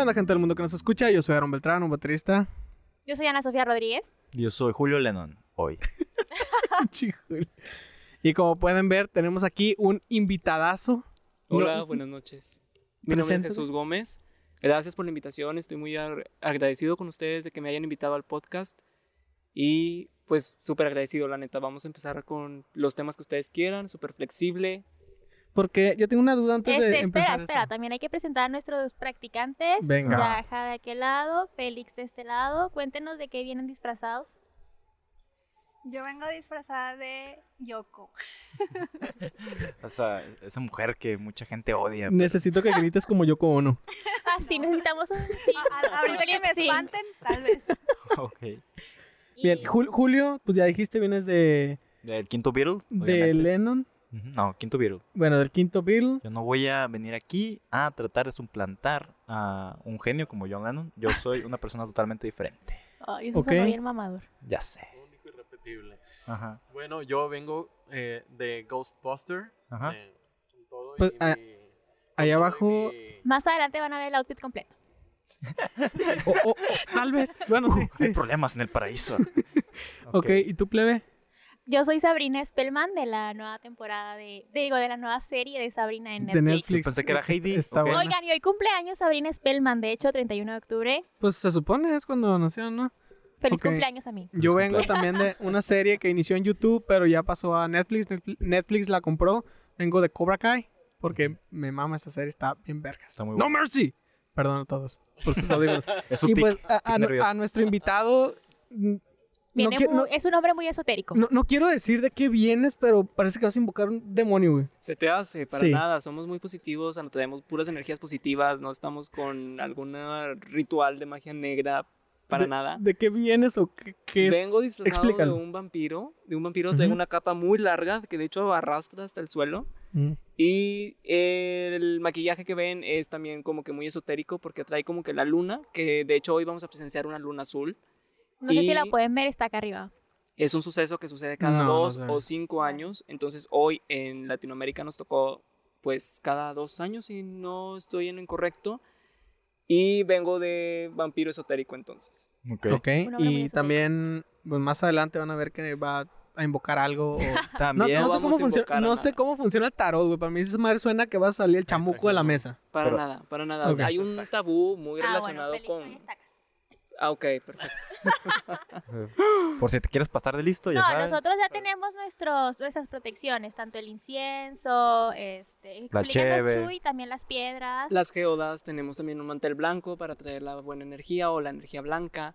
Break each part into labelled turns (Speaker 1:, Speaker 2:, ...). Speaker 1: onda, gente del mundo que nos escucha? Yo soy Aaron Beltrán, un baterista.
Speaker 2: Yo soy Ana Sofía Rodríguez.
Speaker 3: Yo soy Julio Lennon, hoy. Ah,
Speaker 1: Chijul. y como pueden ver, tenemos aquí un invitadazo.
Speaker 4: Hola,
Speaker 1: No-
Speaker 4: buenas noches. Mi nombre es
Speaker 1: Preséntate.
Speaker 4: Jesús Gómez. Gracias por la invitación. Estoy muy ar- agradecido con ustedes de que me hayan invitado al podcast. Y pues súper agradecido, la neta. Vamos a empezar con los temas que ustedes quieran, súper flexible.
Speaker 1: Porque yo tengo una duda antes
Speaker 2: Este,
Speaker 1: de
Speaker 2: espera,
Speaker 1: empezar.
Speaker 2: espera.
Speaker 1: esto.
Speaker 2: También hay que presentar a nuestros practicantes.
Speaker 1: Venga.
Speaker 2: Yaja de aquel lado, Félix de este lado. Cuéntenos de qué vienen disfrazados.
Speaker 5: Yo vengo disfrazada de Yoko.
Speaker 3: O sea, esa mujer que mucha gente odia. pero-
Speaker 1: Necesito que grites como Yoko Ono.
Speaker 2: Así Ah,
Speaker 5: No.
Speaker 2: necesitamos un sí.
Speaker 5: A- a- Ahorita que me
Speaker 2: Sí.
Speaker 5: espanten, tal vez.
Speaker 3: Ok.
Speaker 2: Y-
Speaker 1: Bien, Jul- Julio, pues ya dijiste, vienes de,
Speaker 3: Del quinto Beatle.
Speaker 1: de
Speaker 3: obviamente.
Speaker 1: Lennon.
Speaker 3: Ujú, No, quinto Beatle.
Speaker 1: Bueno, del quinto Beatle.
Speaker 3: Yo no voy a venir aquí a tratar de suplantar a un genio como John Lennon. Yo soy una persona totalmente diferente.
Speaker 2: Ay, eso
Speaker 1: Ok.
Speaker 2: sonó bien mamador.
Speaker 3: Ya sé.
Speaker 6: Único y repetible.
Speaker 3: Ajá.
Speaker 6: Bueno, yo vengo eh, de Ghostbuster.
Speaker 3: Ajá.
Speaker 6: eh, con todo y
Speaker 1: Pues, ah,
Speaker 6: mi- con
Speaker 1: Allá
Speaker 6: todo y
Speaker 1: abajo.
Speaker 6: mi-
Speaker 2: Más adelante van a ver el outfit completo.
Speaker 1: o- o- o- tal vez. Bueno, sí, sí.
Speaker 3: Hay problemas en el paraíso.
Speaker 1: Ok, ¿y tú, plebe?
Speaker 2: Yo soy Sabrina Spellman de la nueva temporada de, de- digo, de la nueva serie de Sabrina en
Speaker 1: De
Speaker 2: Netflix.
Speaker 1: Netflix.
Speaker 3: Pensé que era
Speaker 1: Está-
Speaker 3: Heidi,
Speaker 1: Está
Speaker 3: ok.
Speaker 1: bueno.
Speaker 2: Oigan, y hoy cumpleaños Sabrina Spellman, de hecho, 31 de octubre.
Speaker 1: Pues se supone es cuando nació, ¿no?
Speaker 2: Feliz
Speaker 1: Ok.
Speaker 2: cumpleaños a mí.
Speaker 1: Yo
Speaker 3: Los
Speaker 1: vengo también de una serie que inició en YouTube, pero ya pasó a Netflix. Netflix- Netflix la compró. Vengo de Cobra Kai, porque me mama esa serie, está bien vergas.
Speaker 3: Está muy
Speaker 1: ¡No
Speaker 3: buena.
Speaker 1: Mercy! Perdón a todos por sus audífonos.
Speaker 3: Es su
Speaker 1: y
Speaker 3: pick.
Speaker 1: pues a, a-
Speaker 3: nervioso.
Speaker 1: a nuestro invitado... mm, No,
Speaker 2: Viene
Speaker 1: qui-
Speaker 2: mu-
Speaker 1: no-
Speaker 2: Es un hombre muy esotérico.
Speaker 1: no- no quiero decir de qué vienes, pero parece que vas a invocar un demonio, güey.
Speaker 4: Se te hace, para
Speaker 1: Sí.
Speaker 4: nada. Somos muy positivos, traemos puras energías positivas. No estamos con algún ritual de magia negra,
Speaker 1: De-
Speaker 4: para
Speaker 2: Ah.
Speaker 4: nada.
Speaker 1: ¿De qué vienes o qué, qué es?
Speaker 4: Vengo disfrazado
Speaker 1: Explícalo.
Speaker 4: de un vampiro. De un vampiro tengo
Speaker 1: Ujú.
Speaker 4: una capa muy larga que de hecho arrastra hasta el suelo.
Speaker 1: Mm.
Speaker 4: Y eh, el maquillaje que ven es también como que muy esotérico porque trae como que la luna, que de hecho hoy vamos a presenciar una luna azul.
Speaker 2: No sé si la
Speaker 4: Y-
Speaker 2: pueden ver, está acá arriba. Ah,
Speaker 4: Es un suceso que sucede cada
Speaker 1: No, no
Speaker 4: dos
Speaker 1: sé.
Speaker 4: o cinco años. Entonces hoy en Latinoamérica nos tocó pues cada dos años, si no estoy en lo incorrecto. Y vengo de vampiro esotérico entonces.
Speaker 1: Ok,
Speaker 3: Ok.
Speaker 2: Un hombre muy
Speaker 1: y
Speaker 2: esotérico.
Speaker 1: también pues, más adelante van a ver que va a invocar algo o No,
Speaker 3: También.
Speaker 1: no sé,
Speaker 4: vamos
Speaker 1: cómo
Speaker 4: a
Speaker 1: funciona,
Speaker 4: invocar a
Speaker 1: no
Speaker 4: nada.
Speaker 1: sé cómo funciona el tarot, güey. Para mí esa madre suena que va a salir el chamuco de la mesa.
Speaker 4: Para
Speaker 3: Pero-
Speaker 4: nada, para nada.
Speaker 1: Ok.
Speaker 4: Hay un tabú muy
Speaker 2: Ah,
Speaker 4: relacionado
Speaker 2: bueno, Félix, no
Speaker 4: con...
Speaker 2: destacas.
Speaker 4: Ah, ok, perfecto.
Speaker 3: Por si te quieres pasar de listo, ya
Speaker 2: No,
Speaker 3: sabes.
Speaker 2: nosotros ya tenemos nuestros, nuestras protecciones, tanto el incienso, este,
Speaker 3: La
Speaker 2: explícanos
Speaker 3: cheve.
Speaker 2: Chuy, también las piedras.
Speaker 4: Las geodas tenemos también un mantel blanco para traer la buena energía o la energía blanca.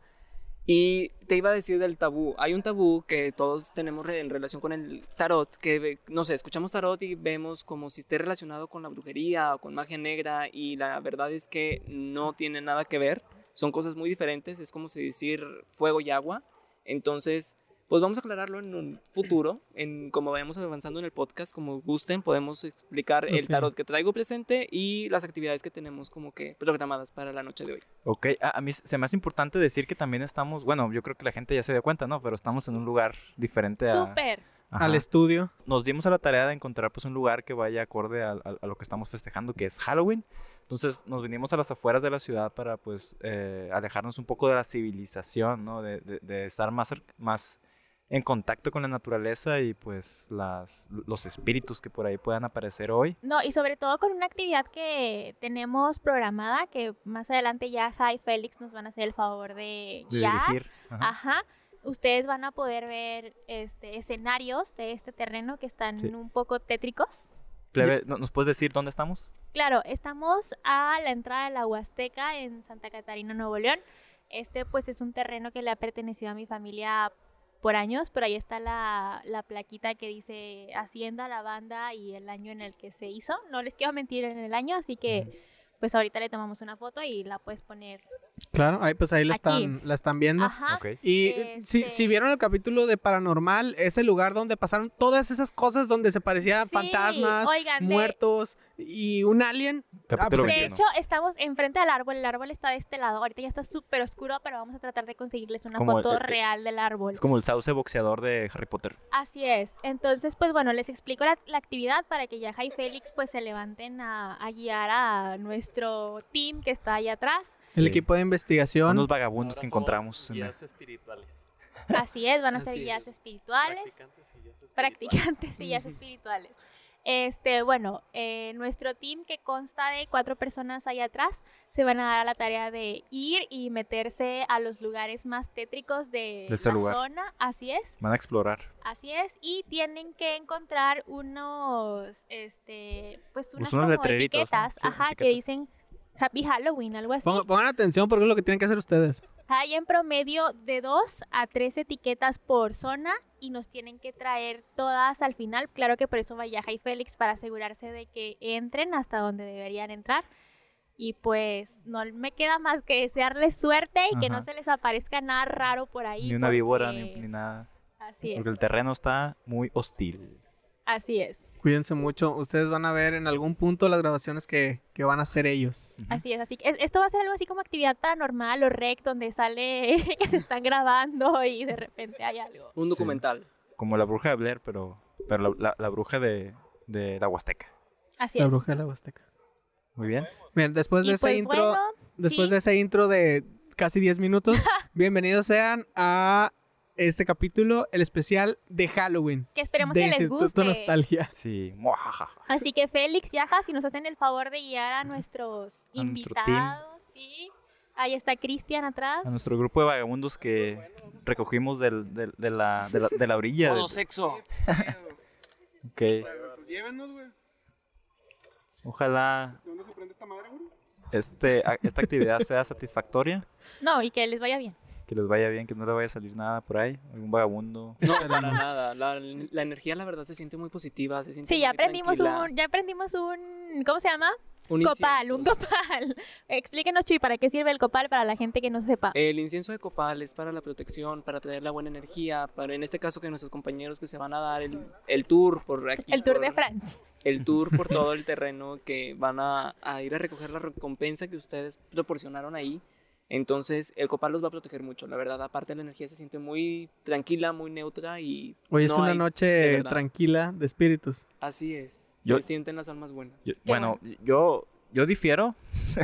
Speaker 4: Y te iba a decir del tabú. Hay un tabú que todos tenemos re- en relación con el tarot, que ve- no sé, escuchamos tarot y vemos como si esté relacionado con la brujería o con magia negra y la verdad es que no tiene nada que ver. Son cosas muy diferentes, es como si decir fuego y agua. Entonces, pues vamos a aclararlo en un futuro, en como vayamos avanzando en el podcast, como gusten, podemos explicar
Speaker 1: Ok.
Speaker 4: el tarot que traigo presente y las actividades que tenemos como que programadas para la noche de hoy.
Speaker 3: Ok, a, a mí se me hace importante decir que también estamos, bueno, yo creo que la gente ya se dio cuenta, ¿no? Pero estamos en un lugar diferente a...
Speaker 2: Súper.
Speaker 3: Ajá.
Speaker 1: Al estudio.
Speaker 3: Nos dimos a la tarea de encontrar pues un lugar que vaya acorde a, a- a lo que estamos festejando, que es Halloween. Entonces nos vinimos a las afueras de la ciudad para pues eh, alejarnos un poco de la civilización, ¿no? De, de- de estar más, cerc- más en contacto con la naturaleza y pues las, los espíritus que por ahí puedan aparecer hoy.
Speaker 2: No, y sobre todo con una actividad que tenemos programada, que más adelante ya Ja y Félix nos van a hacer el favor de
Speaker 3: De
Speaker 2: guiar.
Speaker 3: dirigir. Ajá.
Speaker 2: Ajá. Ustedes van a poder ver este, escenarios de este terreno que están
Speaker 3: Sí.
Speaker 2: un poco tétricos.
Speaker 3: Plebe, ¿no- ¿nos puedes decir dónde estamos?
Speaker 2: Claro, estamos a la entrada de la Huasteca en Santa Catarina, Nuevo León. Este pues es un terreno que le ha pertenecido a mi familia por años, pero ahí está la, la plaquita que dice Hacienda, la banda y el año en el que se hizo. No les quiero mentir en el año, así que pues ahorita le tomamos una foto y la puedes poner.
Speaker 1: Claro, ahí pues ahí la
Speaker 2: Aquí.
Speaker 1: están, la están viendo.
Speaker 2: Ajá.
Speaker 3: Ok.
Speaker 1: Y
Speaker 2: Este-
Speaker 1: si, si vieron el capítulo de Paranormal, es el lugar donde pasaron todas esas cosas donde se parecían
Speaker 2: Sí,
Speaker 1: ah, fantasmas,
Speaker 2: oigan, de-
Speaker 1: muertos y un alien.
Speaker 3: Capítulo
Speaker 1: pues,
Speaker 2: De
Speaker 3: 21.
Speaker 2: hecho, estamos enfrente del árbol. El árbol está de este lado. Ahorita ya está súper oscuro, pero vamos a tratar de conseguirles una
Speaker 3: como el-
Speaker 2: foto
Speaker 3: el- el-
Speaker 2: real del árbol.
Speaker 3: Es como el sauce boxeador de Harry Potter.
Speaker 2: Así es. Entonces, pues bueno, les explico la, la actividad para que Yaja y Félix pues se levanten a, a guiar a nuestro team que está ahí atrás.
Speaker 1: El
Speaker 3: Sí.
Speaker 1: equipo de investigación.
Speaker 4: Pues
Speaker 3: Unos vagabundos
Speaker 6: Ahora
Speaker 3: que
Speaker 6: somos
Speaker 3: encontramos. en la-
Speaker 6: Guías espirituales.
Speaker 2: Así es, van a ser
Speaker 4: Así
Speaker 2: guías
Speaker 4: es.
Speaker 2: espirituales,
Speaker 6: Practicantes y guías espirituales.
Speaker 2: practicantes y guías
Speaker 4: Ujú.
Speaker 2: espirituales. Este, bueno, eh, nuestro team que consta de cuatro personas ahí atrás se van a dar a la tarea de ir y meterse a los lugares más tétricos de,
Speaker 3: De este
Speaker 2: la
Speaker 3: lugar.
Speaker 2: zona, así es,
Speaker 3: Van a explorar.
Speaker 2: así es, y tienen que encontrar unos, este, pues unas
Speaker 3: unos
Speaker 2: como
Speaker 3: letreritos, ¿no?
Speaker 2: etiquetas,
Speaker 3: Sí,
Speaker 2: ajá, que
Speaker 3: etiquetas.
Speaker 2: dicen Happy Halloween, algo así.
Speaker 1: Ponga- pongan atención porque es lo que tienen que hacer ustedes.
Speaker 2: Hay en promedio de dos a tres etiquetas por zona y nos tienen que traer todas al final. Claro que por eso Vallaja y Félix para asegurarse de que entren hasta donde deberían entrar. Y pues no me queda más que desearles suerte y que no
Speaker 3: Ajá.
Speaker 2: se les aparezca nada raro por ahí.
Speaker 3: Ni una víbora, ni,
Speaker 2: porque-
Speaker 3: ni nada.
Speaker 2: Así es,
Speaker 3: Porque el terreno está muy hostil.
Speaker 2: así es,
Speaker 1: Cuídense mucho. Ustedes van a ver en algún punto las grabaciones que, que van a hacer ellos.
Speaker 3: Ujú.
Speaker 2: así es. Así que es- esto va a ser algo así como actividad paranormal o rec donde sale que se están grabando y de repente hay algo.
Speaker 4: Un documental.
Speaker 3: Como la bruja de Blair, pero, pero la, la- la bruja de, de la Huasteca.
Speaker 2: Así
Speaker 1: La
Speaker 2: es.
Speaker 1: bruja de la Huasteca.
Speaker 3: Muy bien.
Speaker 1: Bien, después de
Speaker 2: Y,
Speaker 1: ese
Speaker 2: pues,
Speaker 1: intro.
Speaker 2: bueno,
Speaker 1: Después
Speaker 2: Sí.
Speaker 1: de ese intro de casi 10 minutos, bienvenidos sean a este capítulo, el especial de Halloween.
Speaker 2: que esperemos
Speaker 1: de
Speaker 2: que les
Speaker 1: Instituto
Speaker 2: guste.
Speaker 1: Nostalgia.
Speaker 3: Sí. Muajaja.
Speaker 2: Así que Félix, Yaja, si nos hacen el favor de guiar a nuestros
Speaker 3: A nuestro team.
Speaker 2: invitados, ¿sí? Ahí está Cristian atrás.
Speaker 3: A nuestro grupo de vagabundos que recogimos del, del- de, la, de, la, de la orilla.
Speaker 4: Modo
Speaker 3: del-
Speaker 4: sexo.
Speaker 3: Ok. Ojalá
Speaker 7: ¿De dónde se prende esta madre, güey?
Speaker 3: este, a- esta actividad sea satisfactoria.
Speaker 2: No, y que les vaya bien.
Speaker 3: Que les vaya bien, que no le vaya a salir nada por ahí. Algún vagabundo.
Speaker 4: No, para nada. La, la energía, la verdad, se siente muy positiva. Se siente
Speaker 2: Sí, ya
Speaker 4: muy
Speaker 2: aprendimos
Speaker 4: tranquila.
Speaker 2: un, ya aprendimos un, ¿cómo se llama?
Speaker 4: Un
Speaker 2: copal,
Speaker 4: incienso,
Speaker 2: un
Speaker 4: sí.
Speaker 2: copal. Explíquenos, Chuy, ¿para qué sirve el copal para la gente que no sepa?
Speaker 4: El incienso de copal es para la protección, para traer la buena energía, para en este caso que nuestros compañeros que se van a dar el, el tour por aquí.
Speaker 2: El Tour de
Speaker 4: por-
Speaker 2: Francia.
Speaker 4: El tour por todo el terreno que van a, a ir a recoger la recompensa que ustedes proporcionaron ahí. Entonces, el copal los va a proteger mucho, la verdad. Aparte, la energía se siente muy tranquila, muy neutra y.
Speaker 1: Hoy es
Speaker 4: no
Speaker 1: una
Speaker 4: hay- de
Speaker 1: noche
Speaker 4: verdad.
Speaker 1: tranquila de espíritus.
Speaker 4: Así es.
Speaker 3: Yo-
Speaker 4: se sienten las almas buenas.
Speaker 3: Yo- bueno, yo, yo difiero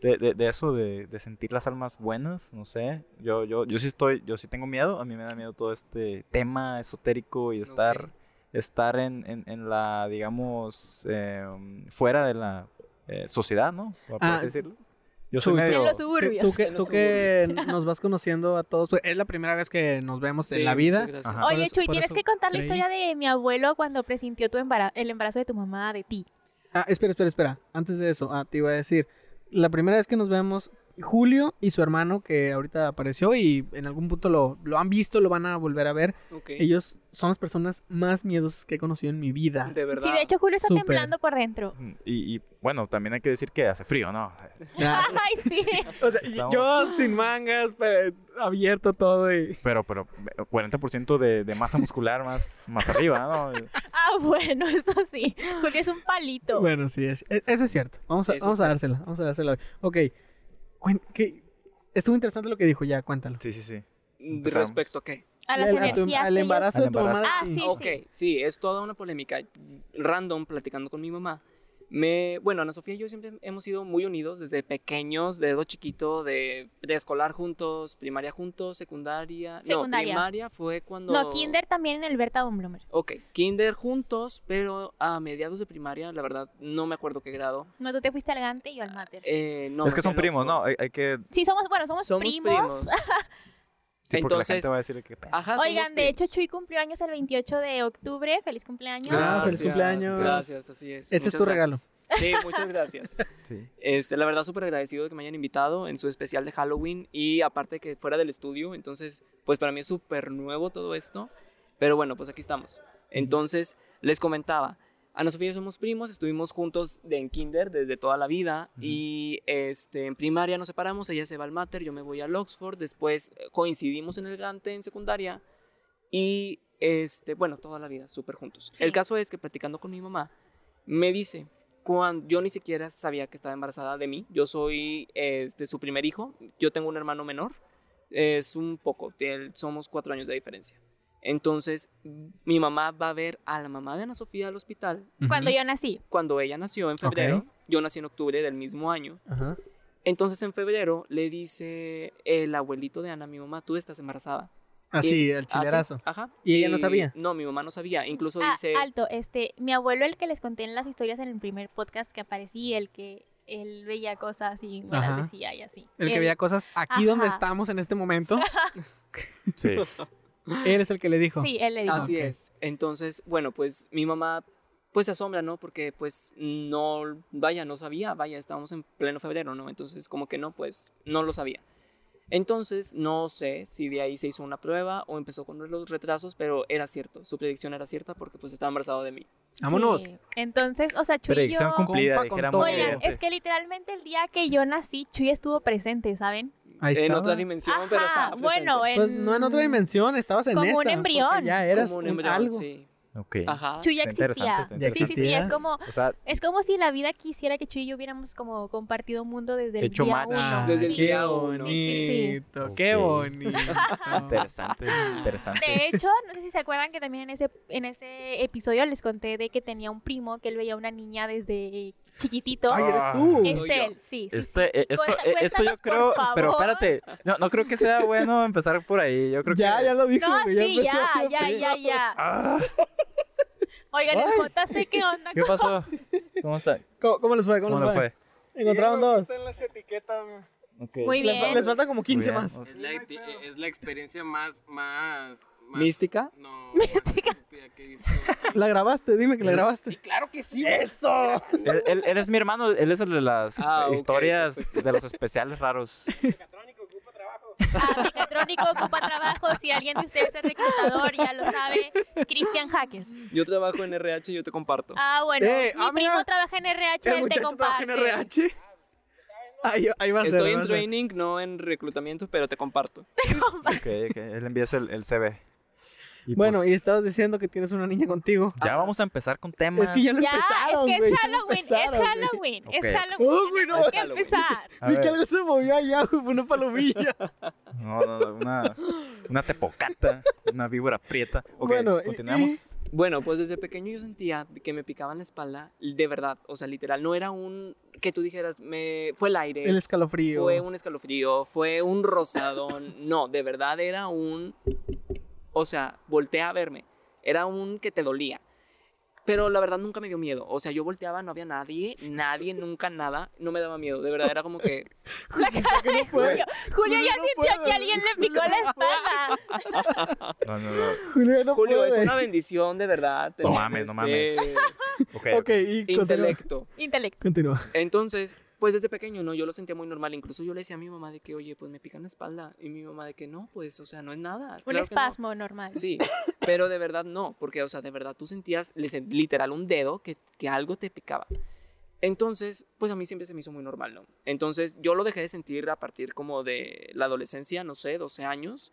Speaker 3: de, de- de eso de, de sentir las almas buenas, no sé. Yo, yo, yo sí estoy, yo sí tengo miedo. A mí me da miedo todo este tema esotérico y estar,
Speaker 4: Ok.
Speaker 3: estar en, en- en la, digamos, eh, fuera de la eh, sociedad, ¿no? Por, por
Speaker 1: Ah,
Speaker 3: así decirlo. Yo soy
Speaker 1: Chuy, tú-
Speaker 3: medio...
Speaker 2: En los
Speaker 1: Tú,
Speaker 2: suburbios.
Speaker 1: tú que,
Speaker 4: En
Speaker 1: tú
Speaker 4: los
Speaker 1: que nos vas conociendo a todos, es la primera vez que nos vemos
Speaker 4: Sí,
Speaker 1: en la
Speaker 4: muchas
Speaker 1: vida.
Speaker 4: gracias.
Speaker 3: Ajá.
Speaker 1: por
Speaker 2: Oye,
Speaker 1: eso-
Speaker 2: Chuy,
Speaker 1: por
Speaker 2: tienes
Speaker 1: eso
Speaker 2: que contar la
Speaker 1: creí.
Speaker 2: historia de mi abuelo cuando presintió tu embara- el embarazo de tu mamá de ti.
Speaker 1: Ah, espera, espera, espera. Antes de eso, ah, te iba a decir, la primera vez que nos vemos, Julio y su hermano, que ahorita apareció y en algún punto lo, lo han visto, lo van a volver a ver.
Speaker 4: Ok.
Speaker 1: Ellos son las personas más miedosas que he conocido en mi vida.
Speaker 4: De verdad.
Speaker 2: Sí, de hecho, Julio está
Speaker 1: Súper.
Speaker 2: temblando por dentro.
Speaker 3: Y, y, bueno, también hay que decir que hace frío, ¿no?
Speaker 1: Ah,
Speaker 2: Ay, sí.
Speaker 1: O sea, y-
Speaker 3: Estamos-
Speaker 1: yo sin mangas, pero abierto todo y...
Speaker 3: Pero, pero 40% de, de masa muscular más, más arriba, ¿no?
Speaker 2: Ah, bueno, eso sí. Julio es un palito.
Speaker 1: Bueno, sí, es- e- eso es cierto. Vamos a,
Speaker 4: Eso
Speaker 1: vamos
Speaker 4: es
Speaker 1: a
Speaker 4: cierto.
Speaker 1: dársela, vamos a dársela. Ok, Cuen- ¿qué? estuvo interesante lo que dijo, ya, cuéntalo.
Speaker 3: Sí, sí, sí.
Speaker 4: De
Speaker 3: Empezamos.
Speaker 4: respecto a qué.
Speaker 2: a las
Speaker 1: Al- a tu-
Speaker 2: energías.
Speaker 1: al
Speaker 2: que ellos-
Speaker 1: embarazo de tu
Speaker 3: Al
Speaker 1: mamá.
Speaker 2: embarazo. Ah, sí.
Speaker 4: Ok, sí, es toda una polémica. Random, platicando con mi mamá. Me, bueno, Ana Sofía y yo siempre hemos sido muy unidos desde pequeños, de dedo chiquito, de, de escolar juntos, primaria juntos, secundaria.
Speaker 2: Secundaria.
Speaker 4: No, primaria fue cuando.
Speaker 2: No, Kinder también en el Berta Umblomer.
Speaker 4: Ok, kinder juntos, pero a mediados de primaria, la verdad, no me acuerdo qué grado.
Speaker 2: No, tú te fuiste al Gante y yo al Mater.
Speaker 4: Eh, no,
Speaker 3: es que
Speaker 4: me fui
Speaker 3: son
Speaker 4: al
Speaker 3: primos,
Speaker 4: Oxford.
Speaker 3: ¿no? Hay, hay que...
Speaker 2: Sí, somos, bueno, somos,
Speaker 4: Somos
Speaker 2: primos.
Speaker 4: primos.
Speaker 3: Sí, porque la
Speaker 4: Entonces, ah,
Speaker 3: gente va a decir que...
Speaker 4: ajá, somos
Speaker 2: Oigan, de hecho,
Speaker 4: primos.
Speaker 2: Chuy cumplió años el 28 de octubre. Feliz cumpleaños.
Speaker 1: Ah, feliz
Speaker 4: Gracias,
Speaker 1: cumpleaños.
Speaker 4: Gracias, así es.
Speaker 1: Este es
Speaker 4: Muchas
Speaker 1: tu regalo.
Speaker 4: gracias. Sí, muchas gracias.
Speaker 3: Sí.
Speaker 4: Este, la verdad, súper agradecido de que me hayan invitado en su especial de Halloween y aparte que fuera del estudio. Entonces, pues para mí es súper nuevo todo esto. Pero bueno, pues aquí estamos. Entonces, les comentaba, Ana Sofía y yo somos primos, estuvimos juntos de, en kinder desde toda la vida
Speaker 3: Ujú.
Speaker 4: y este, en primaria nos separamos, ella se va al Mater, yo me voy al Oxford, después eh, coincidimos en el Gante en secundaria y, este, bueno, toda la vida, súper juntos.
Speaker 2: Sí.
Speaker 4: El caso es que platicando con mi mamá, me dice, cuando yo ni siquiera sabía que estaba embarazada de mí. Yo soy este, su primer hijo. Yo tengo un hermano menor. Es un poco, tiene- somos cuatro años de diferencia. Entonces, mi mamá va a ver a la mamá de Ana Sofía al hospital
Speaker 2: Cuando yo nací.
Speaker 4: cuando ella nació en febrero. Yo nací en octubre del mismo año.
Speaker 1: Ajá.
Speaker 4: Entonces en febrero le dice el abuelito de Ana a mi mamá, tú estás embarazada.
Speaker 1: Así,
Speaker 4: Y-
Speaker 1: al chilerazo.
Speaker 4: así, ajá.
Speaker 1: ¿Y ella no sabía?
Speaker 4: No, mi mamá no sabía. Incluso
Speaker 2: Ah,
Speaker 4: dice...
Speaker 2: alto, este, mi abuelo, el que les conté en las historias en el primer podcast que aparecí, el que él veía cosas y me
Speaker 1: Ajá.
Speaker 2: las decía y así.
Speaker 1: El que
Speaker 2: Él-
Speaker 1: veía cosas aquí donde
Speaker 2: Ajá.
Speaker 1: estamos en este momento.
Speaker 3: Sí.
Speaker 1: Él es el que le dijo.
Speaker 2: Sí, él le dijo.
Speaker 4: Así
Speaker 1: Ok.
Speaker 4: es. Entonces, bueno, pues mi mamá pues se asombra, ¿no? Porque pues no, vaya, no sabía, vaya, estábamos en pleno febrero, ¿no? Entonces como que no, pues no lo sabía. Entonces, no sé si de ahí se hizo una prueba o empezó con los retrasos, pero era cierto, su predicción era cierta porque pues estaba embarazado de mí.
Speaker 1: Vámonos.
Speaker 2: Sí. Entonces, o sea, Chuy y
Speaker 3: Predicción
Speaker 2: yo-
Speaker 3: cumplida,
Speaker 1: Compa con
Speaker 3: dijéramos.
Speaker 1: todo.
Speaker 2: Oigan,
Speaker 3: que-
Speaker 2: es que literalmente el día que yo nací, Chuy estuvo presente, ¿saben?
Speaker 1: Ahí
Speaker 4: en
Speaker 1: estaba.
Speaker 4: otra dimensión,
Speaker 2: Ajá,
Speaker 4: pero estaba presente.
Speaker 2: bueno, eh. en...
Speaker 1: Pues no en otra dimensión, estabas en
Speaker 2: Mm. Como un
Speaker 1: esta. porque
Speaker 2: embrión.
Speaker 1: Ya
Speaker 4: Como
Speaker 1: eras
Speaker 4: un
Speaker 1: un
Speaker 4: embrión,
Speaker 1: algo.
Speaker 4: sí.
Speaker 3: Ok.
Speaker 4: Ajá.
Speaker 2: Chuy ya
Speaker 3: Está interesante,
Speaker 2: existía.
Speaker 3: está
Speaker 1: Ya
Speaker 2: Sí, sí, sí,
Speaker 1: existías.
Speaker 2: es como...
Speaker 3: O sea,
Speaker 2: Es como si la vida quisiera que Chuy y yo hubiéramos como compartido mundo desde el
Speaker 3: Hecho
Speaker 2: día
Speaker 3: match.
Speaker 2: uno.
Speaker 1: Ah,
Speaker 4: Desde el
Speaker 2: Sí.
Speaker 4: día
Speaker 1: qué
Speaker 4: uno.
Speaker 1: bonito,
Speaker 2: Sí, sí,
Speaker 1: qué
Speaker 3: Ok.
Speaker 1: bonito.
Speaker 3: interesante, interesante.
Speaker 2: De hecho, no sé si se acuerdan que también en ese, en ese episodio les conté de que tenía un primo que él veía una niña desde chiquitito.
Speaker 1: Ay, eres
Speaker 3: Ah.
Speaker 1: tú.
Speaker 2: es
Speaker 4: soy yo.
Speaker 2: él, sí. sí, sí.
Speaker 3: Este, eh, esto,
Speaker 2: Cuenta-
Speaker 3: eh, esto yo creo,
Speaker 2: cuéntanos, por
Speaker 3: pero
Speaker 2: favor.
Speaker 3: espérate, no, no creo que sea bueno empezar por ahí, yo creo
Speaker 1: Ya,
Speaker 3: que...
Speaker 1: ya lo dijo.
Speaker 2: No,
Speaker 1: güey, ya
Speaker 2: sí,
Speaker 1: empezó,
Speaker 2: ya, ya,
Speaker 1: empezó.
Speaker 2: ya, ya.
Speaker 3: Ah,
Speaker 2: Oigan, el
Speaker 3: Ay.
Speaker 2: JC, ¿qué onda?
Speaker 3: ¿Qué pasó? ¿Cómo está?
Speaker 1: ¿Cómo, cómo les fue? ¿Cómo,
Speaker 3: ¿Cómo
Speaker 1: les
Speaker 3: le
Speaker 1: fue?
Speaker 3: fue?
Speaker 1: Encontraron
Speaker 6: Diego, aquí
Speaker 1: dos.
Speaker 6: Están las etiquetas.
Speaker 3: Okay.
Speaker 2: Muy
Speaker 1: Les, fa-
Speaker 2: bien.
Speaker 1: les falta como 15
Speaker 3: Bien.
Speaker 1: más.
Speaker 7: Es la, eti- es la experiencia más, más, más-
Speaker 4: Mística.
Speaker 7: No,
Speaker 2: Mística.
Speaker 7: más estúpida que he visto.
Speaker 1: La grabaste, dime que la grabaste.
Speaker 7: Sí, claro que sí.
Speaker 3: Él, él- él es mi hermano, él es el de las
Speaker 4: Ah, ok,
Speaker 3: historias de los especiales raros.
Speaker 6: Mecatrónico, ocupa trabajo.
Speaker 2: A ah, Mecatrónico ocupa trabajo. Si alguien de ustedes es reclutador, ya lo sabe. Cristian Jaques.
Speaker 4: Yo trabajo en RH y yo te comparto.
Speaker 2: Ah, bueno.
Speaker 1: Eh,
Speaker 2: mi
Speaker 1: ah,
Speaker 2: primo
Speaker 1: mira,
Speaker 2: trabaja en RH,
Speaker 1: El
Speaker 2: él te
Speaker 1: muchacho trabaja
Speaker 2: comparte.
Speaker 1: en RH. Ahí, ahí va a ser.
Speaker 4: Estoy
Speaker 1: va
Speaker 4: en
Speaker 1: a ser.
Speaker 4: training, no en reclutamiento, pero te comparto.
Speaker 3: Ok, ok, él envía el, el CV. Y
Speaker 1: Bueno,
Speaker 3: pues,
Speaker 1: y estabas diciendo que tienes una niña contigo.
Speaker 3: ya vamos a empezar con temas.
Speaker 1: Ah, Es que ya lo
Speaker 2: Ya,
Speaker 1: empezaron,
Speaker 2: es que
Speaker 1: güey,
Speaker 2: es
Speaker 1: ya lo
Speaker 2: Halloween,
Speaker 1: empezaron,
Speaker 2: es
Speaker 1: güey.
Speaker 2: Halloween,
Speaker 3: Ok.
Speaker 2: es Halloween.
Speaker 1: Oh, güey, no.
Speaker 2: tenemos
Speaker 4: Es
Speaker 2: que
Speaker 4: Halloween.
Speaker 2: empezar.
Speaker 3: A
Speaker 1: Vi
Speaker 3: ver,
Speaker 1: que algo se movió allá, güey, fue una palomilla.
Speaker 3: No, no, no, una, una tepocata, una víbora prieta. Ok,
Speaker 1: Bueno, y-
Speaker 3: continuamos.
Speaker 4: Bueno, pues desde pequeño yo sentía que me picaban la espalda, de verdad, o sea, literal, no era un que tú dijeras, me fue el aire,
Speaker 1: El escalofrío.
Speaker 4: fue un escalofrío, fue un rosadón, no, de verdad era un, o sea, voltea a verme, era un que te dolía. Pero la verdad nunca me dio miedo, o sea, yo volteaba, no había nadie, nadie, nunca nada, no me daba miedo, de verdad era como que
Speaker 2: La cara de Julio. Julio ya
Speaker 1: no
Speaker 2: sintió
Speaker 1: puedo.
Speaker 2: que alguien le picó la espalda.
Speaker 3: No, no, no.
Speaker 1: Julio, no
Speaker 4: Julio,
Speaker 1: puede.
Speaker 4: es una bendición de verdad.
Speaker 3: No
Speaker 4: tener
Speaker 3: mames, no mames.
Speaker 4: este
Speaker 3: Ok,
Speaker 1: Ok, y continúa.
Speaker 4: Intelecto.
Speaker 2: Intelecto.
Speaker 1: Continúa.
Speaker 4: Entonces, pues desde pequeño, ¿no? Yo lo sentía muy normal. Incluso yo le decía a mi mamá de que, oye, pues me pican la espalda. Y mi mamá de que no, pues, o sea, no es nada.
Speaker 2: Un
Speaker 4: claro que no".
Speaker 2: espasmo normal.
Speaker 4: Sí, pero de verdad no, porque, o sea, de verdad tú sentías le- literal un dedo que, que algo te picaba. Entonces, pues a mí siempre se me hizo muy normal, ¿no? Entonces yo lo dejé de sentir a partir como de la adolescencia, no sé, 12 años.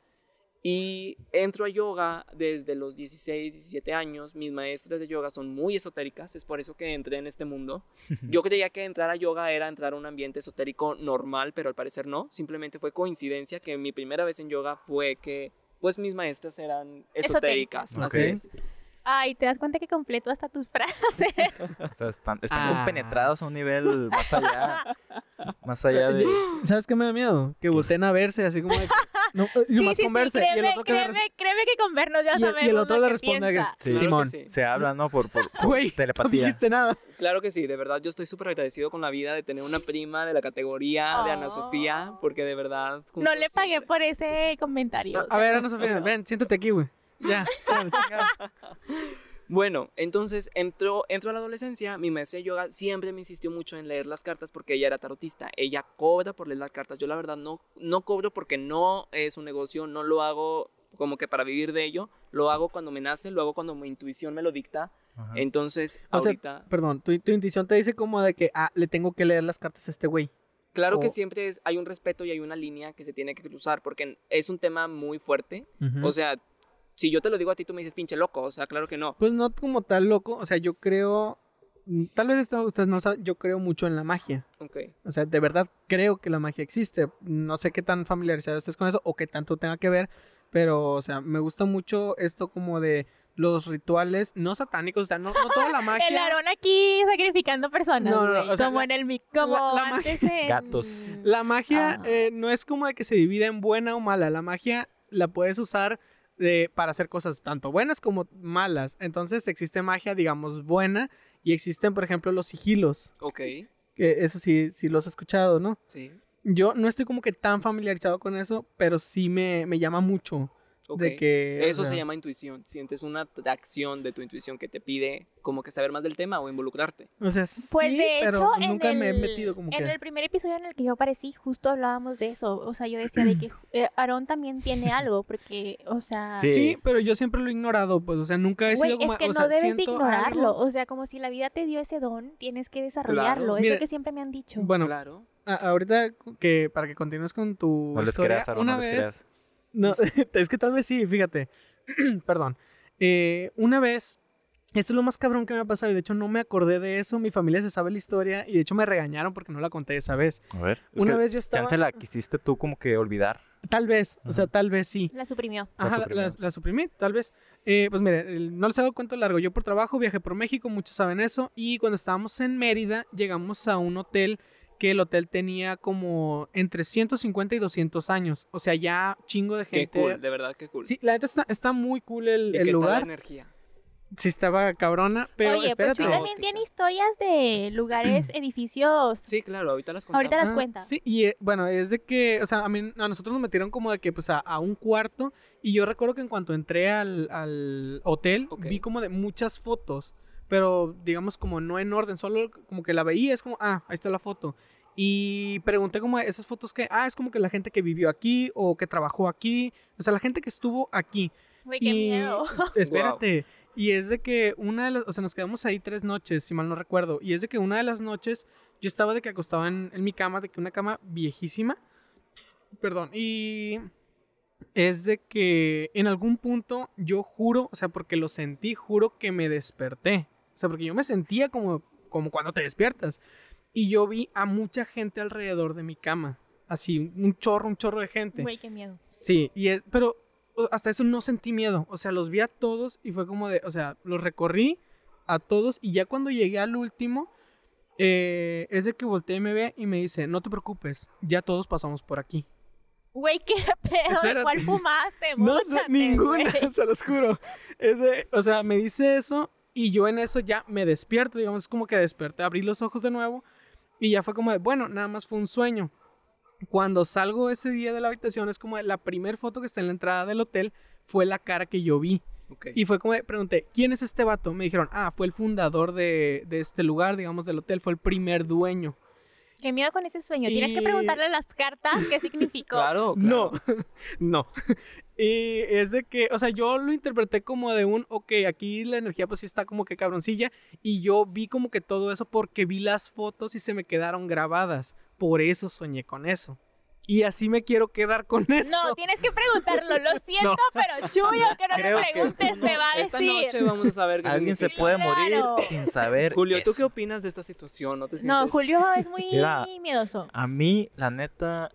Speaker 4: Y entro a yoga desde los 16, 17 años. Mis maestras de yoga son muy esotéricas, es por eso que entré en este mundo. Yo creía que entrar a yoga era entrar a un ambiente esotérico normal, pero al parecer no. Simplemente fue coincidencia que mi primera vez en yoga fue que, pues, mis maestras eran
Speaker 2: Esotéricas.
Speaker 4: esotéricas. Así
Speaker 3: Ok.
Speaker 4: es.
Speaker 2: Ay, te das cuenta que completo hasta tus frases.
Speaker 3: o sea, están, están
Speaker 1: Ah.
Speaker 3: compenetrados a un nivel más allá, más allá de...
Speaker 1: ¿Sabes qué me da miedo? Que volteen a verse así como. de que- No, y
Speaker 2: Sí,
Speaker 1: más
Speaker 2: sí, sí,
Speaker 1: converse. y el
Speaker 2: créeme,
Speaker 1: otro que le
Speaker 2: créeme,
Speaker 1: res-
Speaker 2: créeme que con vernos ya
Speaker 1: y el-
Speaker 2: sabemos
Speaker 1: y el otro
Speaker 2: lo
Speaker 1: le
Speaker 2: que
Speaker 1: responde
Speaker 2: piensa.
Speaker 1: que-
Speaker 4: Claro
Speaker 1: Simón.
Speaker 4: que sí.
Speaker 3: Se habla, ¿no? Por, por, por
Speaker 1: Güey, no
Speaker 3: telepatía.
Speaker 1: dijiste nada.
Speaker 4: Claro que sí, de verdad yo estoy súper agradecido con la vida de tener una prima de la categoría de Ana
Speaker 2: Oh.
Speaker 4: Sofía, porque de verdad...
Speaker 2: No
Speaker 4: juntos
Speaker 2: le pagué
Speaker 4: siempre-
Speaker 2: por ese comentario.
Speaker 1: A ver, Ana Sofía, ven, siéntate aquí, güey. Ya.
Speaker 4: Bueno, entonces entró, entró a la adolescencia, mi maestra de yoga siempre me insistió mucho en leer las cartas porque ella era tarotista, ella cobra por leer las cartas, yo la verdad no, no cobro porque no es un negocio, no lo hago como que para vivir de ello, lo hago cuando me nace, lo hago cuando mi intuición me lo dicta,
Speaker 3: Ajá.
Speaker 4: entonces
Speaker 1: Ah. O sea,
Speaker 4: ahorita...
Speaker 1: Perdón, tu, tu intuición te dice como de que, ah, le tengo que leer las cartas a este güey.
Speaker 4: Claro que
Speaker 1: o-
Speaker 4: siempre es- hay un respeto y hay una línea que se tiene que cruzar porque es un tema muy fuerte, o sea, si yo te lo digo a ti tú me dices pinche loco, o sea, claro que no.
Speaker 1: Pues no como tal loco, o sea, yo creo, mm, tal vez esto ustedes no saben, yo creo mucho en la magia.
Speaker 4: Ok.
Speaker 1: O sea, de verdad creo que la magia existe. No sé qué tan familiarizado estés con eso o qué tanto tenga que ver, pero, o sea, me gusta mucho esto como de los rituales no satánicos, o sea, no, no toda la magia.
Speaker 2: El Aarón aquí sacrificando personas,
Speaker 1: No, no, no,
Speaker 2: güey,
Speaker 1: o sea,
Speaker 2: como
Speaker 1: la-
Speaker 2: en el mic, como
Speaker 1: la- la
Speaker 2: antes en...
Speaker 3: Gatos.
Speaker 1: La magia
Speaker 3: Ah.
Speaker 1: eh, no es como de que se divida en buena o mala. La magia la puedes usar eh, para hacer cosas tanto buenas como malas. Entonces existe magia, digamos, buena y existen, por ejemplo, los sigilos.
Speaker 4: Ok,
Speaker 1: Que eso sí, sí los he escuchado, ¿no?
Speaker 4: sí.
Speaker 1: Yo no estoy como que tan familiarizado con eso, pero sí me, me llama mucho.
Speaker 4: ok.
Speaker 1: De que, o
Speaker 4: Eso se
Speaker 1: sea,
Speaker 4: llama intuición. Sientes una atracción de tu intuición que te pide como que saber más del tema o involucrarte.
Speaker 1: O sea, sí,
Speaker 2: Pues de hecho,
Speaker 1: pero
Speaker 2: en
Speaker 1: nunca
Speaker 2: el,
Speaker 1: me he metido como
Speaker 2: en
Speaker 1: que...
Speaker 2: el primer episodio en el que yo aparecí, justo hablábamos de eso. O sea, yo decía de que eh, Aarón también tiene algo, porque, o sea,
Speaker 1: Sí.
Speaker 3: Sí.
Speaker 1: pero yo siempre lo he ignorado, pues, o sea, nunca he
Speaker 2: güey,
Speaker 1: sido como...
Speaker 2: es que
Speaker 1: o
Speaker 2: no
Speaker 1: sea,
Speaker 2: debes de
Speaker 1: siento
Speaker 2: ignorarlo.
Speaker 1: algo-
Speaker 2: O sea, como si la vida te dio ese don, tienes que desarrollarlo. Es
Speaker 1: Mira,
Speaker 2: lo que siempre me han dicho.
Speaker 1: Bueno,
Speaker 4: Claro.
Speaker 1: a- ahorita que para que continúes con tu
Speaker 3: No les
Speaker 1: historia,
Speaker 3: creas, Aaron,
Speaker 1: una
Speaker 3: no les
Speaker 1: vez,
Speaker 3: creas.
Speaker 1: no, es que tal vez sí, fíjate, perdón, Eh, una vez, esto es lo más cabrón que me ha pasado y de hecho no me acordé de eso, mi familia se sabe la historia y de hecho me regañaron porque no la conté esa vez.
Speaker 3: A ver.
Speaker 1: una vez yo estaba,
Speaker 3: Chance la quisiste tú como que olvidar.
Speaker 1: tal vez, o sea,
Speaker 3: Ajá.
Speaker 1: tal vez sí,
Speaker 2: La suprimió.
Speaker 3: La
Speaker 1: Ajá, la- la,
Speaker 3: suprimimos.
Speaker 1: la suprimí, tal vez. Eh, pues mire, el- no les hago cuento largo. Yo por trabajo viajé por México, muchos saben eso. Y cuando estábamos en Mérida, llegamos a un hotel que el hotel tenía como entre 150 y 200 años. O sea, ya chingo de
Speaker 4: Qué
Speaker 1: gente.
Speaker 4: cool, de verdad, qué cool.
Speaker 1: Sí, la neta está, está muy cool el,
Speaker 4: ¿Y
Speaker 1: el
Speaker 4: qué tal
Speaker 1: lugar.
Speaker 4: la energía?
Speaker 1: Sí, estaba cabrona, pero
Speaker 2: Oye, pues
Speaker 1: espérate.
Speaker 2: tú también
Speaker 4: Caótica.
Speaker 2: tienes historias de lugares, edificios.
Speaker 4: Sí, claro, ahorita las contamos.
Speaker 2: Ahorita las
Speaker 1: Ah,
Speaker 2: cuentas.
Speaker 1: Sí, y eh, bueno, es de que, o sea, a, mí- a nosotros nos metieron como de que, pues, a, a un cuarto. Y yo recuerdo que en cuanto entré al, al hotel,
Speaker 4: Ok.
Speaker 1: vi como de muchas fotos. Pero, digamos, como no en orden, solo como que la veía, es como, ah, ahí está la foto. Y pregunté como esas fotos que, ah, es como que la gente que vivió aquí o que trabajó aquí. O sea, la gente que estuvo aquí.
Speaker 2: Güey, qué
Speaker 1: Y-
Speaker 2: miedo.
Speaker 1: es- Espérate. Y es de que una de las, o sea, nos quedamos ahí tres noches, si mal no recuerdo. Y es de que una de las noches yo estaba de que acostaba en, en mi cama, de que una cama viejísima. Perdón. Y es de que en algún punto yo juro, o sea, porque lo sentí, juro que me desperté. O sea, porque yo me sentía como, como cuando te despiertas. Y yo vi a mucha gente alrededor de mi cama. Así, un un chorro, un chorro de gente.
Speaker 2: Güey, qué miedo.
Speaker 1: Sí, y es, pero o- hasta eso no sentí miedo. O sea, los vi a todos y fue como de, o sea, los recorrí a todos y ya cuando llegué al último, eh, es de que volteé y me ve y me dice, no te preocupes, ya todos pasamos por aquí.
Speaker 2: Güey, qué pedo.
Speaker 1: Espérate.
Speaker 2: ¿Cuál fumaste?
Speaker 1: No sé,
Speaker 2: Móchate,
Speaker 1: ninguna,
Speaker 2: güey.
Speaker 1: se los juro. Ese, o sea, me dice eso y yo en eso ya me despierto, digamos, es como que desperté, abrí los ojos de nuevo y ya fue como de, bueno, nada más fue un sueño. Cuando salgo ese día de la habitación es como de la primera foto que está en la entrada del hotel fue la cara que yo vi.
Speaker 4: Ok.
Speaker 1: Y fue como, de- pregunté, ¿quién es este vato? Me dijeron, ah, fue el fundador de, de este lugar, digamos, del hotel, fue el primer dueño.
Speaker 2: Qué miedo con ese sueño. Tienes que
Speaker 1: Y-
Speaker 2: preguntarle a las cartas qué significó.
Speaker 4: Claro,
Speaker 1: No,
Speaker 4: Oh, claro.
Speaker 1: no. Y es de que, o sea, yo lo interpreté como de un, ok, aquí la energía pues sí está como que cabroncilla. Y yo vi como que todo eso porque vi las fotos y se me quedaron grabadas. Por eso soñé con eso. Y así me quiero quedar con eso.
Speaker 2: No, tienes que preguntarlo. Lo siento, pero Chuyo, que no
Speaker 3: Creo
Speaker 2: le
Speaker 3: que
Speaker 2: preguntes, te va a
Speaker 4: Esta
Speaker 2: decir.
Speaker 4: noche vamos a saber qué
Speaker 3: Alguien se
Speaker 4: significa.
Speaker 3: puede morir
Speaker 2: Claro.
Speaker 3: sin saber.
Speaker 4: Julio, ¿tú
Speaker 3: eso.
Speaker 4: qué opinas de esta situación? ¿No te sientes?
Speaker 2: No, Julio es muy
Speaker 3: Mira.
Speaker 2: miedoso.
Speaker 3: A mí, la neta,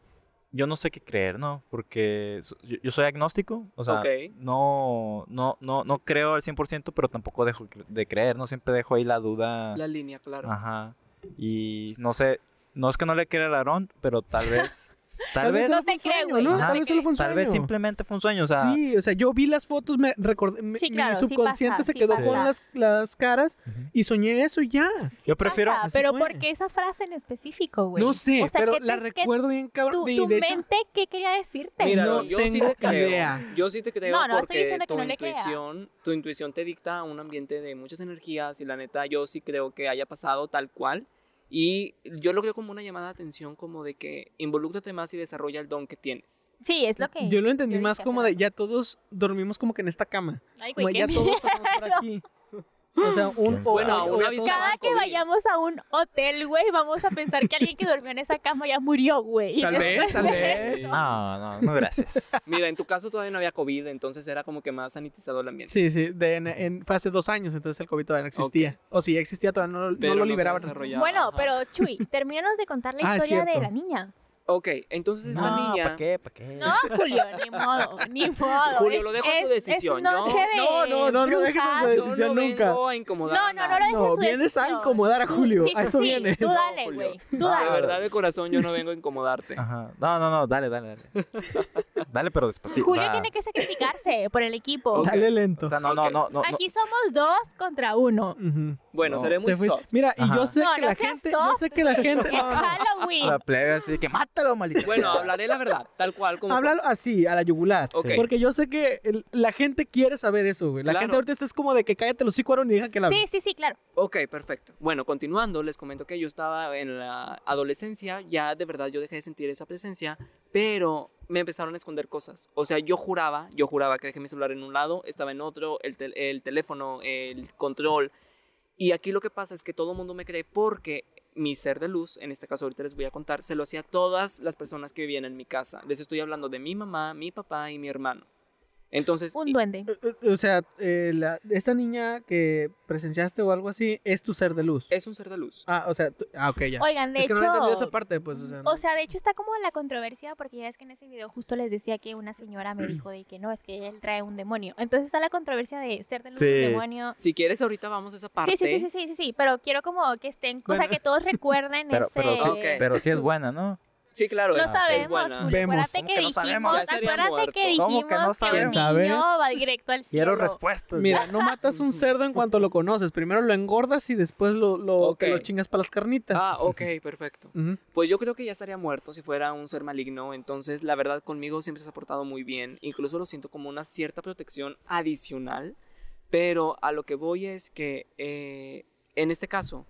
Speaker 3: yo no sé qué creer, ¿no? Porque so- yo, yo soy agnóstico, o sea,
Speaker 4: Ok.
Speaker 3: no, no, no, no creo al 100%, pero tampoco dejo cre- de creer, ¿no? Siempre dejo ahí la
Speaker 1: Ah.
Speaker 3: duda.
Speaker 4: La línea, claro.
Speaker 3: Ajá. Y no sé, no es que no le crea al Aarón, pero tal vez, tal vez,
Speaker 2: no
Speaker 1: solo fue
Speaker 2: te
Speaker 1: un
Speaker 2: creo,
Speaker 1: sueño,
Speaker 2: güey,
Speaker 1: ¿no?
Speaker 3: no
Speaker 1: Tal
Speaker 3: te
Speaker 1: vez solo fue un
Speaker 3: tal vez
Speaker 1: sueño.
Speaker 3: simplemente fue un sueño, o sea,
Speaker 1: sí, o sea, yo vi las fotos, me recordé, me-
Speaker 2: Sí,
Speaker 1: mi
Speaker 2: claro, sí
Speaker 1: subconsciente
Speaker 2: pasa,
Speaker 1: se
Speaker 2: sí
Speaker 1: quedó
Speaker 3: pasa.
Speaker 1: con las, las caras
Speaker 3: ujú.
Speaker 1: y soñé eso y ya.
Speaker 3: yo prefiero,
Speaker 2: Pasa,
Speaker 1: Así
Speaker 2: pero
Speaker 1: fue.
Speaker 2: ¿por qué esa frase en específico, güey?
Speaker 1: No sé,
Speaker 2: O sea,
Speaker 1: pero
Speaker 2: ¿qué te-
Speaker 1: la
Speaker 2: qué-
Speaker 1: recuerdo bien cabrón.
Speaker 2: Tu,
Speaker 1: De,
Speaker 2: tu
Speaker 1: de hecho,
Speaker 2: mente, ¿qué quería decirte?
Speaker 4: Mira,
Speaker 1: no
Speaker 2: güey?
Speaker 4: yo sí
Speaker 1: tengo
Speaker 4: te creo.
Speaker 1: idea.
Speaker 4: Yo sí te creo
Speaker 2: No, no, estoy
Speaker 4: porque
Speaker 2: diciendo que
Speaker 4: tu,
Speaker 2: no le crea.
Speaker 4: intuición, tu intuición te dicta un ambiente de muchas energías y la neta yo sí creo que haya pasado tal cual. Y yo lo creo como una llamada de atención, como de que involúcrate más y desarrolla el don que tienes.
Speaker 2: Sí, es lo que.
Speaker 1: yo lo entendí más
Speaker 2: dije
Speaker 1: como
Speaker 2: hace
Speaker 1: de ya todos dormimos como que en esta cama.
Speaker 2: rato. Ay,
Speaker 1: Como
Speaker 2: güey,
Speaker 1: ya
Speaker 2: qué
Speaker 1: todos
Speaker 2: miedo.
Speaker 1: pasamos por aquí. O sea, un
Speaker 3: ¿Quién
Speaker 1: o-
Speaker 3: sabe?
Speaker 1: o- o-
Speaker 4: Una vista-
Speaker 2: Cada que
Speaker 4: COVID.
Speaker 2: vayamos a un hotel, güey, vamos a pensar que alguien que durmió en esa cama ya murió, güey.
Speaker 1: Tal vez, tal vez.
Speaker 3: no, no, no, gracias.
Speaker 4: Mira, en tu caso todavía no había COVID, entonces era como que más sanitizado el ambiente.
Speaker 1: Sí, sí, de, en, en- fue hace dos años, entonces el COVID todavía no existía. O si ya existía, todavía no, lo- no
Speaker 4: Pero
Speaker 1: lo
Speaker 4: no se
Speaker 1: liberaban.
Speaker 4: desarrollaba.
Speaker 2: Bueno,
Speaker 4: Ajá.
Speaker 2: pero Chuy, termínanos de contar la
Speaker 1: Ah, es
Speaker 2: historia de
Speaker 1: cierto.
Speaker 2: la niña.
Speaker 4: Ok, entonces esta
Speaker 3: no,
Speaker 4: niña...
Speaker 3: ¿Para qué? ¿Para qué?
Speaker 2: No, Julio, ni modo, ni modo.
Speaker 4: Julio,
Speaker 2: Es-
Speaker 4: lo dejo a tu
Speaker 2: es-
Speaker 4: decisión,
Speaker 2: Es
Speaker 4: yo-
Speaker 2: noche de
Speaker 1: No, no, no, no dejes a su
Speaker 2: brujas.
Speaker 4: Yo
Speaker 1: decisión
Speaker 4: no
Speaker 1: nunca.
Speaker 4: vengo a incomodar
Speaker 2: No,
Speaker 4: a
Speaker 2: no, no lo
Speaker 4: nadie.
Speaker 2: dejes
Speaker 1: No,
Speaker 2: a su
Speaker 1: vienes a
Speaker 2: decisión.
Speaker 1: incomodar a
Speaker 2: Tú-
Speaker 1: Julio,
Speaker 2: sí,
Speaker 1: a
Speaker 2: sí,
Speaker 1: eso
Speaker 2: sí,
Speaker 1: vienes.
Speaker 2: Tú dale,
Speaker 4: Julio.
Speaker 2: güey. Tú dale.
Speaker 4: De verdad, de corazón, yo no vengo a incomodarte.
Speaker 1: Ah,
Speaker 3: Ajá. No, no, no, dale, dale, dale. dale, pero despacito.
Speaker 2: Julio
Speaker 3: o sea,
Speaker 2: tiene que sacrificarse por el equipo.
Speaker 4: Ok.
Speaker 1: Dale lento.
Speaker 3: O sea, no, no,
Speaker 4: Ok.
Speaker 3: no, no, no.
Speaker 2: Aquí somos dos contra uno.
Speaker 1: Ujú.
Speaker 4: Bueno,
Speaker 3: No,
Speaker 4: seré muy
Speaker 1: Te fui-
Speaker 4: soft.
Speaker 1: Mira, y yo
Speaker 3: Ajá.
Speaker 1: sé
Speaker 2: No,
Speaker 1: que
Speaker 2: no
Speaker 1: la
Speaker 2: seas
Speaker 1: gente,
Speaker 2: soft.
Speaker 1: yo sé que la gente,
Speaker 2: Es
Speaker 1: no, no,
Speaker 3: La
Speaker 2: Halloween.
Speaker 3: plebe así de que mátalo, maldito.
Speaker 4: Bueno,
Speaker 3: sea".
Speaker 4: hablaré la verdad, tal cual como...
Speaker 1: Háblalo así, a la yugular.
Speaker 4: Ok.
Speaker 1: Porque yo sé que el- la gente quiere saber eso, güey. La
Speaker 4: Claro.
Speaker 1: gente ahorita está es como de que cállate los Aaron y deja que la
Speaker 2: Sí, sí, sí, claro.
Speaker 4: Ok, perfecto. Bueno, continuando, les comento que yo estaba en la adolescencia, ya de verdad yo dejé de sentir esa presencia, pero me empezaron a esconder cosas. O sea, yo juraba, yo juraba que dejé mi celular en un lado, estaba en otro, el, tel- el teléfono, el control. Y aquí lo que pasa es que todo el mundo me cree porque mi ser de luz, en este caso ahorita les voy a contar, se lo hacía a todas las personas que vivían en mi casa. Les estoy hablando de mi mamá, mi papá y mi hermano. Entonces,
Speaker 2: Un duende.
Speaker 1: Eh, O sea, eh, la- esta niña que presenciaste o algo así es tu ser de luz.
Speaker 4: es un ser de luz.
Speaker 1: Ah, o sea, tú- ah, ok, ya.
Speaker 2: Oigan, de
Speaker 1: es que
Speaker 2: hecho.
Speaker 1: no he entendido esa parte, pues, o sea. no.
Speaker 2: O sea, de hecho está como la controversia porque ya ves que en ese video justo les decía que una señora me dijo de que no, es que él trae un demonio. Entonces está la controversia de ser de luz
Speaker 3: Sí.
Speaker 2: un demonio.
Speaker 4: Si quieres, ahorita vamos a esa parte.
Speaker 2: Sí, sí, sí, sí, sí, sí, sí, pero quiero como que estén, o sea,
Speaker 1: Bueno.
Speaker 2: que todos recuerden
Speaker 3: Pero-
Speaker 2: ese...
Speaker 3: pero sí,
Speaker 4: Ok.
Speaker 3: Pero sí es buena, ¿no?
Speaker 4: Sí, claro.
Speaker 2: No
Speaker 4: es- es
Speaker 2: sabemos,
Speaker 4: buena.
Speaker 2: Julio,
Speaker 1: Vemos.
Speaker 2: acuérdate
Speaker 3: ¿Cómo
Speaker 2: que
Speaker 3: que no
Speaker 2: dijimos,
Speaker 3: sabemos?
Speaker 4: Ya estaría
Speaker 2: acuérdate que
Speaker 3: muerto. ¿Cómo
Speaker 2: dijimos
Speaker 3: que no
Speaker 2: que un
Speaker 3: sabemos?
Speaker 1: ¿Sabe?
Speaker 2: niño va directo al cielo.
Speaker 3: Quiero respuestas.
Speaker 1: Mira, no matas un cerdo en cuanto lo conoces. Primero lo engordas y después lo, lo,
Speaker 4: Ok.
Speaker 1: te lo chingas para las carnitas.
Speaker 4: Ah, ok, perfecto.
Speaker 1: Ujú.
Speaker 4: Pues yo creo que ya estaría muerto si fuera un ser maligno, entonces la verdad conmigo siempre se ha portado muy bien, incluso lo siento como una cierta protección adicional, pero a lo que voy es que eh, en este caso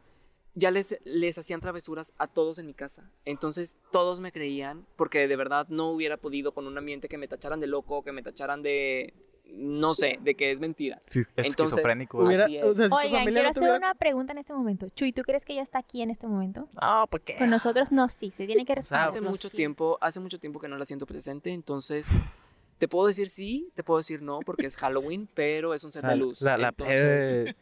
Speaker 4: ya les, les hacían travesuras a todos en mi casa, entonces todos me creían porque de verdad no hubiera podido con un ambiente que me tacharan de loco, que me tacharan de, no sé, de que es mentira.
Speaker 3: Sí, es
Speaker 4: Entonces,
Speaker 3: esquizofrénico.
Speaker 4: Así
Speaker 1: Hubiera-
Speaker 4: es.
Speaker 1: o sea, si tu
Speaker 2: Oigan,
Speaker 1: familia
Speaker 2: quiero
Speaker 1: no
Speaker 2: hacer
Speaker 1: tuviera-
Speaker 2: una pregunta en este momento. Chuy, ¿tú crees que ella está aquí en este momento?
Speaker 3: No, ¿por qué?
Speaker 1: Ah.
Speaker 2: Con nosotros no, sí, se tiene que
Speaker 1: Pues
Speaker 3: O sea,
Speaker 2: responder.
Speaker 4: hace mucho tiempo, hace mucho tiempo que no la siento presente, entonces te puedo decir sí, te puedo decir no, porque es Halloween, pero es un ser de luz.
Speaker 3: La, eh, la
Speaker 4: entonces,
Speaker 3: plebe-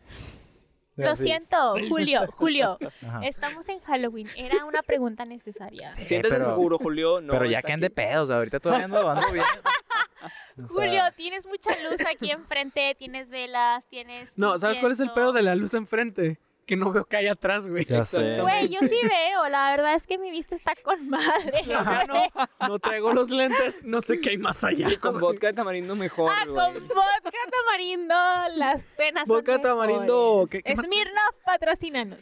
Speaker 2: Lo
Speaker 3: Sí.
Speaker 2: siento, Julio, Julio,
Speaker 1: Ah.
Speaker 3: Ajá.
Speaker 2: estamos en Halloween, era una pregunta necesaria.
Speaker 3: Sí,
Speaker 4: siéntete
Speaker 3: pero-
Speaker 4: seguro, Julio. No,
Speaker 3: pero ya
Speaker 4: está
Speaker 3: que ande
Speaker 4: aquí.
Speaker 3: pedos, ahorita todavía ando, ando bien. O sea, eh,
Speaker 2: Julio, tienes mucha luz aquí enfrente, tienes velas, tienes...
Speaker 1: No, ¿sabes cuál es el pedo
Speaker 2: incienso.
Speaker 1: de la luz enfrente? Que no veo que hay atrás, güey.
Speaker 3: Ya sé.
Speaker 4: Exactamente.
Speaker 2: Güey, yo sí veo, la verdad es que mi vista está con madre.
Speaker 1: Ya Ah, no, no traigo los lentes, no sé qué hay más allá.
Speaker 4: Y con vodka de tamarindo mejor,
Speaker 2: Ah,
Speaker 4: güey.
Speaker 2: con vodka tamarindo, las penas son
Speaker 1: Vodka tamarindo,
Speaker 2: mejores.
Speaker 1: ¿qué- qué más?
Speaker 2: Smirnoff, patrocínanos.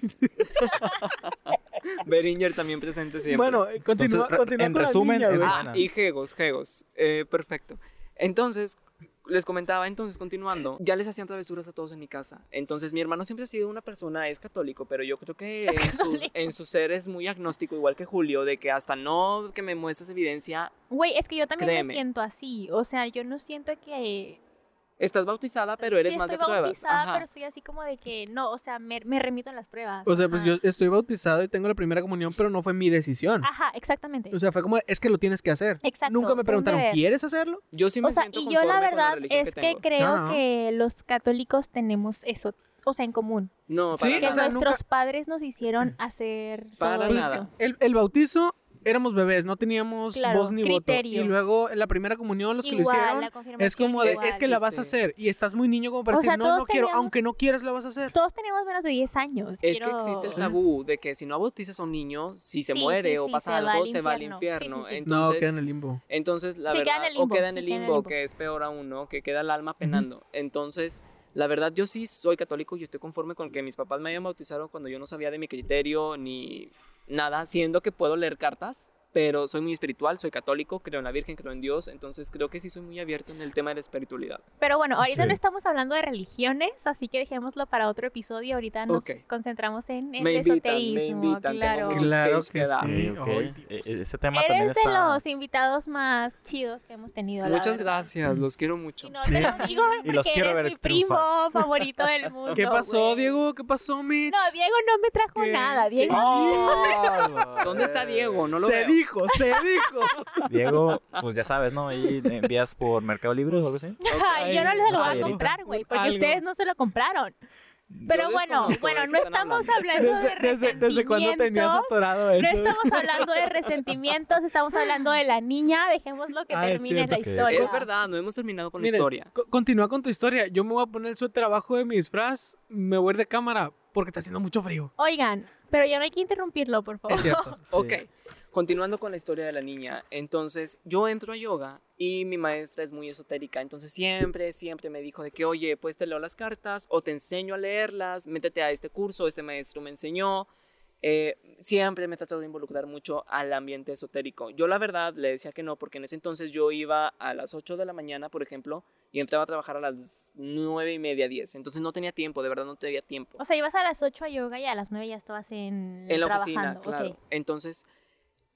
Speaker 4: Beringer también presente siempre.
Speaker 1: Bueno, eh, continúa,
Speaker 3: Entonces, re-
Speaker 1: continúa
Speaker 3: en
Speaker 1: con la
Speaker 3: resumen,
Speaker 1: niña,
Speaker 3: es-
Speaker 1: güey.
Speaker 4: Ah,
Speaker 3: buena.
Speaker 4: y Jegos, Jegos. Eh, perfecto. Entonces, les comentaba, entonces, continuando, ya les hacían travesuras a todos en mi casa. Entonces, mi hermano siempre ha sido una persona, es católico, pero yo creo que en, sus, en su ser es muy agnóstico, igual que Julio, de que hasta no que me muestres evidencia,
Speaker 2: Güey, es que yo también
Speaker 4: Créeme.
Speaker 2: me siento así. O sea, yo no siento que.
Speaker 4: estás bautizada, pero eres
Speaker 2: sí
Speaker 4: más de
Speaker 2: estoy
Speaker 4: pruebas.
Speaker 2: bautizada,
Speaker 4: Ajá.
Speaker 2: pero soy así como de que no, o sea, me, me remito a las pruebas.
Speaker 1: O sea, pues
Speaker 2: Ajá.
Speaker 1: yo estoy bautizado y tengo la primera comunión, pero no fue mi decisión.
Speaker 2: Ajá, exactamente.
Speaker 1: O sea, fue como, es que lo tienes que hacer.
Speaker 2: Ah. Exacto,
Speaker 1: Nunca me
Speaker 2: un
Speaker 1: preguntaron,
Speaker 2: deber.
Speaker 1: ¿quieres hacerlo?
Speaker 4: Yo sí me
Speaker 2: O sea,
Speaker 4: siento
Speaker 2: y yo la
Speaker 4: conforme con
Speaker 2: verdad
Speaker 4: religión
Speaker 2: es que,
Speaker 4: tengo.
Speaker 2: creo
Speaker 1: No, no.
Speaker 2: que los católicos tenemos eso, o sea, en común.
Speaker 4: No,
Speaker 1: Sí,
Speaker 4: para
Speaker 2: que
Speaker 1: o sea,
Speaker 4: nada.
Speaker 2: nuestros
Speaker 1: nunca-
Speaker 2: padres nos hicieron hacer.
Speaker 4: Para
Speaker 2: todo
Speaker 1: Pues es
Speaker 2: esto.
Speaker 4: nada.
Speaker 1: que el, el bautizo éramos bebés, no teníamos
Speaker 2: Claro,
Speaker 1: voz ni
Speaker 2: criterio.
Speaker 1: voto. Y luego en la primera comunión, los que
Speaker 2: Igual,
Speaker 1: lo hicieron,
Speaker 2: la confirmación
Speaker 1: es como, de,
Speaker 4: igual.
Speaker 1: es que la vas a
Speaker 4: Existe.
Speaker 1: hacer. Y estás muy niño como para
Speaker 2: O
Speaker 1: decir,
Speaker 2: sea,
Speaker 1: no,
Speaker 2: todos
Speaker 1: no quiero,
Speaker 2: teníamos-
Speaker 1: aunque no quieras, la vas a hacer.
Speaker 2: Todos tenemos menos de 10 años.
Speaker 4: Es
Speaker 2: quiero-
Speaker 4: que existe el tabú de que si no bautizas a un niño, si se
Speaker 2: Sí,
Speaker 4: muere
Speaker 2: sí,
Speaker 4: o
Speaker 2: sí,
Speaker 4: pasa
Speaker 2: se va
Speaker 4: algo,
Speaker 2: al
Speaker 4: se va al
Speaker 2: infierno.
Speaker 4: infierno.
Speaker 2: Sí, sí, sí.
Speaker 1: No,
Speaker 4: Entonces,
Speaker 1: queda en el limbo.
Speaker 4: Entonces, la
Speaker 2: Sí, queda en
Speaker 4: verdad,
Speaker 2: el
Speaker 4: o
Speaker 2: limbo,
Speaker 4: queda en el
Speaker 2: sí, queda en
Speaker 4: limbo,
Speaker 2: el limbo.
Speaker 4: que es peor aún, ¿no? Que queda el alma penando. Entonces, la verdad, yo sí soy católico y estoy conforme con que mis papás me hayan bautizado cuando yo no sabía de mi criterio ni nada, siendo que puedo leer cartas, pero soy muy espiritual, soy católico, creo en la Virgen, creo en Dios, entonces creo que sí soy muy abierto en el tema de la espiritualidad.
Speaker 2: Pero bueno, ahorita
Speaker 3: Sí.
Speaker 2: no estamos hablando de religiones, así que dejémoslo para otro episodio. Ahorita nos
Speaker 4: Ok.
Speaker 2: concentramos en el
Speaker 4: Me invitan, me
Speaker 2: esoterismo,
Speaker 4: invitan, tengo
Speaker 2: claro.
Speaker 4: muchos
Speaker 1: Claro
Speaker 4: page
Speaker 1: que
Speaker 4: dar.
Speaker 1: sí.
Speaker 3: Sí, ok.
Speaker 1: Ay, Dios.
Speaker 3: E- e- ese tema también
Speaker 2: Eres de
Speaker 3: está...
Speaker 2: los invitados más chidos que hemos tenido. la
Speaker 4: Muchas
Speaker 2: verdad.
Speaker 4: gracias, los quiero mucho.
Speaker 2: Y no te lo digo porque
Speaker 3: los quiero
Speaker 2: eres
Speaker 3: ver
Speaker 2: mi
Speaker 3: triunfar.
Speaker 2: primo favorito del mundo.
Speaker 1: ¿Qué pasó,
Speaker 2: güey.
Speaker 1: Diego? ¿Qué pasó, Mitch?
Speaker 2: No, Diego no me trajo
Speaker 1: ¿Qué?
Speaker 2: nada. Diego,
Speaker 3: ¡Oh!
Speaker 4: ¿Dónde está Diego? No lo
Speaker 1: se
Speaker 4: veo.
Speaker 1: dijo, se dijo.
Speaker 3: Diego, pues ya sabes, ¿no? Ahí le envías por Mercado Libre o algo así.
Speaker 4: Ah,
Speaker 2: yo no les lo voy a
Speaker 3: Ay,
Speaker 2: comprar, güey, porque
Speaker 1: algo.
Speaker 2: ustedes no se lo compraron. Pero
Speaker 4: Yo
Speaker 2: bueno,
Speaker 4: desconozco de
Speaker 2: bueno,
Speaker 4: qué
Speaker 2: no
Speaker 4: están
Speaker 2: estamos
Speaker 4: hablando.
Speaker 1: ¿Desde,
Speaker 2: hablando de
Speaker 1: desde,
Speaker 2: resentimientos.
Speaker 1: desde cuándo tenías atorado
Speaker 2: no
Speaker 1: eso?
Speaker 2: estamos hablando de resentimientos, estamos hablando de la niña. Dejémoslo que
Speaker 1: Ah, es
Speaker 2: termine la
Speaker 1: cierto.
Speaker 3: Ok.
Speaker 2: historia.
Speaker 4: Es verdad, no hemos terminado con la
Speaker 1: Miren,
Speaker 4: historia.
Speaker 1: co- continúa con tu historia. Yo me voy a poner el suéter abajo de mi disfraz, me voy a ir de cámara porque está haciendo mucho frío.
Speaker 2: Oigan, pero ya no hay que interrumpirlo, por favor.
Speaker 1: Es cierto.
Speaker 4: Ok, continuando con la historia de la niña. Entonces, yo entro a yoga y mi maestra es muy esotérica. Entonces, siempre, siempre me dijo de que, oye, pues te leo las cartas o te enseño a leerlas, métete a este curso, este maestro me enseñó. Eh, siempre me trató de involucrar mucho al ambiente esotérico. Yo, la verdad, le decía que no, porque en ese entonces yo iba a las 8 de la mañana, por ejemplo, y entraba a trabajar a las 9 y media, 10. Entonces, no tenía tiempo, de verdad, no tenía tiempo
Speaker 2: O sea, ibas a las 8 a yoga y a las 9 ya estabas en,
Speaker 4: en la
Speaker 2: trabajando.
Speaker 4: oficina,
Speaker 2: ok.
Speaker 4: claro. Entonces,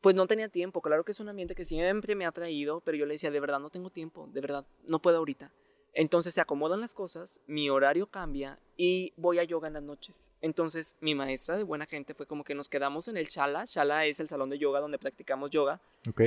Speaker 4: pues no tenía tiempo. Claro que es un ambiente que siempre me ha traído, pero yo le decía, de verdad no tengo tiempo, de verdad no puedo ahorita. Entonces se acomodan las cosas, mi horario cambia y voy a yoga en las noches. Entonces mi maestra de buena gente fue como que nos quedamos en el chala. Chala es el salón de yoga donde practicamos yoga.
Speaker 3: Ok.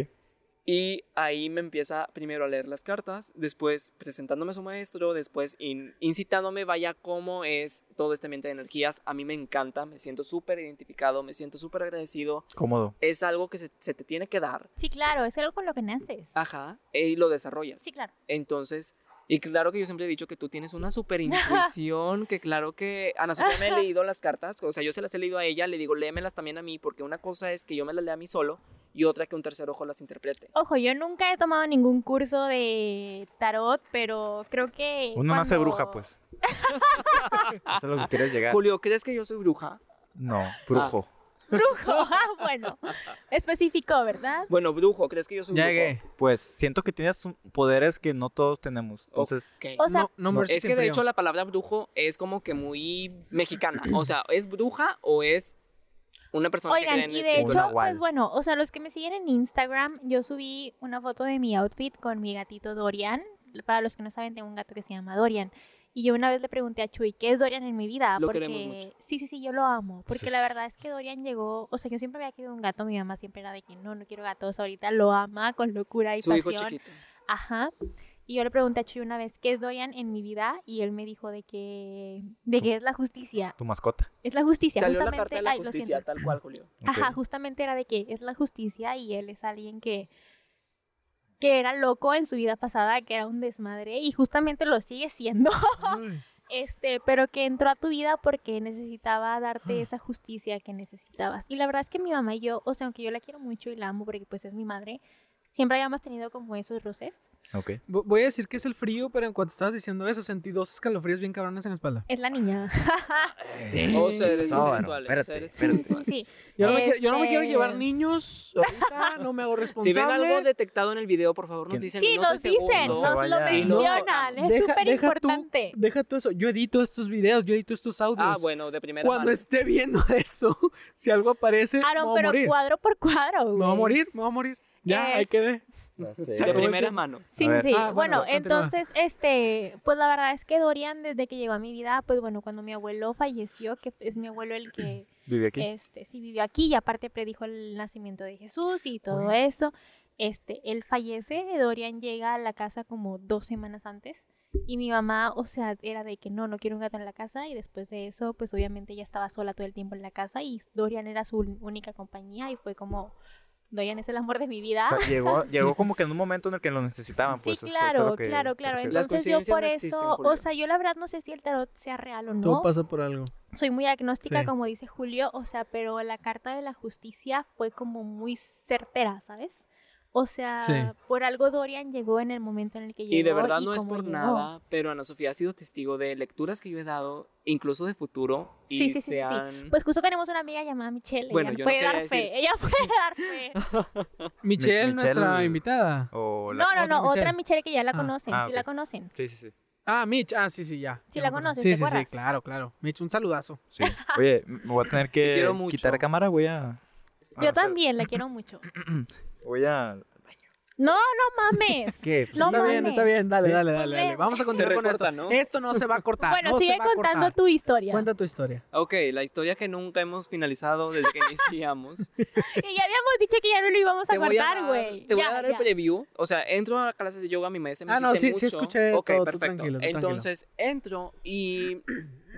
Speaker 4: Y ahí me empieza primero a leer las cartas, después presentándome a su maestro, después in- incitándome, vaya, cómo es todo este ambiente de energías. A mí me encanta, me siento súper identificado, me siento súper agradecido.
Speaker 3: Cómodo.
Speaker 4: Es algo que se, se te tiene que dar,
Speaker 2: Sí, claro, es algo con lo que naces.
Speaker 4: ajá, y lo desarrollas.
Speaker 2: Sí, claro.
Speaker 4: Entonces, y claro que yo siempre he dicho que tú tienes una súper intuición, que claro que a Ana Sofía me he leído las cartas, o sea, yo se las he leído a ella, le digo, léemelas también a mí, porque una cosa es que yo me las lea a mí solo y otra que un tercer ojo las interprete.
Speaker 2: Ojo, yo nunca he tomado ningún curso de tarot, pero creo que.
Speaker 3: Uno nace
Speaker 2: cuando-
Speaker 3: bruja, pues. Eso es lo que quieres llegar.
Speaker 4: Julio, ¿crees que yo soy bruja?
Speaker 3: No, brujo.
Speaker 2: Brujo, ah, bueno. Especificó, ¿verdad?
Speaker 4: Bueno, brujo, ¿crees que yo soy
Speaker 1: Ya
Speaker 4: brujo?
Speaker 1: llegué.
Speaker 3: Pues siento que tienes un- poderes que no todos tenemos. Entonces,
Speaker 4: Ok.
Speaker 2: O sea,
Speaker 1: no, no,
Speaker 3: no,
Speaker 1: mercy
Speaker 4: es que
Speaker 1: sin
Speaker 4: de
Speaker 1: frío.
Speaker 4: hecho la palabra brujo es como que muy mexicana. O sea, ¿es bruja o es una persona que
Speaker 2: Oigan,
Speaker 4: cree
Speaker 2: y
Speaker 4: en este
Speaker 2: de
Speaker 3: espíritu.
Speaker 2: hecho,
Speaker 3: Un
Speaker 4: espiritualidad?
Speaker 2: pues
Speaker 3: nahual.
Speaker 2: bueno, o sea, los que me siguen en Instagram, yo subí una foto de mi outfit con mi gatito Dorian. Para los que no saben, tengo un gato que se llama Dorian. Y yo una vez le pregunté a Chuy, ¿qué es Dorian en mi vida?
Speaker 4: Lo
Speaker 2: porque
Speaker 4: queremos mucho.
Speaker 2: sí, sí, sí, yo lo amo. Porque
Speaker 3: Entonces-
Speaker 2: la verdad es que Dorian llegó, o sea, yo siempre había querido un gato, mi mamá siempre era de que no, no quiero gatos, ahorita lo ama con locura y
Speaker 4: su hijo
Speaker 2: pasión.
Speaker 4: chiquito.
Speaker 2: Ajá. Y yo le pregunté a Chuy una vez, ¿qué es Dorian en mi vida? Y él me dijo de que, de que es la justicia.
Speaker 3: tu mascota.
Speaker 2: Es la justicia.
Speaker 4: Salió la
Speaker 2: justamente,
Speaker 4: carta de la
Speaker 2: ay, lo
Speaker 4: justicia,
Speaker 2: siento.
Speaker 4: tal cual, Julio.
Speaker 3: Ok.
Speaker 2: Ajá, justamente era de que es la justicia y él es alguien que que era loco en su vida pasada, que era un desmadre y justamente lo sigue siendo,
Speaker 1: Ay.
Speaker 2: este, pero que entró a tu vida porque necesitaba
Speaker 1: Ah.
Speaker 2: darte esa justicia que necesitabas. Y la verdad es que mi mamá y yo, o sea, aunque yo la quiero mucho y la amo porque pues es mi madre, siempre habíamos tenido como esos roces.
Speaker 3: Ok.
Speaker 1: Vo- Voy a decir que es el frío, pero en cuanto estabas diciendo eso, sentí dos escalofríos bien cabrones en la espalda.
Speaker 2: Es la niña.
Speaker 4: O seres
Speaker 3: No, bueno,
Speaker 4: espirituales.
Speaker 3: espérate,
Speaker 4: seres
Speaker 1: Ah,
Speaker 3: espérate.
Speaker 4: espirituales.
Speaker 2: Sí.
Speaker 1: Yo no, me quiero, yo no me quiero
Speaker 2: Este-
Speaker 1: llevar niños ahorita, no me hago
Speaker 4: Si
Speaker 1: responsable.
Speaker 4: ven algo detectado en el video, por favor, nos
Speaker 3: ¿Quién?
Speaker 4: dicen.
Speaker 2: Sí,
Speaker 4: en otro
Speaker 2: nos dicen,
Speaker 4: segundo.
Speaker 3: no
Speaker 2: nos
Speaker 3: se
Speaker 2: lo
Speaker 3: vaya.
Speaker 4: No.
Speaker 2: mencionan, es
Speaker 1: Deja-
Speaker 2: súper
Speaker 1: deja tú-
Speaker 2: importante.
Speaker 1: Deja todo eso. Yo edito estos videos, yo edito estos audios.
Speaker 4: Ah, bueno, de primera
Speaker 1: Cuando
Speaker 4: mano.
Speaker 1: esté viendo eso, si algo aparece,
Speaker 2: Aaron,
Speaker 1: me voy a
Speaker 2: Ah, pero
Speaker 1: morir.
Speaker 2: cuadro por cuadro,
Speaker 1: Me voy a
Speaker 2: güey.
Speaker 1: morir, me voy a morir. Ya, ahí
Speaker 2: Es-
Speaker 1: quedé.
Speaker 3: Sí,
Speaker 4: De
Speaker 1: Pero-
Speaker 4: primera mano.
Speaker 2: Sí,
Speaker 3: A ver.
Speaker 2: sí.
Speaker 1: Ah, bueno,
Speaker 2: bueno,
Speaker 1: continúa.
Speaker 2: entonces, este, pues la verdad es que Dorian, desde que llegó a mi vida, pues bueno, cuando mi abuelo falleció, que es mi abuelo el que,
Speaker 3: Vive aquí.
Speaker 2: este, sí vivió aquí y aparte predijo el nacimiento de Jesús y todo eso, este, él fallece, Dorian llega a la casa como dos semanas antes y mi mamá, o sea, era de que no, no quiero un gato en la casa y después de eso, pues obviamente ella estaba sola todo el tiempo en la casa y Dorian era su única compañía y fue como, Dorian es el amor de mi vida.
Speaker 3: O sea, llegó, llegó como que en un momento en el que lo necesitaban. Pues,
Speaker 2: ah. Sí,
Speaker 3: eso- eso es a
Speaker 2: claro,
Speaker 3: lo que
Speaker 2: claro,
Speaker 3: te
Speaker 2: claro.
Speaker 3: refieres.
Speaker 4: Las
Speaker 2: Entonces yo
Speaker 4: coincidencias
Speaker 2: por
Speaker 4: no
Speaker 2: eso,
Speaker 4: existen,
Speaker 2: o
Speaker 4: Julio.
Speaker 2: sea, yo la verdad no sé si el tarot sea real o
Speaker 1: Todo
Speaker 2: no.
Speaker 1: pasa por algo.
Speaker 2: Soy muy agnóstica,
Speaker 1: Sí.
Speaker 2: como dice Julio, o sea, pero la carta de la justicia fue como muy certera, ¿sabes? O sea,
Speaker 1: Sí.
Speaker 2: por algo Dorian llegó en el momento en el que llegó.
Speaker 4: Y de verdad no es
Speaker 2: cómo
Speaker 4: por
Speaker 2: llegó.
Speaker 4: nada, pero Ana Sofía ha sido testigo de lecturas que yo he dado, incluso de futuro, y
Speaker 2: Sí, sí, sí, sí, sí.
Speaker 4: se han...
Speaker 2: Pues justo tenemos una amiga llamada Michelle.
Speaker 4: Bueno,
Speaker 2: ella
Speaker 4: yo no
Speaker 2: puede
Speaker 4: quería
Speaker 2: dar
Speaker 4: decir-
Speaker 2: fe. Ella puede dar fe.
Speaker 1: Michelle,
Speaker 3: Michelle- Oh.
Speaker 1: nuestra invitada.
Speaker 3: O la-
Speaker 2: no, no, no.
Speaker 1: Ah, otra Michelle.
Speaker 2: Otra Michelle que ya la
Speaker 1: Ah,
Speaker 2: conocen.
Speaker 3: ah,
Speaker 2: sí la
Speaker 3: ok.
Speaker 2: conocen.
Speaker 3: Sí, sí, sí.
Speaker 1: Ah, Mitch. Ah, sí, sí, ya.
Speaker 2: Sí
Speaker 1: Ya me
Speaker 2: la
Speaker 1: acuerdo.
Speaker 2: conoces,
Speaker 1: Sí,
Speaker 2: ¿te
Speaker 1: sí, sí,
Speaker 2: acuerdas?
Speaker 1: claro, claro. Mitch, un saludazo.
Speaker 3: sí. Oye, me voy a tener que
Speaker 4: quiero mucho.
Speaker 3: quitar cámara. Voy a. a
Speaker 2: Yo
Speaker 3: hacer-
Speaker 2: también la quiero mucho.
Speaker 3: Voy a.
Speaker 2: No, no mames.
Speaker 3: ¿Qué?
Speaker 2: Pues No
Speaker 1: Pues está bien,
Speaker 2: mames.
Speaker 1: está bien. Dale,
Speaker 3: Sí.
Speaker 1: dale, dale,
Speaker 2: Ponle-
Speaker 1: dale. Vamos a
Speaker 4: Se
Speaker 1: continuar con esto.
Speaker 4: recorta, ¿no?
Speaker 1: Esto no se va a cortar.
Speaker 2: Bueno,
Speaker 1: no
Speaker 2: sigue
Speaker 1: se va a
Speaker 2: contando
Speaker 1: cortar.
Speaker 2: tu historia.
Speaker 1: Cuenta tu historia.
Speaker 4: Ok, la historia que nunca hemos finalizado desde que iniciamos.
Speaker 2: Y ya habíamos dicho que ya no lo íbamos a
Speaker 4: te voy a
Speaker 2: cortar,
Speaker 4: dar,
Speaker 2: güey.
Speaker 4: te voy
Speaker 2: Ya,
Speaker 4: a dar
Speaker 2: ya.
Speaker 4: el preview. O sea, entro a clases de yoga, mi maestra me
Speaker 1: Ah, no,
Speaker 4: insiste
Speaker 1: sí- sí
Speaker 4: mucho.
Speaker 1: escuché
Speaker 4: Ok,
Speaker 1: todo, tú
Speaker 4: perfecto.
Speaker 1: tranquilo, tú tranquilo.
Speaker 4: Entonces, entro y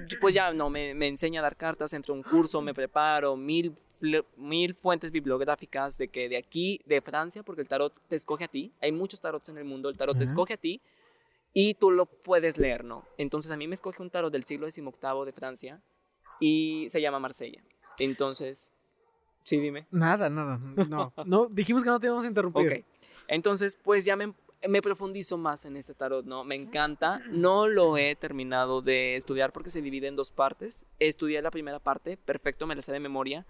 Speaker 4: yo, pues ya no, me, me enseña a dar cartas, entro a un curso, me preparo, mil, fle- mil fuentes bibliográficas de que de aquí, de Francia, porque el tarot te escoge a ti, hay muchos tarots en el mundo, el tarot te
Speaker 1: Ajá.
Speaker 4: escoge a ti y tú lo puedes leer, ¿no? Entonces a mí me escoge un tarot del siglo XVIII de Francia y se llama Marsella. Entonces, sí, dime.
Speaker 1: Nada, nada. No. no, dijimos que no te íbamos a interrumpir.
Speaker 4: Ok. Entonces, pues ya me, me profundizo más en este tarot, ¿no? Me encanta. No lo he terminado de estudiar porque se divide en dos partes. Estudié la primera parte, perfecto, me la sé de memoria.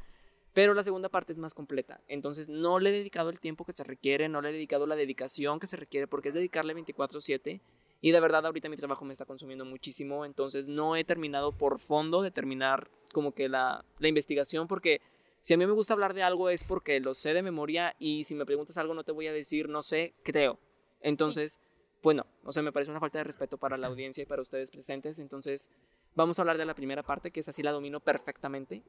Speaker 4: Pero la segunda parte es más completa. Entonces, no le he dedicado el tiempo que se requiere, no le he dedicado la dedicación que se requiere, porque es dedicarle 24-7. Y de verdad, ahorita mi trabajo me está consumiendo muchísimo. Entonces, no he terminado por fondo de terminar como que la, la investigación, porque si a mí me gusta hablar de algo es porque lo sé de memoria y si me preguntas algo no te voy a decir, no sé, creo. Entonces, bueno, o sea, me parece una falta de respeto para la audiencia y para ustedes presentes. Entonces, vamos a hablar de la primera parte, que es así la domino perfectamente.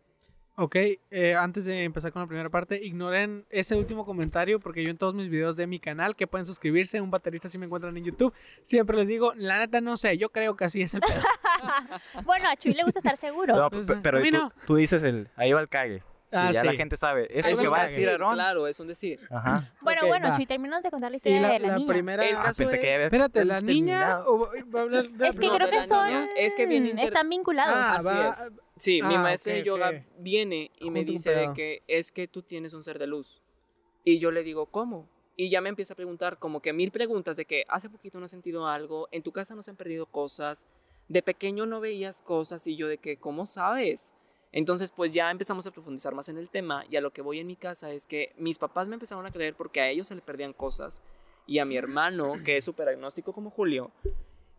Speaker 1: Ok, eh, antes de empezar con la primera parte, ignoren ese último comentario porque yo en todos mis videos de mi canal, que pueden suscribirse, un baterista si me encuentran en YouTube, siempre les digo, la neta no sé, yo creo que así es el pedo.
Speaker 2: bueno, a Chuy le gusta estar seguro.
Speaker 3: No,
Speaker 1: pues,
Speaker 3: pe-
Speaker 1: eh,
Speaker 3: pero
Speaker 1: a mí
Speaker 3: tú,
Speaker 1: no.
Speaker 3: tú dices el, ahí va el cague.
Speaker 1: Ah,
Speaker 3: y ya la
Speaker 1: sí.
Speaker 3: gente sabe. Esto
Speaker 1: Ahí
Speaker 3: que
Speaker 1: va
Speaker 3: va a
Speaker 1: el
Speaker 3: decir
Speaker 1: cague.
Speaker 3: Aarón.
Speaker 4: Claro, es un decir.
Speaker 3: Ajá.
Speaker 2: bueno,
Speaker 1: ok,
Speaker 2: bueno,
Speaker 1: va.
Speaker 2: Chuy, terminos de contar
Speaker 1: Y
Speaker 2: la historia
Speaker 1: la,
Speaker 2: de la,
Speaker 1: la
Speaker 2: niña.
Speaker 1: primera...
Speaker 4: El
Speaker 3: Ah,
Speaker 4: caso
Speaker 3: pensé que
Speaker 4: es-
Speaker 3: ya había
Speaker 1: Espérate, ¿la niña
Speaker 3: terminado.
Speaker 1: o va va a hablar de-
Speaker 2: Es que
Speaker 4: No,
Speaker 2: creo
Speaker 4: de
Speaker 2: que
Speaker 4: la
Speaker 2: son...
Speaker 4: niña. Es que viene inter-
Speaker 2: Están vinculados.
Speaker 1: Ah,
Speaker 4: Así
Speaker 1: va-
Speaker 4: es. Sí, mi
Speaker 1: Ah,
Speaker 4: maestra
Speaker 1: ok,
Speaker 4: de yoga
Speaker 1: ok.
Speaker 4: viene y
Speaker 1: Junta
Speaker 4: me
Speaker 1: un
Speaker 4: dice de
Speaker 1: pedo.
Speaker 4: que es que tú tienes un ser de luz. Y yo le digo, ¿cómo? Y ya me empieza a preguntar como que mil preguntas de que hace poquito no has sentido algo, en tu casa no se han perdido cosas, de pequeño no veías cosas y yo de que, ¿cómo sabes? Entonces pues ya empezamos a profundizar más en el tema y a lo que voy en mi casa es que mis papás me empezaron a creer porque a ellos se le perdían cosas y a mi hermano, que es súper agnóstico como Julio,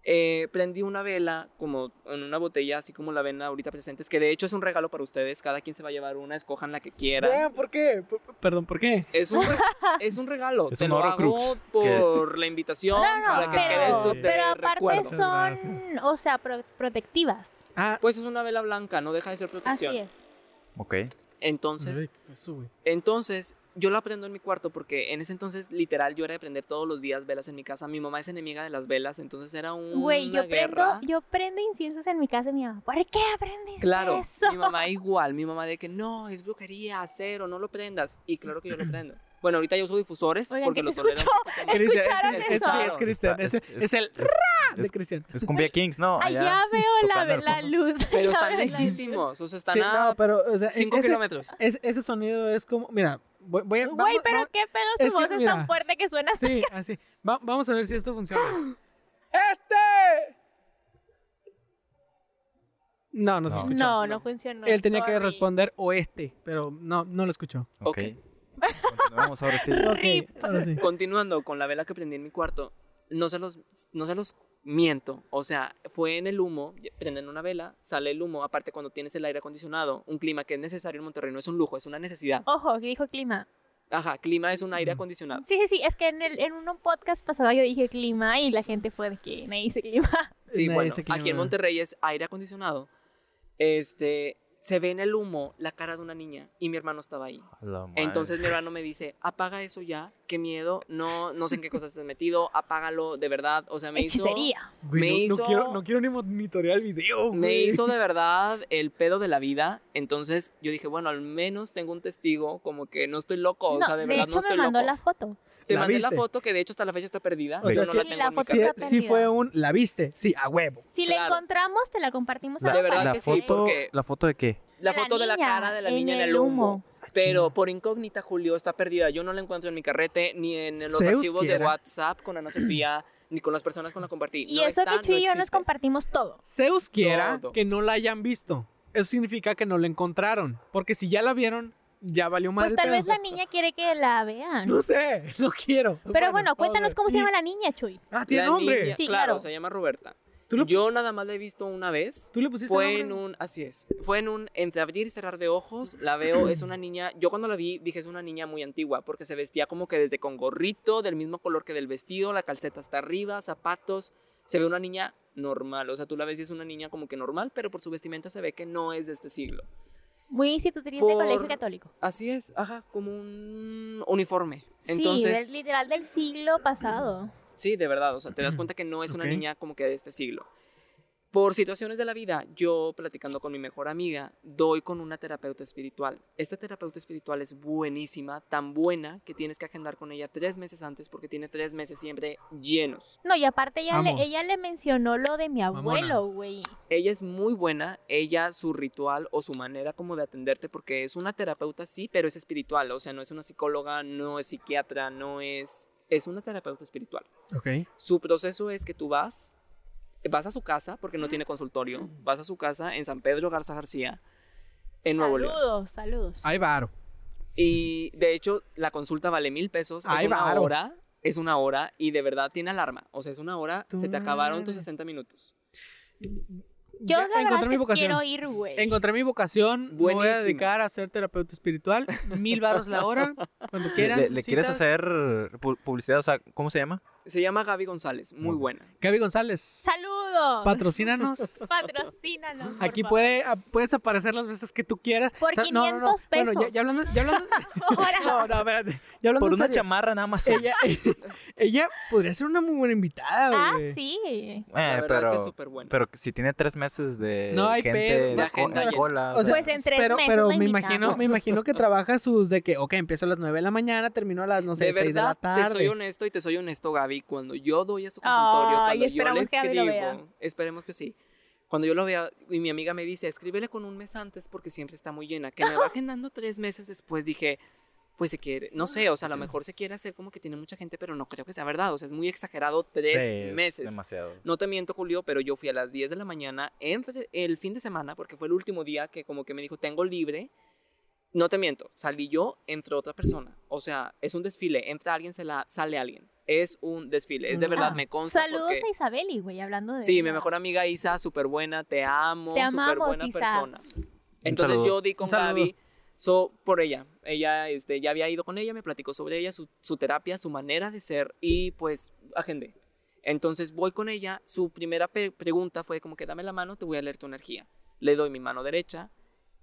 Speaker 4: eh, prendí una vela como en una botella, así como la ven ahorita presentes, que de hecho es un regalo para ustedes, cada quien se va a llevar una, escojan la que quieran.
Speaker 1: Vean, ¿Por qué? P- p- Perdón, ¿por qué?
Speaker 4: Es un, re- es un regalo,
Speaker 3: Es
Speaker 4: te
Speaker 3: un
Speaker 4: lo
Speaker 3: Horrocrux,
Speaker 4: hago
Speaker 3: que es-
Speaker 4: por la invitación,
Speaker 2: No, no,
Speaker 4: para que
Speaker 1: pero-
Speaker 4: quede eso de
Speaker 2: Pero aparte
Speaker 4: recuerdo.
Speaker 1: Muchas
Speaker 2: son,
Speaker 1: gracias.
Speaker 2: o sea, pro- protectivas.
Speaker 1: Ah,
Speaker 4: Pues es una vela blanca, no deja de ser
Speaker 2: Así
Speaker 4: protección.
Speaker 2: es.
Speaker 3: Ok.
Speaker 4: Entonces,
Speaker 1: ay, qué pasó, güey.
Speaker 4: Entonces, yo la prendo en mi cuarto porque en ese entonces, literal, yo era de prender todos los días velas en mi casa. Mi mamá es enemiga de las velas, entonces era un.
Speaker 2: Güey, yo prendo, yo prendo inciensos en mi casa y mi mamá, ¿por qué aprendes
Speaker 4: Claro,
Speaker 2: eso?
Speaker 4: mi mamá igual. Mi mamá de que no, es brujería, cero, no lo prendas. Y claro que yo lo prendo. Bueno, ahorita yo uso difusores
Speaker 2: Oigan,
Speaker 4: porque
Speaker 2: ¿qué
Speaker 4: lo
Speaker 2: se
Speaker 4: tolero.
Speaker 2: escuchó?
Speaker 4: un poco más.
Speaker 2: ¿Escucharon
Speaker 1: Es-
Speaker 2: eso?
Speaker 1: Es, es Cristian, es,
Speaker 3: Está- es-
Speaker 1: es el
Speaker 3: es-
Speaker 2: Ah.
Speaker 1: ra de
Speaker 3: es-
Speaker 1: Cristian.
Speaker 3: Es Cumbia Kings, ¿no?
Speaker 2: Allá veo la,
Speaker 3: tocando al
Speaker 2: la
Speaker 3: fondo.
Speaker 2: luz.
Speaker 4: Pero
Speaker 2: allá
Speaker 4: están
Speaker 2: veo la luz.
Speaker 4: lejísimos, o sea, están
Speaker 1: Sí,
Speaker 4: a
Speaker 1: no, pero, o sea,
Speaker 4: 5
Speaker 1: ese-
Speaker 4: kilómetros.
Speaker 1: es- ese sonido es como, mira, voy, voy a...
Speaker 2: Güey,
Speaker 1: vamos-
Speaker 2: pero
Speaker 1: va-
Speaker 2: qué pedo
Speaker 1: es
Speaker 2: tu
Speaker 1: que
Speaker 2: voz es
Speaker 1: mira.
Speaker 2: tan fuerte que suena así.
Speaker 1: Sí, así. Va- vamos a ver si esto funciona.
Speaker 6: ¡Este!
Speaker 1: No, no se
Speaker 3: No.
Speaker 1: escuchó.
Speaker 2: No,
Speaker 4: No.
Speaker 2: no funcionó.
Speaker 1: Él tenía que
Speaker 2: sorry.
Speaker 1: responder oeste, pero no, no lo escuchó.
Speaker 3: Ok. Continuamos ahora sí.
Speaker 1: Ok, ahora sí.
Speaker 4: Continuando con la vela que prendí en mi cuarto, no se los, no se los miento. O sea, fue en el humo, prenden una vela, sale el humo. Aparte, cuando tienes el aire acondicionado, un clima que es necesario en Monterrey, no es un lujo, es una necesidad.
Speaker 2: Ojo, que dijo clima.
Speaker 4: Ajá, clima es un aire acondicionado.
Speaker 2: Sí, sí, sí, es que en, el, en un podcast pasado yo dije clima y la gente fue de que me dice clima.
Speaker 4: Sí,
Speaker 1: Nadie
Speaker 4: bueno,
Speaker 1: se clima.
Speaker 4: aquí en Monterrey es aire acondicionado. Este, se ve en el humo la cara de una niña y mi hermano estaba ahí.
Speaker 3: A la madre.
Speaker 4: Entonces mi hermano me dice, apaga eso ya, qué miedo, no, no sé en qué cosas estás metido, apágalo, de verdad. O sea, me hizo...
Speaker 2: Hechicería.
Speaker 1: Güey, no,
Speaker 4: me
Speaker 1: no
Speaker 4: hizo-
Speaker 1: quiero, no quiero ni monitorear el video. Güey.
Speaker 4: Me hizo de verdad el pedo de la vida. Entonces yo dije, bueno, al menos tengo un testigo, como que no estoy loco. Oh, o
Speaker 2: No,
Speaker 4: sea, de,
Speaker 2: de,
Speaker 4: verdad
Speaker 2: hecho
Speaker 4: no
Speaker 2: me
Speaker 4: estoy
Speaker 2: mandó
Speaker 4: loco.
Speaker 2: la foto.
Speaker 4: Te
Speaker 1: ¿La
Speaker 4: mandé la
Speaker 1: viste?
Speaker 4: foto que de hecho hasta la fecha está perdida.
Speaker 1: O sea,
Speaker 4: yo no
Speaker 1: sí-
Speaker 4: la
Speaker 2: Sí,
Speaker 4: tengo
Speaker 2: la
Speaker 4: en mi
Speaker 2: foto
Speaker 1: Sí,
Speaker 4: carpeta.
Speaker 2: está
Speaker 1: sí fue
Speaker 2: perdida.
Speaker 1: un... La viste, sí, a huevo.
Speaker 2: Si la
Speaker 4: Claro.
Speaker 2: compartimos, te la compartimos
Speaker 3: La,
Speaker 2: a
Speaker 4: de verdad
Speaker 3: la
Speaker 4: que sí,
Speaker 3: foto,
Speaker 4: porque-
Speaker 3: ¿La foto de qué?
Speaker 4: La foto de la
Speaker 2: niña
Speaker 4: cara de la niña en el humo.
Speaker 1: Ah,
Speaker 4: Pero por incógnita, Julio está perdida. Yo no la encuentro en mi carrete, ni en los
Speaker 1: Zeus
Speaker 4: archivos de
Speaker 1: quiera.
Speaker 4: WhatsApp con Ana Sofía, ni con las personas con las que compartí.
Speaker 2: Y
Speaker 4: No
Speaker 2: eso
Speaker 4: está,
Speaker 2: que Chuy y yo nos
Speaker 4: existe.
Speaker 2: compartimos todo.
Speaker 1: Zeus quiera
Speaker 4: Todo.
Speaker 1: que no la hayan visto. Eso significa que no la encontraron. Porque si ya la vieron, ya valió más
Speaker 2: Pues tal vez la niña quiere que la vean.
Speaker 1: No sé, no quiero.
Speaker 2: Pero bueno,
Speaker 1: vamos a
Speaker 2: cuéntanos
Speaker 1: ver.
Speaker 2: cómo se
Speaker 1: Y-
Speaker 2: llama la niña, Chuy.
Speaker 1: Ah, tiene
Speaker 4: La
Speaker 1: nombre.
Speaker 4: niña-
Speaker 2: Sí, claro.
Speaker 4: claro, se llama Roberta.
Speaker 1: ¿Tú, lo-
Speaker 4: Yo nada más la he visto una vez.
Speaker 1: tú le pusiste
Speaker 4: Fue en
Speaker 1: nombre?
Speaker 4: un, así es, fue en un entre abrir y cerrar de ojos, la veo, es una niña, yo cuando la vi dije es una niña muy antigua, porque se vestía como que desde con gorrito, del mismo color que del vestido, la calceta hasta arriba, zapatos, se ve una niña normal, o sea, tú la ves y es una niña como que normal, pero por su vestimenta se ve que no es de este siglo.
Speaker 2: Muy institutriz de
Speaker 4: Por-
Speaker 2: colegio católico.
Speaker 4: Así es, ajá, como un uniforme.
Speaker 2: sí,
Speaker 4: Entonces,
Speaker 2: del- literal del siglo pasado.
Speaker 4: sí, de verdad, o sea, te das cuenta que no es una
Speaker 1: Ok.
Speaker 4: niña como que de este siglo. Por situaciones de la vida, yo platicando con mi mejor amiga, doy con una terapeuta espiritual. Esta terapeuta espiritual es buenísima, tan buena que tienes que agendar con ella tres meses antes porque tiene tres meses siempre llenos.
Speaker 2: No, y aparte ella, le,
Speaker 1: Vamos.
Speaker 2: ella le mencionó lo de mi
Speaker 1: Mamona.
Speaker 2: abuelo, güey.
Speaker 4: Ella es muy buena, ella su ritual o su manera como de atenderte porque es una terapeuta sí, pero es espiritual, o sea, no es una psicóloga, no es psiquiatra, no es es una terapeuta espiritual.
Speaker 1: Ok.
Speaker 4: Su proceso es que tú vas, vas a su casa, porque no tiene consultorio, vas a su casa en San Pedro Garza García, en Nuevo León.
Speaker 2: Saludos, saludos.
Speaker 1: Hay varo.
Speaker 4: Y de hecho, la consulta vale mil pesos, es
Speaker 1: Ay,
Speaker 4: una
Speaker 1: varo.
Speaker 4: hora, es una hora, y de verdad tiene alarma. O sea, es una hora,
Speaker 1: Tu
Speaker 4: se te acabaron tus
Speaker 1: madre.
Speaker 4: 60 minutos.
Speaker 2: Yo
Speaker 1: Ya
Speaker 2: la verdad
Speaker 1: encontré
Speaker 2: es
Speaker 1: mi
Speaker 2: que
Speaker 1: vocación.
Speaker 2: quiero ir, güey.
Speaker 1: Encontré mi vocación. Me voy a
Speaker 4: Buenísima.
Speaker 1: dedicar a ser terapeuta espiritual. Mil varos la hora. Cuando
Speaker 3: ¿Le,
Speaker 1: quieran.
Speaker 3: le- le quieres
Speaker 1: citas.
Speaker 3: hacer pu- publicidad? O sea, ¿cómo se llama?
Speaker 4: Se llama Gaby González, muy
Speaker 1: Mm.
Speaker 3: Muy
Speaker 4: buena.
Speaker 1: Gaby González,
Speaker 2: Saludos.
Speaker 1: patrocínanos.
Speaker 2: Patrocínanos. por
Speaker 1: Aquí
Speaker 2: favor.
Speaker 1: puede, a- puedes aparecer las veces que tú quieras.
Speaker 2: Por
Speaker 1: O sea, no, no, no.
Speaker 2: 500
Speaker 1: Bueno, ya,
Speaker 2: pesos.
Speaker 1: ya hablando. Ya hablando
Speaker 2: Ahora.
Speaker 1: no, no, espérate. Ya hablando
Speaker 3: Por
Speaker 1: en
Speaker 3: una
Speaker 1: serio,
Speaker 3: chamarra nada más.
Speaker 1: ella, ella podría ser una muy buena invitada,
Speaker 2: Ah,
Speaker 1: güey.
Speaker 2: sí.
Speaker 1: Eh,
Speaker 4: La verdad que es
Speaker 3: Eh, pero,
Speaker 4: súper buena.
Speaker 3: pero si tiene tres meses de
Speaker 1: No hay
Speaker 3: gente
Speaker 1: pedo.
Speaker 3: de
Speaker 4: De
Speaker 3: co-
Speaker 4: agenda
Speaker 3: en
Speaker 4: llena.
Speaker 3: cola.
Speaker 1: O sea,
Speaker 2: Pues en tres
Speaker 1: pero,
Speaker 2: meses
Speaker 1: pero
Speaker 2: la
Speaker 1: me
Speaker 2: invitamos.
Speaker 1: imagino, me imagino que trabaja sus de que, ok, empiezo a las 9 de la mañana, termino a las, no sé,
Speaker 4: de
Speaker 1: 6 de la
Speaker 4: verdad,
Speaker 1: tarde.
Speaker 4: te soy honesto y te soy honesto, Gaby. Cuando yo doy a su
Speaker 2: Ay,
Speaker 4: consultorio, cuando yo le
Speaker 2: esperamos que Gaby lo vea.
Speaker 4: escribo, esperemos que sí. Cuando yo lo vea y mi amiga me dice, escríbele con un mes antes porque siempre está muy llena, que me va agendando tres meses después, dije, pues se quiere, no sé, o sea, a lo mejor se quiere hacer como que tiene mucha gente, pero no creo que sea verdad, o sea, es muy exagerado
Speaker 3: Sí,
Speaker 4: tres
Speaker 3: es
Speaker 4: meses.
Speaker 3: Demasiado.
Speaker 4: No te miento, Julio, pero yo fui a las 10 de la mañana entre el fin de semana, porque fue el último día que como que me dijo, tengo libre. No te miento, salí yo, entre otra persona. O sea, es un desfile, entra alguien, se la, sale alguien. Es un desfile, es de verdad,
Speaker 1: Ah,
Speaker 4: me consta
Speaker 2: Saludos
Speaker 4: porque...
Speaker 2: a Isabeli, güey, hablando de.
Speaker 4: Sí, mi
Speaker 2: ella.
Speaker 4: mejor amiga Isa, súper buena, te amo,
Speaker 2: Te
Speaker 4: súper
Speaker 2: amamos,
Speaker 4: buena
Speaker 2: Isa.
Speaker 4: persona. Entonces
Speaker 3: saludo.
Speaker 4: yo di con
Speaker 1: Un saludo.
Speaker 4: Gaby, so, por ella. Ella, este, ya había ido con ella, me platicó sobre ella, su, su terapia, su manera de ser y pues agendé. Entonces voy con ella, su primera pe- pregunta fue como que dame la mano, te voy a leer tu energía. Le doy mi mano derecha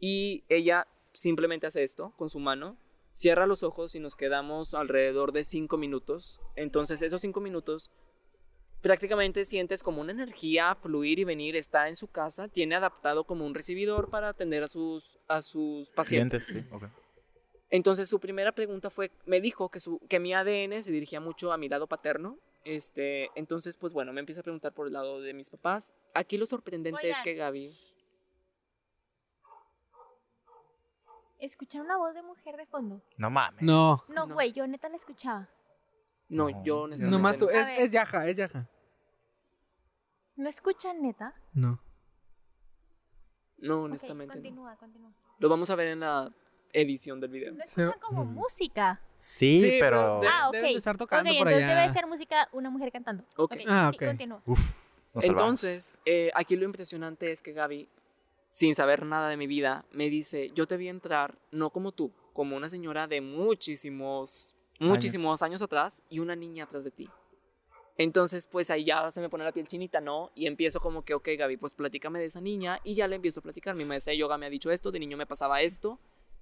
Speaker 4: y ella simplemente hace esto con su mano, cierra los ojos y nos quedamos alrededor de cinco minutos. Entonces esos cinco minutos prácticamente sientes como una energía fluir y venir, está en su casa, tiene adaptado como un recibidor para atender a sus, a sus pacientes.
Speaker 3: Clientes, sí. ok.
Speaker 4: Entonces su primera pregunta fue, me dijo que, su, que mi ADN se dirigía mucho a mi lado paterno. Este, entonces, pues bueno, me empieza a preguntar por el lado de mis papás. Aquí lo sorprendente es
Speaker 2: Oigan.
Speaker 4: que Gaby...
Speaker 2: Escuché una voz de mujer de fondo.
Speaker 3: No mames.
Speaker 1: No,
Speaker 2: No,
Speaker 4: No.
Speaker 2: güey, yo neta la escuchaba.
Speaker 4: No,
Speaker 3: No,
Speaker 4: yo honestamente...
Speaker 1: nomás tú. eh.
Speaker 4: no.
Speaker 1: Es,
Speaker 2: A ver.
Speaker 1: es Yaja, es Yaja.
Speaker 2: ¿No escuchan neta?
Speaker 1: No.
Speaker 4: No,
Speaker 2: Ok,
Speaker 4: honestamente. no.
Speaker 2: continúa, continúa.
Speaker 4: Lo vamos a ver en la edición del video.
Speaker 2: ¿No escuchan como
Speaker 3: Mm.
Speaker 2: música?
Speaker 3: Sí,
Speaker 1: Sí, pero
Speaker 3: pero.
Speaker 4: Eh,
Speaker 1: de-
Speaker 2: ah, ok.
Speaker 1: deben de estar tocando
Speaker 2: Ok,
Speaker 1: por
Speaker 2: entonces
Speaker 1: allá.
Speaker 2: debe ser música una mujer cantando.
Speaker 4: Ok.
Speaker 1: Ah,
Speaker 2: sí,
Speaker 1: ok.
Speaker 2: continúa.
Speaker 3: Uf, nos salvamos.
Speaker 4: Entonces, eh, aquí lo impresionante es que Gaby, sin saber nada de mi vida, me dice, yo te vi entrar, no como tú, como una señora de muchísimos, muchísimos años, atrás y una niña atrás de ti. Entonces, pues ahí ya se me pone la piel chinita, ¿no? Y empiezo como que, ok, Gaby, pues platícame de esa niña y ya le empiezo a platicar. Mi maestra de yoga me ha dicho esto, de niño me pasaba esto,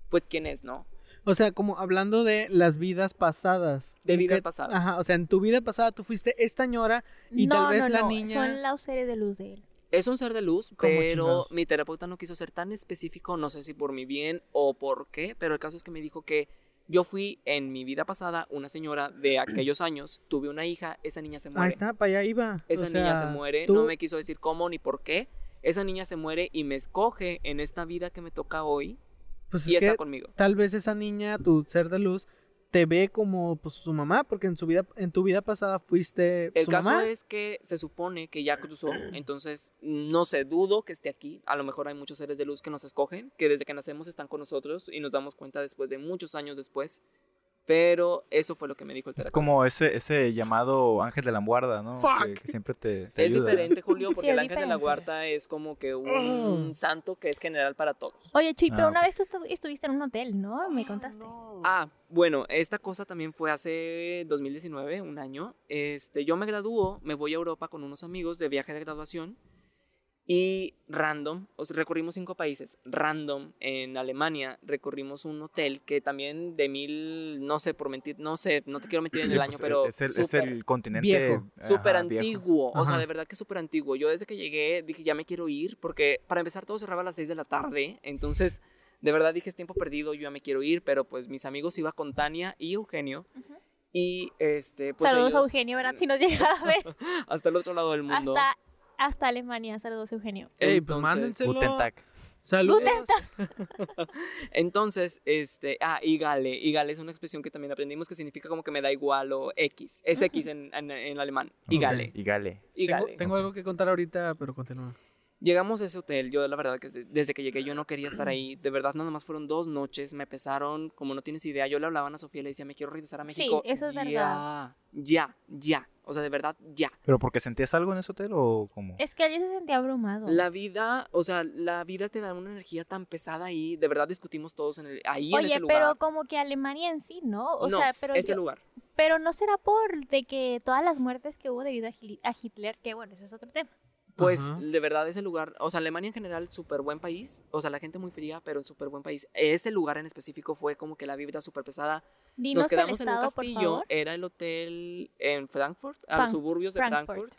Speaker 4: pues ¿quién es, no?
Speaker 1: O sea, como hablando de las vidas pasadas.
Speaker 4: De vidas
Speaker 1: Que-
Speaker 4: pasadas.
Speaker 1: Ajá, o sea, en tu vida pasada tú fuiste esta ñora y
Speaker 2: no,
Speaker 1: tal vez
Speaker 2: no,
Speaker 1: la
Speaker 2: no,
Speaker 1: niña.
Speaker 2: Son los seres de luz de él.
Speaker 4: Es un ser de luz,
Speaker 1: ¿Cómo
Speaker 4: pero
Speaker 1: chingados?
Speaker 4: mi terapeuta no quiso ser tan específico, no sé si por mi bien o por qué, pero el caso es que me dijo que yo fui en mi vida pasada una señora de aquellos años, tuve una hija, esa niña se
Speaker 1: Ahí
Speaker 4: muere.
Speaker 1: está, para allá iba.
Speaker 4: Esa
Speaker 1: O
Speaker 4: niña
Speaker 1: sea,
Speaker 4: se muere,
Speaker 1: tú-
Speaker 4: no me quiso decir cómo ni por qué. Esa niña se muere y me escoge en esta vida que me toca hoy
Speaker 1: Pues
Speaker 4: y
Speaker 1: es
Speaker 4: está
Speaker 1: que
Speaker 4: conmigo.
Speaker 1: tal vez esa niña, tu ser de luz, te ve como pues, su mamá, porque en su vida, en tu vida pasada fuiste
Speaker 4: El
Speaker 1: su
Speaker 4: caso
Speaker 1: mamá.
Speaker 4: es que se supone que ya cruzó, entonces no sé, dudo que esté aquí. A lo mejor hay muchos seres de luz que nos escogen, que desde que nacemos están con nosotros y nos damos cuenta después de muchos años después. Pero eso fue lo que me dijo el
Speaker 3: Es
Speaker 4: terapeuta.
Speaker 3: como ese, ese llamado ángel de la guarda, ¿no? Que, que siempre te, te
Speaker 4: es
Speaker 3: ayuda.
Speaker 4: diferente, Julio,
Speaker 2: Sí,
Speaker 4: porque
Speaker 2: es
Speaker 4: el ángel de la
Speaker 2: diferente.
Speaker 4: guarda es como que un, santo que es general para todos.
Speaker 2: Oye, Chuy, pero
Speaker 3: Ah,
Speaker 2: una vez tú estu- estuviste en un hotel, ¿no? Me contaste.
Speaker 4: Ah, bueno, esta cosa también fue hace 2019, un año. Este, yo me gradúo, me voy a Europa con unos amigos de viaje de graduación Y random, o sea, recorrimos cinco países. Random, en Alemania, recorrimos un hotel que también de mil, no sé, por mentir, no sé, no te quiero mentir en
Speaker 3: Sí,
Speaker 4: el
Speaker 3: pues,
Speaker 4: año, pero
Speaker 3: es el, es
Speaker 4: súper-
Speaker 3: el continente
Speaker 1: Viejo.
Speaker 3: ajá,
Speaker 4: Súper
Speaker 3: viejo.
Speaker 4: antiguo, o sea,
Speaker 1: Ajá.
Speaker 4: de verdad que súper antiguo. Yo desde que llegué dije, ya me quiero ir, porque para empezar todo cerraba a las 6 de la tarde, entonces de verdad dije, es tiempo perdido, yo ya me quiero ir, pero pues mis amigos iba con Tania y Eugenio, y este, pues
Speaker 2: saludos a
Speaker 4: ellos-
Speaker 2: Eugenio, ¿verdad? Si nos llega a ver.
Speaker 4: Hasta el otro lado del mundo.
Speaker 2: hasta, hasta Alemania, saludos Eugenio.
Speaker 1: Ey, pues
Speaker 4: Entonces-
Speaker 1: mándenselo.
Speaker 3: Guten Tag.
Speaker 1: Saludos.
Speaker 4: Entonces, este, ah, y gale, y gale es una expresión que también aprendimos que significa como que me da igual o X, es X en, en- en alemán, y
Speaker 3: Ok.
Speaker 4: gale,
Speaker 3: Y Gale.
Speaker 4: y
Speaker 1: Tengo,
Speaker 4: gale.
Speaker 1: tengo algo que contar ahorita, pero continúa.
Speaker 4: Llegamos a ese hotel, yo la verdad que desde- desde que llegué yo no quería estar ahí, de verdad nada más fueron dos noches, me pesaron, como no tienes idea, yo le hablaba a Ana Sofía y le decía, me quiero regresar a México.
Speaker 2: eso es
Speaker 4: ya,
Speaker 2: verdad.
Speaker 4: Ya, ya, o sea, de verdad, ya.
Speaker 3: ¿Pero porque sentías algo en ese hotel o cómo?
Speaker 2: Es que él se sentía abrumado.
Speaker 4: La vida, o sea, la vida te da una energía tan pesada ahí, de verdad discutimos todos en el, ahí en
Speaker 2: Oye,
Speaker 4: ese lugar.
Speaker 2: pero como que Alemania en sí, ¿no? O
Speaker 4: no,
Speaker 2: sea, pero,
Speaker 4: ese
Speaker 2: yo-
Speaker 4: lugar.
Speaker 2: pero no será por de que todas las muertes que hubo debido a Hili- a Hitler, que bueno, eso es otro tema.
Speaker 4: Pues
Speaker 1: Ajá.
Speaker 4: de verdad ese lugar, o sea, Alemania en general, súper buen país, o sea, la gente muy fría, pero súper buen país. Ese lugar en específico fue como que la vibra súper pesada.
Speaker 2: Dinos
Speaker 4: Nos quedamos
Speaker 2: el
Speaker 4: en un
Speaker 2: estado, por
Speaker 4: castillo,
Speaker 2: favor.
Speaker 4: era el hotel en Frankfurt, a
Speaker 2: Frank-
Speaker 4: los suburbios de Frankfurt.
Speaker 2: Frankfurt.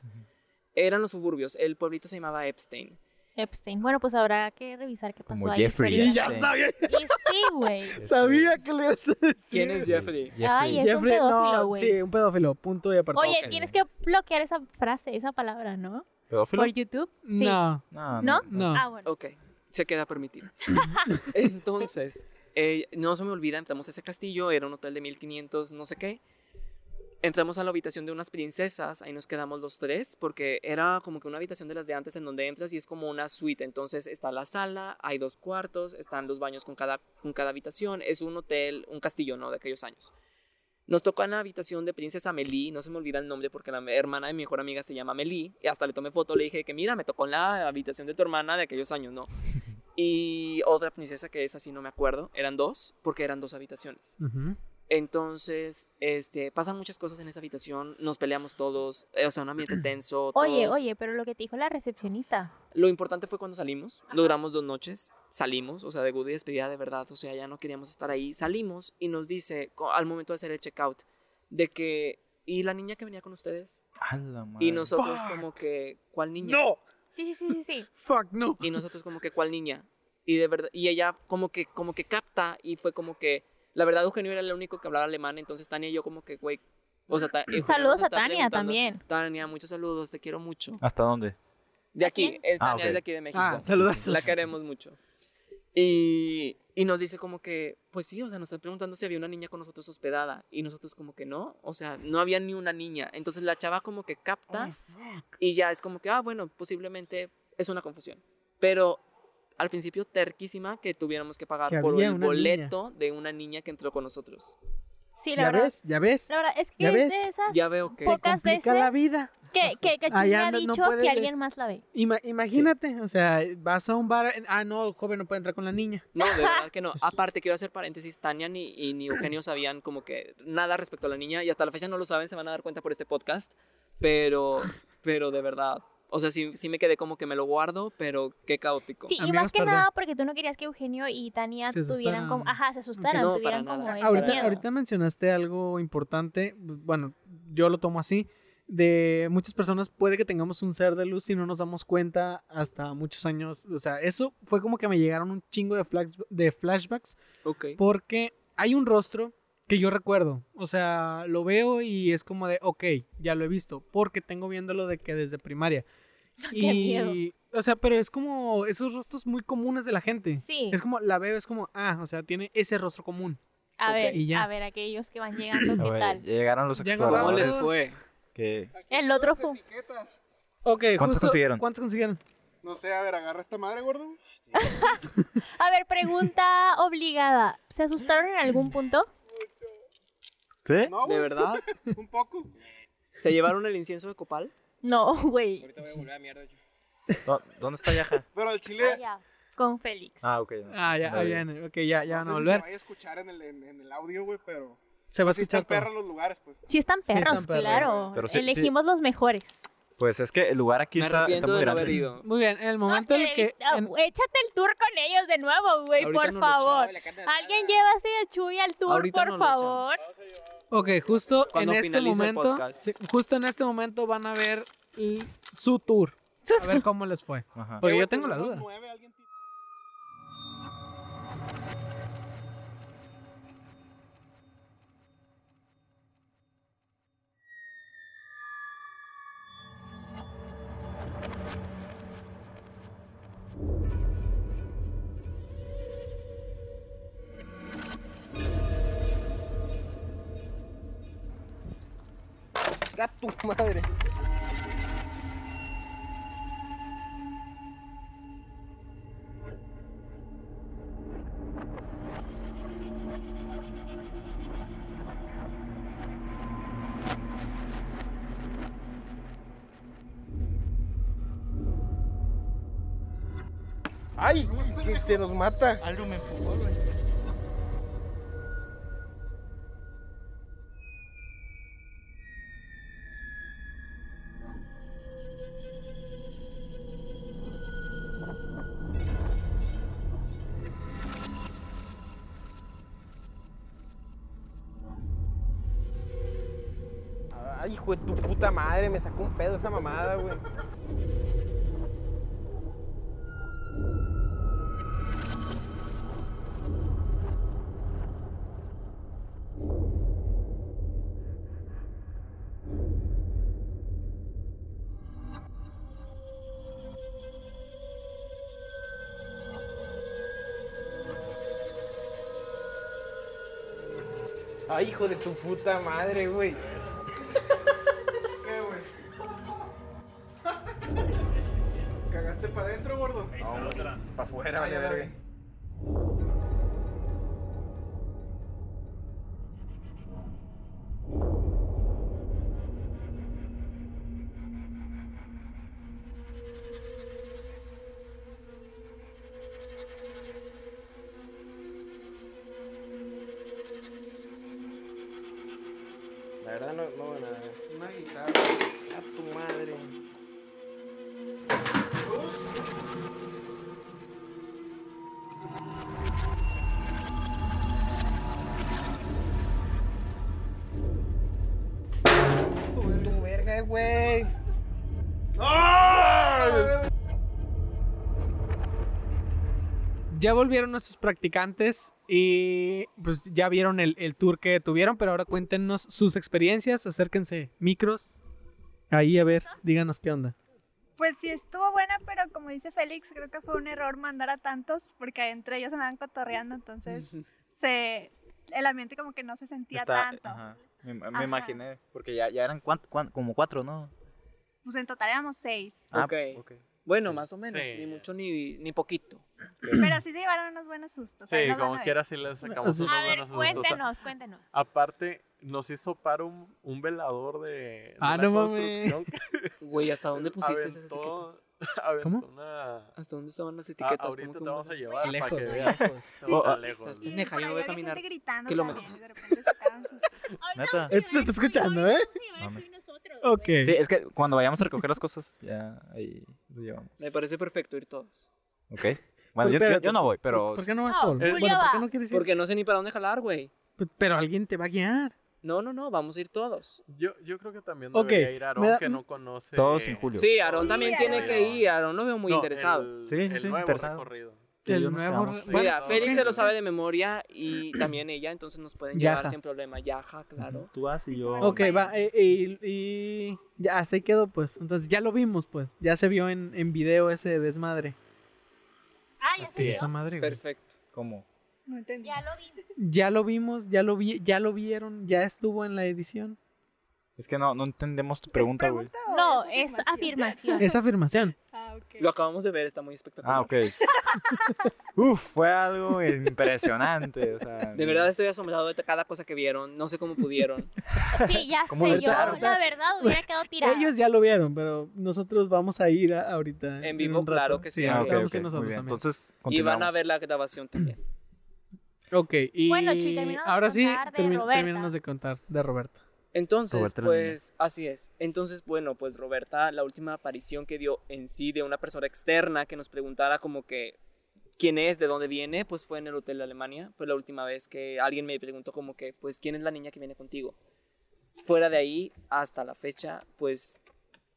Speaker 4: Eran los suburbios, el pueblito se llamaba Epstein.
Speaker 2: Epstein. Bueno, pues habrá que revisar qué pasó
Speaker 3: Como
Speaker 2: ahí.
Speaker 3: Jeffrey
Speaker 1: Y
Speaker 2: Pero-
Speaker 1: ya
Speaker 3: Epstein.
Speaker 1: sabía,
Speaker 2: Y sí, güey.
Speaker 1: sabía que le ibas a decir.
Speaker 4: Este, ¿Quién es Jeffrey?
Speaker 2: Ay, es un
Speaker 1: Jeffrey,
Speaker 2: pedófilo,
Speaker 1: no,
Speaker 2: güey.
Speaker 1: sí, un pedófilo, punto y aparte.
Speaker 2: Oye,
Speaker 3: Ok.
Speaker 2: tienes que bloquear esa frase, esa palabra, ¿no?
Speaker 3: ¿Pedófilo?
Speaker 2: Por YouTube. Sí.
Speaker 1: No,
Speaker 3: No,
Speaker 2: ¿No?
Speaker 1: no.
Speaker 2: Ah, bueno.
Speaker 4: Ok, se queda permitido. Entonces, eh, no se me olvida, entramos a ese castillo, era un hotel de 1500, no sé qué. Entramos a la habitación de unas princesas, ahí nos quedamos los tres, porque era como que una habitación de las de antes en donde entras y es como una suite. Entonces está la sala, hay dos cuartos, están los baños con cada, con cada habitación. Es un hotel, un castillo, ¿no? De aquellos años. Nos tocó en la habitación de Princesa Amelie, no se me olvida el nombre porque la hermana de mi mejor amiga se llama Amelie, y hasta le tomé foto, le dije que mira, me tocó en la habitación de tu hermana de aquellos años, ¿no? Y otra princesa que es así, no me acuerdo, eran dos, porque eran dos habitaciones.
Speaker 1: Ujú.
Speaker 4: Entonces, este, pasan muchas cosas en esa habitación, nos peleamos todos, eh, o sea, un ambiente tenso.
Speaker 2: Oye,
Speaker 4: todos-
Speaker 2: oye, pero lo que te dijo la recepcionista.
Speaker 4: Lo importante fue cuando salimos, lo duramos dos noches, salimos, o sea, de Goody despedida de verdad, o sea, ya no queríamos estar ahí, salimos y nos dice, co- al momento de hacer el checkout, de que, ¿y la niña que venía con ustedes?
Speaker 3: A la
Speaker 4: Y
Speaker 3: madre.
Speaker 4: nosotros como que, ¿cuál niña?
Speaker 6: No.
Speaker 2: Sí, sí, sí, sí, sí.
Speaker 1: Fuck, no.
Speaker 4: y nosotros como que cuál niña y de verdad y ella como que como que capta y fue como que la verdad Eugenio era el único que hablaba alemán entonces Tania y yo como que güey o sea, Ta- Eugenio nos
Speaker 2: Saludos a
Speaker 4: está
Speaker 2: Tania
Speaker 4: preguntando,
Speaker 2: también.
Speaker 4: Tania muchos saludos te quiero mucho
Speaker 3: ¿Hasta dónde?
Speaker 4: de
Speaker 2: ¿A
Speaker 4: aquí
Speaker 2: quién?
Speaker 4: es
Speaker 3: Ah,
Speaker 4: Tania
Speaker 3: ok.
Speaker 4: es de aquí de México
Speaker 1: Ah, saludazos.
Speaker 4: la queremos mucho y, y nos dice como que, pues sí, o sea, nos está preguntando si había una niña con nosotros hospedada. Y nosotros como que no, o sea, no había ni una niña. Entonces la chava como que capta y ya es como que, ah, bueno, posiblemente es una confusión. Pero al principio terquísima que tuviéramos que pagar
Speaker 1: Que
Speaker 4: por
Speaker 1: había
Speaker 4: el
Speaker 1: una
Speaker 4: boleto de una niña que entró con nosotros.
Speaker 2: Sí, la
Speaker 1: ¿Ya
Speaker 2: verdad.
Speaker 1: ves? ¿Ya ves?
Speaker 2: La verdad es que
Speaker 1: ¿Ya
Speaker 2: es
Speaker 1: ves?
Speaker 2: de esas
Speaker 4: Ya veo que...
Speaker 2: Po-
Speaker 1: Te
Speaker 2: pocas
Speaker 1: complica
Speaker 2: veces-
Speaker 1: la vida.
Speaker 2: que, que Cachín
Speaker 1: Ahí
Speaker 2: me ha
Speaker 1: andas, no
Speaker 2: dicho
Speaker 1: puedes
Speaker 2: que
Speaker 1: leer.
Speaker 2: alguien más la ve.
Speaker 1: Ima- imagínate, o sea, vas a un bar. en- ah, no, joven, no puede entrar con la niña.
Speaker 4: No, de verdad que no. Aparte, quiero hacer paréntesis, Tania ni, y ni Eugenio sabían como que nada respecto a la niña y hasta la fecha no lo saben, se van a dar cuenta por este podcast, pero, pero de verdad. O sea, sí, sí me quedé como que me lo guardo, pero qué caótico.
Speaker 2: Sí, y
Speaker 1: Amigos,
Speaker 2: más que
Speaker 1: perdón.
Speaker 2: nada porque tú no querías que Eugenio y Tania
Speaker 1: Se
Speaker 2: tuvieran como...
Speaker 1: asustaran.
Speaker 2: Ajá, se asustaran,
Speaker 4: No, para
Speaker 2: tuvieran
Speaker 4: nada.
Speaker 2: como ese
Speaker 1: Ahorita,
Speaker 2: miedo.
Speaker 1: ahorita mencionaste algo importante, bueno, yo lo tomo así, de muchas personas puede que tengamos un ser de luz y no nos damos cuenta hasta muchos años, o sea, eso fue como que me llegaron un chingo de, flash, de flashbacks
Speaker 4: Ok.
Speaker 1: porque hay un rostro que yo recuerdo, o sea, lo veo y es como de, ok, ya lo he visto, porque tengo viéndolo de que desde primaria.
Speaker 2: Qué miedo.
Speaker 1: o sea, pero es como esos rostros muy comunes de la gente.
Speaker 2: Sí,
Speaker 1: Es como, la veo, es como, ah, o sea, tiene ese rostro común.
Speaker 2: a
Speaker 4: ok,
Speaker 1: y
Speaker 2: ver,
Speaker 1: ya.
Speaker 2: a ver, aquellos que van llegando,
Speaker 3: A
Speaker 2: ¿qué
Speaker 3: ver,
Speaker 2: tal?
Speaker 3: Llegaron los
Speaker 1: Llegaron
Speaker 4: ¿Cómo
Speaker 3: exploradores.
Speaker 4: les
Speaker 1: los-
Speaker 4: fue?
Speaker 3: que-
Speaker 7: Aquí
Speaker 2: El
Speaker 7: están
Speaker 2: otro
Speaker 7: las
Speaker 2: fu-
Speaker 7: etiquetas.
Speaker 1: Ok,
Speaker 3: ¿Cuántos
Speaker 1: justo-
Speaker 3: consiguieron?
Speaker 1: ¿Cuántos consiguieron?
Speaker 7: No sé, a ver, agarra esta madre, gordo.
Speaker 2: A ver, pregunta obligada. ¿Se asustaron en algún punto?
Speaker 3: ¿Sí?
Speaker 7: No,
Speaker 4: ¿De
Speaker 7: güey,
Speaker 4: verdad?
Speaker 7: un poco.
Speaker 4: ¿Se llevaron el incienso de copal?
Speaker 2: No, güey.
Speaker 7: Ahorita voy a volver a mierda yo.
Speaker 3: ¿Dó- ¿Dónde está Yaja?
Speaker 7: Pero el
Speaker 2: Ah,
Speaker 7: chile.
Speaker 2: ya, Con Félix.
Speaker 3: Ah, ok.
Speaker 1: Ah, ya,
Speaker 3: Está
Speaker 1: ah,
Speaker 3: bien.
Speaker 1: bien. Ok, ya, ya van
Speaker 7: no sé
Speaker 1: a
Speaker 7: si
Speaker 1: volver.
Speaker 7: se vaya a escuchar en el, en, en el audio, güey, pero.
Speaker 1: Se va a
Speaker 7: Sí, están
Speaker 1: escuchar todo.
Speaker 7: perros los lugares, pues.
Speaker 2: Sí están
Speaker 1: Sí están
Speaker 2: perros,
Speaker 1: perros,
Speaker 2: claro.
Speaker 3: pero sí-
Speaker 2: Elegimos los mejores.
Speaker 3: Pues es que el lugar aquí
Speaker 4: Me
Speaker 3: está, está
Speaker 4: arrepiento
Speaker 3: muy
Speaker 4: de no
Speaker 3: grande.
Speaker 4: haber ido.
Speaker 1: Muy bien, en el
Speaker 2: No,
Speaker 1: momento en el
Speaker 2: que
Speaker 1: que...
Speaker 2: debiste- ah,
Speaker 1: en-
Speaker 2: Échate el tour con ellos de nuevo, güey,
Speaker 4: Ahorita
Speaker 2: por
Speaker 4: nos lo echamos,
Speaker 2: favor.
Speaker 7: la carne asada.
Speaker 2: Alguien llévase a Chuy al tour,
Speaker 4: Ahorita
Speaker 2: por
Speaker 4: nos lo
Speaker 2: favor.
Speaker 1: Ok, justo en
Speaker 4: Cuando
Speaker 1: este
Speaker 4: finalice el
Speaker 1: momento...
Speaker 4: podcast.
Speaker 1: sí, justo en este momento van a ver l- su tour. A ver cómo les fue.
Speaker 3: Ajá.
Speaker 4: Pues,
Speaker 1: Porque yo tengo la duda.
Speaker 6: ¡A tu madre!
Speaker 8: ¡Ay! Que se nos mata. Algo me empujó, güey. Ay, hijo de tu puta madre, me sacó un pedo esa mamada, güey. Ay, hijo de tu puta madre, güey. ¿Qué, güey? ¿Cagaste para adentro, gordo? No, para afuera, vale, verga. La verdad no, no, veo nada. Una guitarra. A tu madre. Hijo de tu verga, güey.
Speaker 1: Ya volvieron nuestros practicantes y pues ya vieron el, el tour que tuvieron, pero ahora cuéntenos sus experiencias, acérquense, micros. Ahí a ver, díganos qué onda.
Speaker 5: Pues sí, estuvo buena, pero como dice Félix, creo que fue un error mandar a tantos porque entre ellos andaban cotorreando, entonces se, el ambiente como que no se sentía
Speaker 3: Está-
Speaker 5: tanto.
Speaker 3: ajá. Me, me
Speaker 5: Ajá.
Speaker 3: imaginé, porque ya, ya eran cuan- cuan- como cuatro, ¿no?
Speaker 5: Pues en total éramos seis,
Speaker 3: Ah,
Speaker 4: Ok. Bueno, más o menos, ni mucho ni, ni poquito.
Speaker 5: pero sí se llevaron unos buenos sustos. ahí
Speaker 9: Sí,
Speaker 5: nos van
Speaker 9: como
Speaker 5: a ver.
Speaker 9: quiera, sí le sacamos
Speaker 1: Así-
Speaker 9: unos
Speaker 2: A ver,
Speaker 9: buenos sustos. O sea,
Speaker 2: cuéntenos, cuéntenos.
Speaker 4: ah,
Speaker 9: aparte, nos hizo paro un, un velador de, de
Speaker 1: Ah, no
Speaker 9: la
Speaker 1: mames.
Speaker 9: construcción.
Speaker 4: Güey, ¿hasta dónde pusiste esas
Speaker 9: aventó,
Speaker 4: etiquetas?
Speaker 9: aventó
Speaker 1: ¿Cómo?
Speaker 9: una... ah,
Speaker 4: ¿Hasta dónde estaban las etiquetas? ¿Cómo
Speaker 9: ahorita
Speaker 4: que pues.
Speaker 9: te
Speaker 4: un
Speaker 9: vamos a
Speaker 4: buen-
Speaker 9: llevar para que
Speaker 4: Lejos, güey,
Speaker 9: veas.
Speaker 4: lejos.
Speaker 9: Sí, está
Speaker 3: ah,
Speaker 9: lejos.
Speaker 4: estás
Speaker 5: Y
Speaker 4: pendeja,
Speaker 5: por
Speaker 4: yo no
Speaker 5: ahí
Speaker 4: voy a
Speaker 5: había gente
Speaker 4: caminar.
Speaker 5: gritando
Speaker 4: kilómetros.
Speaker 5: también, de repente sacaban sustos.
Speaker 3: Neta.
Speaker 1: Esto se está escuchando, ¿eh? Ok.
Speaker 3: Sí, es que cuando vayamos a recoger las cosas, ya ahí lo llevamos.
Speaker 4: Me parece perfecto ir todos.
Speaker 3: ¿Ok? Bueno, yo, yo-
Speaker 1: Espérate.
Speaker 3: yo no voy, pero...
Speaker 1: ¿Por qué no vas
Speaker 2: No,
Speaker 1: solo?
Speaker 9: Eh,
Speaker 1: bueno,
Speaker 2: Julio
Speaker 1: ¿por qué
Speaker 2: va.
Speaker 1: no quieres ir?
Speaker 4: Porque no sé ni para dónde jalar, güey.
Speaker 1: Pues, Pero alguien te va a guiar.
Speaker 4: No, no, no, vamos a ir todos.
Speaker 9: Yo, yo creo que también
Speaker 1: Ok,
Speaker 9: debería ir
Speaker 1: me
Speaker 9: Aarón,
Speaker 1: da-
Speaker 9: que no conoce...
Speaker 3: Todos sin Julio.
Speaker 4: Sí, Aarón también
Speaker 5: Sí,
Speaker 4: tiene
Speaker 5: Aarón.
Speaker 4: que ir. Aarón lo veo muy
Speaker 9: No,
Speaker 4: interesado.
Speaker 9: el-
Speaker 3: Sí, sí,
Speaker 9: el
Speaker 3: sí,
Speaker 9: nuevo
Speaker 3: interesado.
Speaker 9: recorrido.
Speaker 3: Tú y
Speaker 1: El
Speaker 3: yo nos
Speaker 1: nuevo-
Speaker 3: quedamos-
Speaker 1: bueno,
Speaker 4: Mira,
Speaker 9: todo
Speaker 4: Félix
Speaker 9: bien.
Speaker 4: se lo sabe de memoria y también ella, entonces nos pueden llevar
Speaker 1: Yaja.
Speaker 4: sin problema. Yaja, claro.
Speaker 3: Tú vas y yo...
Speaker 1: Ok, va. eh, eh, y, y ya, hasta ahí quedó, pues. Entonces ya lo vimos, pues. Ya se vio en, en video ese desmadre.
Speaker 2: Ah, ya
Speaker 9: Así
Speaker 2: se
Speaker 9: es.
Speaker 2: vio.
Speaker 1: madre, güey.
Speaker 4: Perfecto.
Speaker 3: ¿Cómo?
Speaker 5: No entendí.
Speaker 2: Ya lo vi.
Speaker 1: Ya lo vimos, ya lo, vi, ya lo vieron, ya estuvo en la edición.
Speaker 3: Es que no, no entendemos tu pregunta, güey.
Speaker 5: o
Speaker 2: No, es afirmación.
Speaker 1: Esa afirmación.
Speaker 5: Ah, ok.
Speaker 4: Lo acabamos de ver, está muy espectacular.
Speaker 3: Ah, ok. Uf, fue algo impresionante, o sea...
Speaker 4: De verdad estoy asombrado de cada cosa que vieron. No sé cómo pudieron.
Speaker 2: Sí, ya sé.
Speaker 3: ¿Cómo
Speaker 2: Yo,
Speaker 3: lucharon?
Speaker 2: la verdad, hubiera quedado tirada.
Speaker 1: Ellos ya lo vieron, pero nosotros vamos a ir a- ahorita.
Speaker 4: En vivo,
Speaker 1: un rato.
Speaker 4: claro que sí.
Speaker 1: ahorita
Speaker 3: Ah,
Speaker 1: vamos a
Speaker 3: ok, ok,
Speaker 1: ir
Speaker 3: muy
Speaker 1: nosotros
Speaker 3: bien.
Speaker 1: también.
Speaker 3: Entonces,
Speaker 4: Y van a
Speaker 3: continuamos.
Speaker 4: ver la grabación también.
Speaker 1: Ok, y
Speaker 2: Bueno, Chuy, terminamos de
Speaker 1: ahora sí,
Speaker 2: contar de
Speaker 1: termi-
Speaker 2: Roberta.
Speaker 1: terminamos de contar de Roberta.
Speaker 4: Entonces,
Speaker 3: Roberta la niña.
Speaker 4: pues, así es. Entonces, bueno, pues Roberta, la última aparición que dio en sí de una persona externa que nos preguntara como que quién es, de dónde viene, pues fue en el Hotel de Alemania. Fue la última vez que alguien me preguntó como que, pues, ¿quién es la niña que viene contigo? Fuera de ahí, hasta la fecha, pues,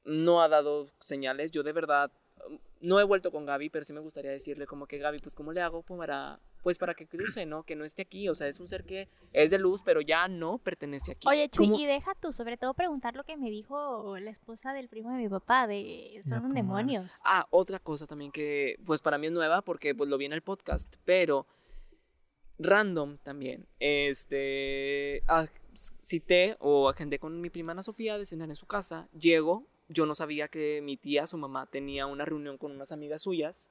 Speaker 4: no ha dado señales. Yo de verdad um, no he vuelto con Gaby, pero sí me gustaría decirle como que, Gaby, pues, ¿cómo le hago para... Pues para que cruce, ¿no? Que no esté aquí. O sea, es un ser que es de luz, pero ya no pertenece aquí.
Speaker 2: Oye, Chuy,
Speaker 4: ¿Cómo-
Speaker 2: y deja tú, sobre todo preguntar lo que me dijo la esposa del primo de mi papá, de
Speaker 3: Ya,
Speaker 2: son
Speaker 3: comadre.
Speaker 2: unos demonios.
Speaker 4: Ah, otra cosa también que pues para mí es nueva porque pues lo vi en el podcast, pero random también. Este, ah, c- cité o agendé con mi prima Ana Sofía de cenar en su casa, llego, yo no sabía que mi tía, su mamá, tenía una reunión con unas amigas suyas,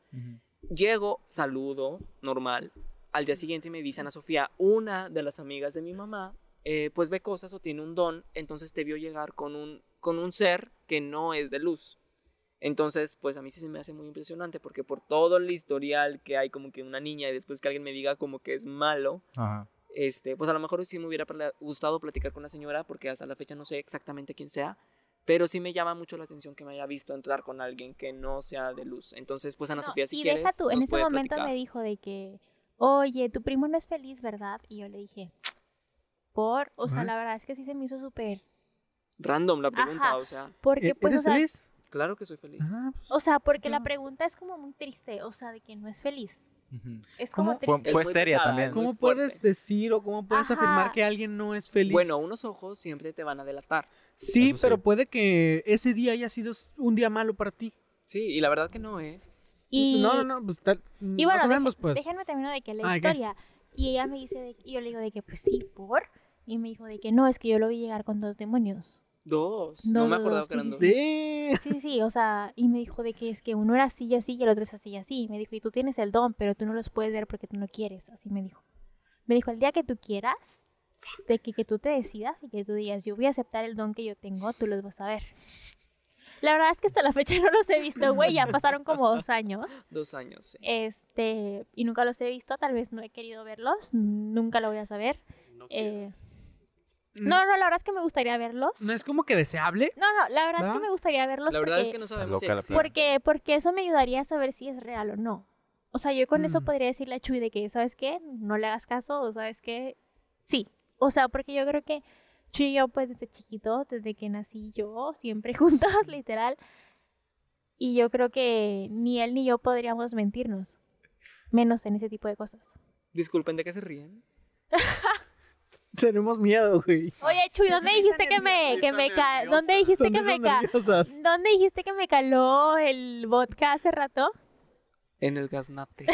Speaker 4: llego, saludo, normal, al día siguiente me dice Ana Sofía, una de las amigas de mi mamá, eh, pues ve cosas o tiene un don, entonces te vio llegar con un, con un ser que no es de luz. Entonces, pues a mí sí se me hace muy impresionante porque por todo el historial que hay como que una niña y después que alguien me diga como que es malo,
Speaker 3: Ajá.
Speaker 4: este, pues a lo mejor sí me hubiera pla- gustado platicar con la señora porque hasta la fecha no sé exactamente quién sea, pero sí me llama mucho la atención que me haya visto entrar con alguien que no sea de luz. Entonces, pues Ana
Speaker 2: No,
Speaker 4: Sofía, si
Speaker 2: y
Speaker 4: quieres,
Speaker 2: deja tú, en
Speaker 4: nos
Speaker 2: ese
Speaker 4: puede
Speaker 2: momento
Speaker 4: platicar.
Speaker 2: me dijo de que, oye, tu primo no es feliz, ¿verdad? Y yo le dije, por, o sea,
Speaker 1: Ajá.
Speaker 2: la verdad es que sí se me hizo súper.
Speaker 4: Random la pregunta,
Speaker 2: Ajá.
Speaker 4: o sea,
Speaker 2: Porque,
Speaker 1: ¿E-
Speaker 2: pues, o
Speaker 1: ¿Eres
Speaker 2: sea,
Speaker 1: feliz?
Speaker 4: claro que soy feliz.
Speaker 1: Ah,
Speaker 2: o sea, porque la
Speaker 1: No.
Speaker 2: pregunta es como muy triste, o sea, de que no es feliz.
Speaker 3: Ujú.
Speaker 2: Es
Speaker 1: ¿Cómo?
Speaker 2: como
Speaker 3: Fue,
Speaker 2: triste.
Speaker 3: fue
Speaker 4: muy
Speaker 3: seria
Speaker 4: pesada,
Speaker 3: también.
Speaker 4: muy
Speaker 1: ¿Cómo
Speaker 4: fuerte.
Speaker 1: puedes decir o cómo puedes afirmar
Speaker 2: Ajá.
Speaker 1: que alguien no es feliz?
Speaker 4: Bueno, unos ojos siempre te van a delatar.
Speaker 1: sí,
Speaker 3: Eso sí.
Speaker 1: pero puede que ese día haya sido un día malo para ti.
Speaker 4: Sí, y la verdad que no, ¿eh?
Speaker 2: Y,
Speaker 1: No, no, no, pues tal,
Speaker 2: y bueno,
Speaker 1: más o
Speaker 2: deje-
Speaker 1: menos, pues.
Speaker 2: déjenme terminar de que la
Speaker 1: Ah, ¿qué?
Speaker 2: historia. Y ella me dice, de- y yo le digo de que, pues sí, por. Y me dijo de que no, es que yo lo vi llegar con dos demonios.
Speaker 4: Dos. No, me
Speaker 2: Dos,
Speaker 4: acordaba que
Speaker 2: sí,
Speaker 4: eran
Speaker 2: sí,
Speaker 4: dos.
Speaker 1: Sí.
Speaker 2: Sí, sí, o sea, y me dijo de que es que uno era así y así y el otro es así y así. Me dijo, y tú tienes el don, pero tú no los puedes ver porque tú no quieres. Así me dijo. Me dijo, el día que tú quieras, de que, que tú te decidas y que tú digas, yo voy a aceptar el don que yo tengo, tú los vas a ver. La verdad es que hasta la fecha no los he visto, güey, ya pasaron como dos años.
Speaker 4: Dos años, sí.
Speaker 2: Este, y nunca los he visto, tal vez no he querido verlos, nunca lo voy a saber.
Speaker 9: No
Speaker 2: Eh,
Speaker 9: quieras.
Speaker 2: no, no, la verdad es que me gustaría verlos.
Speaker 1: Mm. No es como que deseable.
Speaker 2: No, no, la verdad es que
Speaker 1: ¿Verdad?
Speaker 2: me gustaría verlos.
Speaker 4: La verdad es
Speaker 2: porque-
Speaker 4: que no sabemos si
Speaker 3: loca la
Speaker 4: existe.
Speaker 2: porque, porque eso me ayudaría a saber si es real o no. O sea, yo con eso
Speaker 1: Mm.
Speaker 2: podría decirle a Chuy de que, ¿sabes qué? No le hagas caso, o ¿sabes qué? Sí. O sea, porque yo creo que Chuy y yo, pues desde chiquito, desde que nací yo, siempre juntos, literal. Y yo creo que ni él ni yo podríamos mentirnos. Menos en ese tipo de cosas.
Speaker 4: Disculpen de que se ríen.
Speaker 1: Tenemos miedo, güey.
Speaker 2: Oye, Chuy, ¿dónde
Speaker 5: Sí,
Speaker 2: dijiste
Speaker 5: está
Speaker 2: que me,
Speaker 7: nerviosa,
Speaker 2: que
Speaker 7: está
Speaker 2: me ca-
Speaker 7: nerviosa.
Speaker 2: ¿Dónde dijiste
Speaker 1: Son
Speaker 2: que
Speaker 1: de
Speaker 2: me
Speaker 1: esas
Speaker 2: ca-
Speaker 1: nerviosas.
Speaker 2: ¿Dónde dijiste que me caló el vodka hace rato?
Speaker 4: En el gaznate.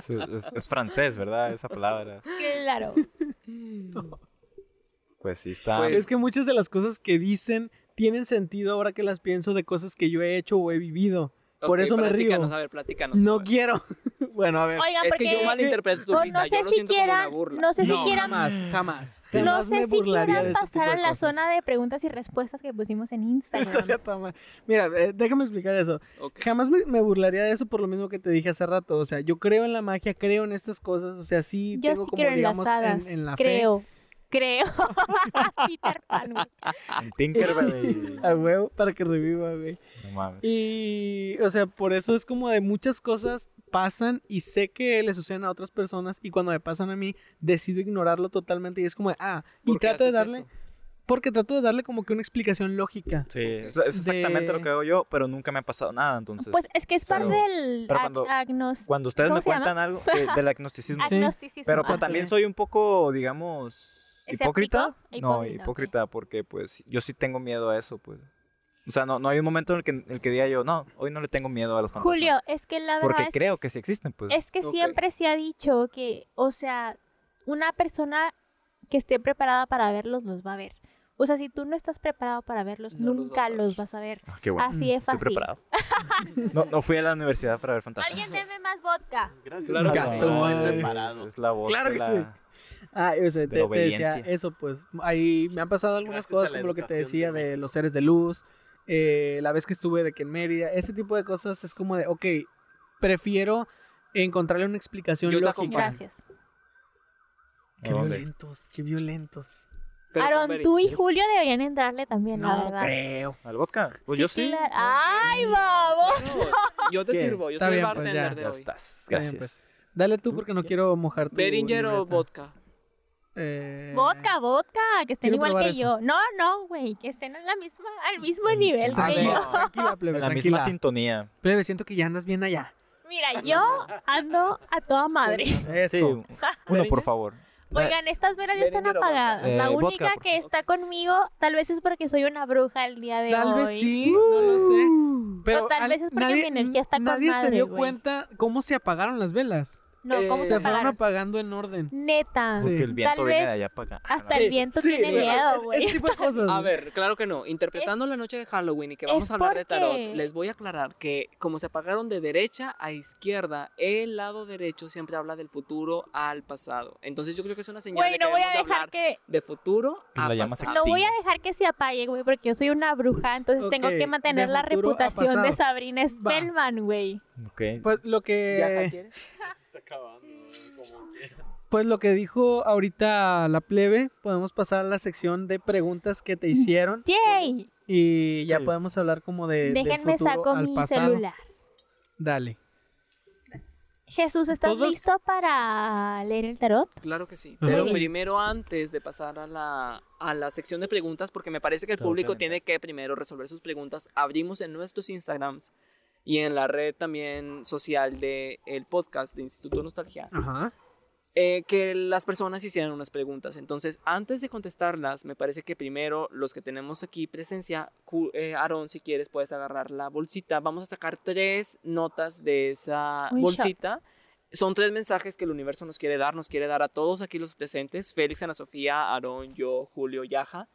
Speaker 3: Es, es- es francés, ¿verdad? Esa palabra.
Speaker 2: Claro.
Speaker 3: Pues sí, está.
Speaker 4: Pues-
Speaker 1: Es que muchas de las cosas que dicen tienen sentido ahora que las pienso de cosas que yo he hecho o he vivido. Por
Speaker 4: Ok,
Speaker 1: eso me río.
Speaker 4: platícanos, a ver, platícanos.
Speaker 1: no
Speaker 4: a ver.
Speaker 1: quiero. bueno, a ver.
Speaker 2: Oigan,
Speaker 4: Es
Speaker 2: porque
Speaker 4: que yo malinterpreto tu
Speaker 2: O
Speaker 4: risa.
Speaker 2: no
Speaker 4: yo
Speaker 2: sé
Speaker 4: lo
Speaker 2: si
Speaker 4: siento
Speaker 2: quieran,
Speaker 4: como una burla.
Speaker 2: no sé
Speaker 1: No,
Speaker 2: si quieran,
Speaker 1: jamás, jamás.
Speaker 3: No
Speaker 2: no
Speaker 1: Jamás me
Speaker 2: sé si
Speaker 1: burlaría de
Speaker 2: quieran
Speaker 1: ese tipo
Speaker 2: pasar
Speaker 1: de
Speaker 2: a la
Speaker 1: cosas.
Speaker 2: zona de preguntas y respuestas que pusimos en
Speaker 1: Estaría
Speaker 2: Instagram.
Speaker 1: tan mal. Mira, eh, déjame explicar eso.
Speaker 4: Ok.
Speaker 1: Jamás me, me burlaría de eso por lo mismo que te dije hace rato. O sea, yo creo en la magia, creo en estas cosas. O sea, sí
Speaker 2: Yo
Speaker 1: tengo
Speaker 2: sí
Speaker 1: como,
Speaker 2: creo en las
Speaker 1: digamos,
Speaker 2: hadas.
Speaker 1: en, en la fe.
Speaker 2: creo. Creo. Peter Pan. güey.
Speaker 3: En Tinkerbell.
Speaker 1: A huevo, para que reviva, güey.
Speaker 3: No mames.
Speaker 1: Y, o sea, por eso es como de muchas cosas pasan y sé que le suceden a otras personas y cuando me pasan a mí decido ignorarlo totalmente y es como, de, ah, y
Speaker 4: ¿Por qué
Speaker 1: trato de
Speaker 4: haces
Speaker 1: darle,
Speaker 4: eso?
Speaker 1: porque trato de darle como que una explicación lógica.
Speaker 3: Sí, es, es exactamente lo que hago yo, pero nunca me ha pasado nada. Entonces,
Speaker 2: Pues es que es parte
Speaker 3: Pero-
Speaker 2: del
Speaker 3: pero
Speaker 2: ag-
Speaker 3: cuando-
Speaker 2: agnos-
Speaker 3: cuando ustedes
Speaker 2: ¿cómo
Speaker 3: me
Speaker 2: se llama?
Speaker 3: cuentan algo sí, del agnosticismo,
Speaker 1: Sí.
Speaker 2: agnosticismo.
Speaker 3: pero pues
Speaker 1: Ah,
Speaker 3: también
Speaker 1: sí.
Speaker 3: soy un poco, digamos,
Speaker 2: ¿Escéptico?
Speaker 3: hipócrita. No,
Speaker 2: Hipócrita, ok.
Speaker 3: hipócrita, porque pues yo sí tengo miedo a eso, pues. O sea, no, no hay un momento en el que, en el que diga yo, no, hoy no le tengo miedo a los fantasmas.
Speaker 2: Julio, es que la verdad
Speaker 3: Porque
Speaker 2: es
Speaker 3: creo que sí existen, pues.
Speaker 2: Es que
Speaker 4: Ok.
Speaker 2: siempre se ha dicho que, o sea, una persona que esté preparada para verlos los va a ver. O sea, si tú no estás preparado para verlos,
Speaker 4: No los vas
Speaker 2: nunca
Speaker 4: a ver.
Speaker 2: los vas a ver.
Speaker 3: Ah, qué bueno.
Speaker 2: Así es
Speaker 3: Estoy
Speaker 2: fácil.
Speaker 3: preparado. No, no fui a la universidad para ver fantasmas.
Speaker 2: Alguien deme más vodka.
Speaker 9: Gracias.
Speaker 4: Claro que
Speaker 9: Ana.
Speaker 4: sí.
Speaker 9: Estoy
Speaker 1: Ay.
Speaker 9: preparado.
Speaker 3: Es la voz.
Speaker 1: Claro
Speaker 3: de
Speaker 1: que
Speaker 3: la-
Speaker 1: sí. Ah, o sea, te, te
Speaker 3: De
Speaker 1: decía
Speaker 3: obediencia.
Speaker 1: eso, pues. Ahí me han pasado algunas
Speaker 9: Gracias
Speaker 1: cosas,
Speaker 9: a la
Speaker 1: como lo que te
Speaker 9: educación
Speaker 1: decía
Speaker 9: del
Speaker 1: de
Speaker 9: mundo.
Speaker 1: los seres de luz, eh, la vez que estuve de que en Mérida, ese tipo de cosas es como de, ok, prefiero encontrarle una explicación
Speaker 4: Yo te
Speaker 1: lógica.
Speaker 4: acompaño.
Speaker 2: Gracias.
Speaker 1: Qué violentos, qué violentos.
Speaker 4: Pero
Speaker 2: Aaron,
Speaker 4: Cranberry.
Speaker 2: tú y Julio deberían entrarle también, la
Speaker 1: No
Speaker 2: verdad.
Speaker 1: creo.
Speaker 3: ¿Al vodka? Pues yo sí.
Speaker 2: claro. ¡Ay, vamos!
Speaker 4: No, yo te
Speaker 3: ¿Quién?
Speaker 4: sirvo, yo
Speaker 1: Está
Speaker 4: soy el
Speaker 1: bien, pues,
Speaker 4: bartender
Speaker 1: ya.
Speaker 4: de
Speaker 3: Ya
Speaker 4: hoy.
Speaker 3: estás.
Speaker 1: Está bien,
Speaker 3: Gracias.
Speaker 1: pues. Dale tú porque no quiero mojar tu
Speaker 4: Beringer o
Speaker 1: libreta.
Speaker 4: vodka.
Speaker 1: Eh,
Speaker 2: Vodka, vodka, que estén
Speaker 1: Quiero
Speaker 2: igual
Speaker 1: probar
Speaker 2: que
Speaker 1: eso.
Speaker 2: yo. No, no, güey, que estén en la misma, al mismo
Speaker 3: En-
Speaker 2: nivel
Speaker 3: en la
Speaker 2: que yo.
Speaker 1: Tranquila, tranquila, plebe,
Speaker 3: En la
Speaker 1: tranquila.
Speaker 3: misma sintonía.
Speaker 1: Plebe, siento que ya andas bien allá.
Speaker 2: Mira, yo ando a toda madre.
Speaker 3: Sí,
Speaker 1: Eso.
Speaker 3: uno, por
Speaker 4: ¿Beringer?
Speaker 3: favor.
Speaker 2: Oigan, estas velas ya están
Speaker 4: Beringer o vodka.
Speaker 2: apagadas.
Speaker 3: Eh,
Speaker 2: la
Speaker 3: vodka,
Speaker 2: única
Speaker 3: por
Speaker 2: que
Speaker 3: favor.
Speaker 2: está conmigo, tal vez es porque soy una bruja el día de hoy.
Speaker 1: Tal vez sí, no lo sé. Pero
Speaker 2: O tal
Speaker 1: al-
Speaker 2: vez es porque
Speaker 1: nadie,
Speaker 2: mi energía está con
Speaker 1: Nadie se
Speaker 2: madre,
Speaker 1: dio
Speaker 2: güey.
Speaker 1: cuenta cómo se apagaron las velas.
Speaker 2: No, ¿cómo
Speaker 4: Eh,
Speaker 2: se
Speaker 1: Se fueron
Speaker 2: apagaron?
Speaker 1: apagando en orden.
Speaker 2: Neta.
Speaker 1: Sí.
Speaker 3: Porque el viento
Speaker 2: Tal
Speaker 3: viene
Speaker 2: vez
Speaker 3: de allá para acá.
Speaker 2: Hasta
Speaker 1: Sí,
Speaker 2: el viento
Speaker 1: sí,
Speaker 2: tiene
Speaker 1: bueno,
Speaker 2: miedo,
Speaker 1: es-
Speaker 2: güey.
Speaker 1: Ese tipo de cosas.
Speaker 4: A ver, claro que no. Interpretando la noche de Halloween y que
Speaker 2: es
Speaker 4: vamos a hablar de tarot,
Speaker 2: porque-
Speaker 4: les voy a aclarar que como se apagaron de derecha a izquierda, el lado derecho siempre habla del futuro al pasado. Entonces yo creo que es una señal
Speaker 2: Güey,
Speaker 4: de que
Speaker 2: no voy a
Speaker 4: debemos de
Speaker 2: dejar
Speaker 4: hablar
Speaker 2: que
Speaker 4: de futuro
Speaker 3: Y la
Speaker 4: a
Speaker 3: llama
Speaker 4: pasado.
Speaker 2: no voy a dejar que se apague, güey, porque yo soy una bruja, entonces tengo
Speaker 1: Ok,
Speaker 2: que mantener
Speaker 1: de
Speaker 2: la
Speaker 1: futuro a
Speaker 2: reputación de
Speaker 1: pasado.
Speaker 2: Sabrina Spellman, güey.
Speaker 3: Ok.
Speaker 1: Pues lo
Speaker 4: ¿Ya,
Speaker 1: que
Speaker 4: Jaquier?
Speaker 9: Está acabando. Como que...
Speaker 1: pues lo que dijo ahorita la plebe, podemos pasar a la sección de preguntas que te hicieron
Speaker 2: ¡Yay!
Speaker 1: y ya
Speaker 3: Sí.
Speaker 1: podemos hablar como eh, de del
Speaker 2: Déjenme
Speaker 1: futuro
Speaker 2: saco
Speaker 1: al
Speaker 2: mi
Speaker 1: pasado.
Speaker 2: celular.
Speaker 1: Dale.
Speaker 2: Jesús, ¿estás
Speaker 1: Todos-
Speaker 2: listo para leer el tarot?
Speaker 4: Claro que sí.
Speaker 1: Muy
Speaker 4: Pero
Speaker 2: bien.
Speaker 4: primero, antes de pasar a la, a la sección de preguntas, porque me parece que el
Speaker 3: Claro,
Speaker 4: público
Speaker 3: claro.
Speaker 4: tiene que primero resolver sus preguntas, abrimos en nuestros Instagrams y en la red también social del el podcast de Instituto Nostalgia,
Speaker 1: Ajá.
Speaker 4: eh, que las personas hicieran unas preguntas. Entonces, antes de contestarlas, me parece que primero los que tenemos aquí presencia, cu- eh, Aarón, si quieres, puedes agarrar la bolsita. Vamos a sacar tres notas de esa
Speaker 2: Un shot.
Speaker 4: bolsita. Son tres mensajes que el universo nos quiere dar, nos quiere dar a todos aquí los presentes, Félix, Ana Sofía, Aarón, yo, Julio, Yaja.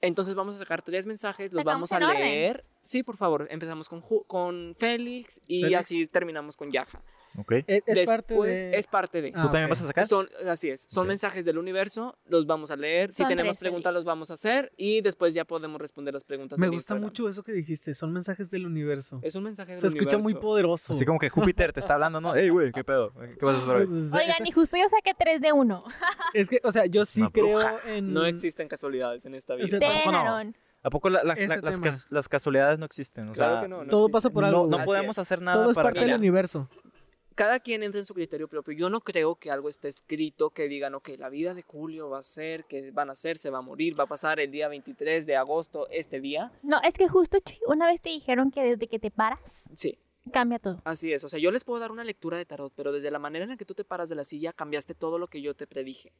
Speaker 4: Entonces vamos a sacar tres mensajes, los
Speaker 2: ¿Sacamos
Speaker 4: vamos a
Speaker 2: en orden?
Speaker 4: leer. Sí, por favor, empezamos con, Ju- con Félix y
Speaker 1: Félix.
Speaker 4: así terminamos con Yaja.
Speaker 3: Ok.
Speaker 1: E, Es, es parte
Speaker 4: Después-
Speaker 1: de
Speaker 4: Es parte de...
Speaker 1: Ah,
Speaker 3: ¿Tú también
Speaker 1: ok.
Speaker 3: vas a sacar?
Speaker 4: Son, así es, son
Speaker 3: Ok.
Speaker 4: mensajes del universo, los vamos a leer.
Speaker 2: Son
Speaker 4: si tenemos
Speaker 2: tres,
Speaker 4: preguntas,
Speaker 2: Félix.
Speaker 4: los vamos a hacer y después ya podemos responder las preguntas.
Speaker 1: Me
Speaker 4: del
Speaker 1: gusta
Speaker 4: Instagram.
Speaker 1: mucho eso que dijiste, son mensajes del universo.
Speaker 4: Es un mensaje del
Speaker 1: Se escucha muy
Speaker 4: universo.
Speaker 1: poderoso.
Speaker 3: Así como que Júpiter te está hablando, ¿no? Ey, güey, ¿qué pedo? ¿Qué vas a hacer hoy?
Speaker 1: Pues,
Speaker 2: Oigan, y justo yo saqué 3 de 1.
Speaker 1: Es que, o sea, yo sí
Speaker 3: Una
Speaker 1: creo
Speaker 3: bruja.
Speaker 1: en.
Speaker 4: No existen casualidades en esta vida.
Speaker 1: Ese-
Speaker 2: Ten,
Speaker 3: tampoco no.
Speaker 2: Aarón.
Speaker 3: ¿A poco la- la- la-
Speaker 1: Ese
Speaker 3: las,
Speaker 1: tema.
Speaker 3: cas- las casualidades no existen? O
Speaker 4: Claro
Speaker 3: sea,
Speaker 4: que no. no
Speaker 1: Todo
Speaker 4: existen.
Speaker 1: pasa por algo.
Speaker 3: No, no
Speaker 1: güey.
Speaker 4: Así
Speaker 3: podemos
Speaker 4: es.
Speaker 3: hacer nada
Speaker 1: Todo es
Speaker 3: para
Speaker 1: parte del
Speaker 4: Mira.
Speaker 1: universo.
Speaker 4: Cada quien entra en su criterio propio. Yo no creo que algo esté escrito que digan, ok, la vida de Julio va a ser, que van a ser, se va a morir, va a pasar el día 23 de agosto, este día.
Speaker 2: No, es que justo Chuy, una vez te dijeron que desde que te paras,
Speaker 4: Sí,
Speaker 2: cambia todo.
Speaker 4: así es. O sea, yo les puedo dar una lectura de tarot, pero desde la manera en la que tú te paras de la silla cambiaste todo lo que yo te predije.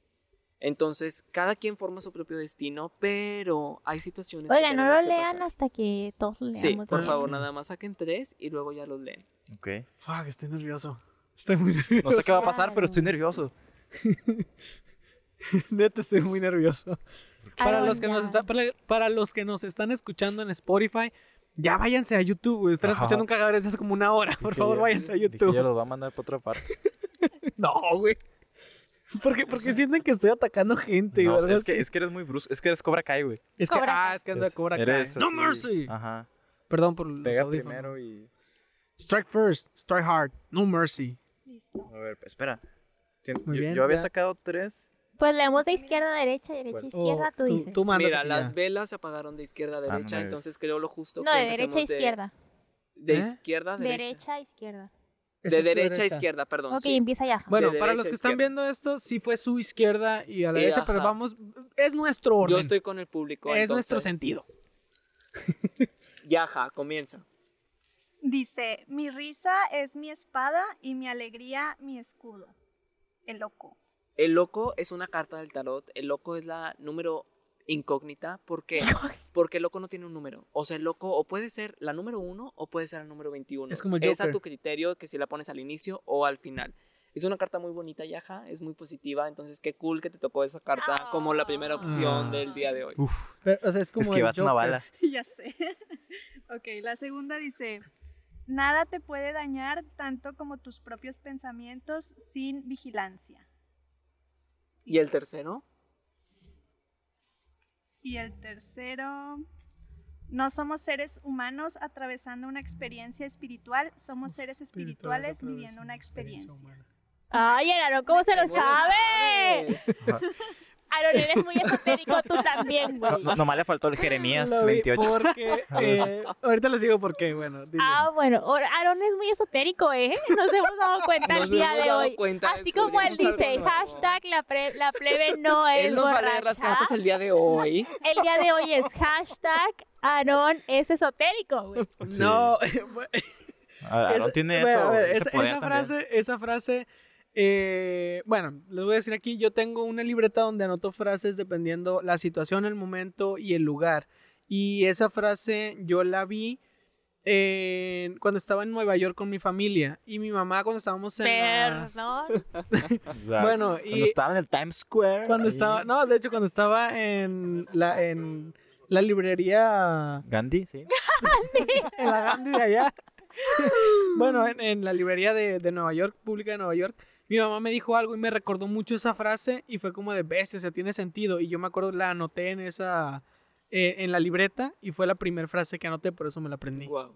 Speaker 4: Entonces, cada quien forma su propio destino, pero hay situaciones que
Speaker 2: Oigan, no
Speaker 4: tenemos
Speaker 2: lo
Speaker 4: que
Speaker 2: lean
Speaker 4: pasar.
Speaker 2: hasta que todos lo leamos.
Speaker 4: Sí, por
Speaker 2: ¿no?
Speaker 4: favor, nada más saquen tres y luego ya los leen.
Speaker 3: Ok.
Speaker 1: Fuck, estoy nervioso. Estoy muy nervioso.
Speaker 3: No sé qué va a pasar,
Speaker 2: Claro.
Speaker 3: pero estoy nervioso.
Speaker 1: Neta, estoy muy nervioso. Para
Speaker 2: Aarón,
Speaker 1: los, que nos
Speaker 2: ya.
Speaker 1: están, para, para los que nos están escuchando en Spotify, ya váyanse a YouTube. güey. Están
Speaker 3: Ajá.
Speaker 1: escuchando un cagadero desde hace como una hora. Por
Speaker 3: Dije
Speaker 1: favor,
Speaker 3: yo-
Speaker 1: váyanse a
Speaker 3: dije
Speaker 1: YouTube.
Speaker 3: yo los va a mandar para otra parte.
Speaker 1: No, güey. Porque, porque sienten que estoy atacando gente.
Speaker 3: No,
Speaker 1: o algo
Speaker 3: es, que,
Speaker 1: así.
Speaker 3: es que eres muy brusco. Es que eres Cobra Kai, güey.
Speaker 1: Es que-
Speaker 2: Cobra
Speaker 1: ah,
Speaker 2: Kai.
Speaker 1: es que ando de
Speaker 3: Es-
Speaker 1: Cobra Kai.
Speaker 3: eres
Speaker 1: No
Speaker 3: así,
Speaker 1: mercy.
Speaker 3: Ajá.
Speaker 1: Perdón por los
Speaker 3: Pega
Speaker 1: audífonos.
Speaker 3: primero y...
Speaker 1: Strike first, strike hard, no mercy.
Speaker 3: A ver, espera. Tien-
Speaker 1: Muy
Speaker 3: yo,
Speaker 1: bien,
Speaker 3: yo había
Speaker 1: ya.
Speaker 3: sacado tres.
Speaker 2: Pues leemos de izquierda a derecha, derecha a
Speaker 3: Bueno.
Speaker 2: izquierda,
Speaker 1: O
Speaker 2: tú dices.
Speaker 1: oh, tú mandas,
Speaker 4: Mira,
Speaker 1: Sofía.
Speaker 4: las velas se apagaron de
Speaker 1: Ah,
Speaker 4: izquierda a
Speaker 3: no
Speaker 4: derecha,
Speaker 3: me ves.
Speaker 4: entonces creo lo justo
Speaker 2: No,
Speaker 4: que
Speaker 2: de derecha a
Speaker 4: empecemos de-
Speaker 2: izquierda.
Speaker 4: De,
Speaker 1: ¿Eh?
Speaker 4: izquierda a derecha.
Speaker 2: Derecha a izquierda.
Speaker 1: Esa
Speaker 4: De
Speaker 1: es tu
Speaker 4: derecha a izquierda, perdón.
Speaker 2: Ok,
Speaker 4: sí.
Speaker 2: empieza ya.
Speaker 1: Bueno,
Speaker 4: De
Speaker 1: para
Speaker 4: derecha
Speaker 1: los
Speaker 4: a
Speaker 1: que están
Speaker 4: izquierda.
Speaker 1: viendo esto, sí fue su izquierda y a la
Speaker 4: Y
Speaker 1: derecha, pero
Speaker 4: ajá.
Speaker 1: vamos, es nuestro orden.
Speaker 4: Yo estoy con el público.
Speaker 1: es nuestro
Speaker 4: entonces,
Speaker 1: sentido.
Speaker 4: Yaja, comienza.
Speaker 5: Dice, mi risa es mi espada y mi alegría mi escudo. El loco.
Speaker 4: El loco es una carta del tarot. El loco es la número incógnita. ¿Por qué? Porque el loco no tiene un número. O sea, el loco o puede ser la número uno o puede ser la número 21.
Speaker 1: Es como el
Speaker 4: a
Speaker 1: Joker.
Speaker 4: tu criterio que si la pones al inicio o al final. Es una carta muy bonita, Yaja. Es muy positiva. Entonces, qué cool que te tocó esa carta como la primera opción
Speaker 1: Ah.
Speaker 4: del día de hoy.
Speaker 3: Uf,
Speaker 1: Pero, o sea, es como el
Speaker 3: esquivaste una
Speaker 1: Joker.
Speaker 3: bala.
Speaker 5: ya sé. ok, la segunda dice, nada te puede dañar tanto como tus propios pensamientos sin vigilancia.
Speaker 4: Y el tercero,
Speaker 5: Y el tercero, no somos seres humanos atravesando una experiencia espiritual, somos seres espirituales viviendo una experiencia.
Speaker 2: Ay, Aaron, ¿cómo se lo
Speaker 4: ¿Cómo lo
Speaker 2: sabe?
Speaker 4: sabes?
Speaker 2: Aaron, eres muy esotérico tú también,
Speaker 3: No,
Speaker 2: güey.
Speaker 3: no- nomás le faltó el Jeremías
Speaker 1: Lo vi
Speaker 3: 28.
Speaker 1: Porque, eh, ahorita les digo por qué, bueno. dile.
Speaker 2: Ah, bueno, o- Aaron es muy esotérico, ¿eh? Nos hemos dado cuenta el
Speaker 4: Nos
Speaker 2: día
Speaker 4: hemos
Speaker 2: de
Speaker 4: dado
Speaker 2: hoy.
Speaker 4: cuenta,
Speaker 2: Así como él
Speaker 4: descubrimos
Speaker 2: dice,
Speaker 4: algo nuevo.
Speaker 2: hashtag la, pre- la plebe no es
Speaker 4: Él nos va a leer las
Speaker 2: borracha.
Speaker 4: cartas el día de hoy.
Speaker 2: El día de hoy es hashtag Aarón es esotérico, güey.
Speaker 1: No, bueno,
Speaker 3: A- Aarón
Speaker 1: esa-
Speaker 3: Ah, tiene
Speaker 1: bueno,
Speaker 3: eso.
Speaker 1: a ver,
Speaker 3: ese
Speaker 1: esa,
Speaker 3: poder
Speaker 1: esa
Speaker 3: también.
Speaker 1: frase, esa frase, eh, bueno, les voy a decir aquí, yo tengo una libreta donde anoto frases dependiendo la situación, el momento y el lugar. Y esa frase yo la vi eh, cuando estaba en Nueva York con mi familia y mi mamá cuando estábamos en... la-
Speaker 2: Perdón.
Speaker 3: O sea,
Speaker 1: Bueno,
Speaker 3: Cuando
Speaker 1: y
Speaker 3: estaba en el Times Square.
Speaker 1: cuando
Speaker 3: ahí,
Speaker 1: estaba, no, de hecho cuando estaba en la, en la librería
Speaker 3: Gandhi, sí.
Speaker 1: en la Gandhi de allá. bueno, en, en la librería de, de Nueva York, pública de Nueva York, mi mamá me dijo algo y me recordó mucho esa frase y fue como de bestia, o sea, tiene sentido. Y yo me acuerdo, la anoté en esa, eh, en la libreta y fue la primera frase que anoté, por eso me la aprendí.
Speaker 4: Wow.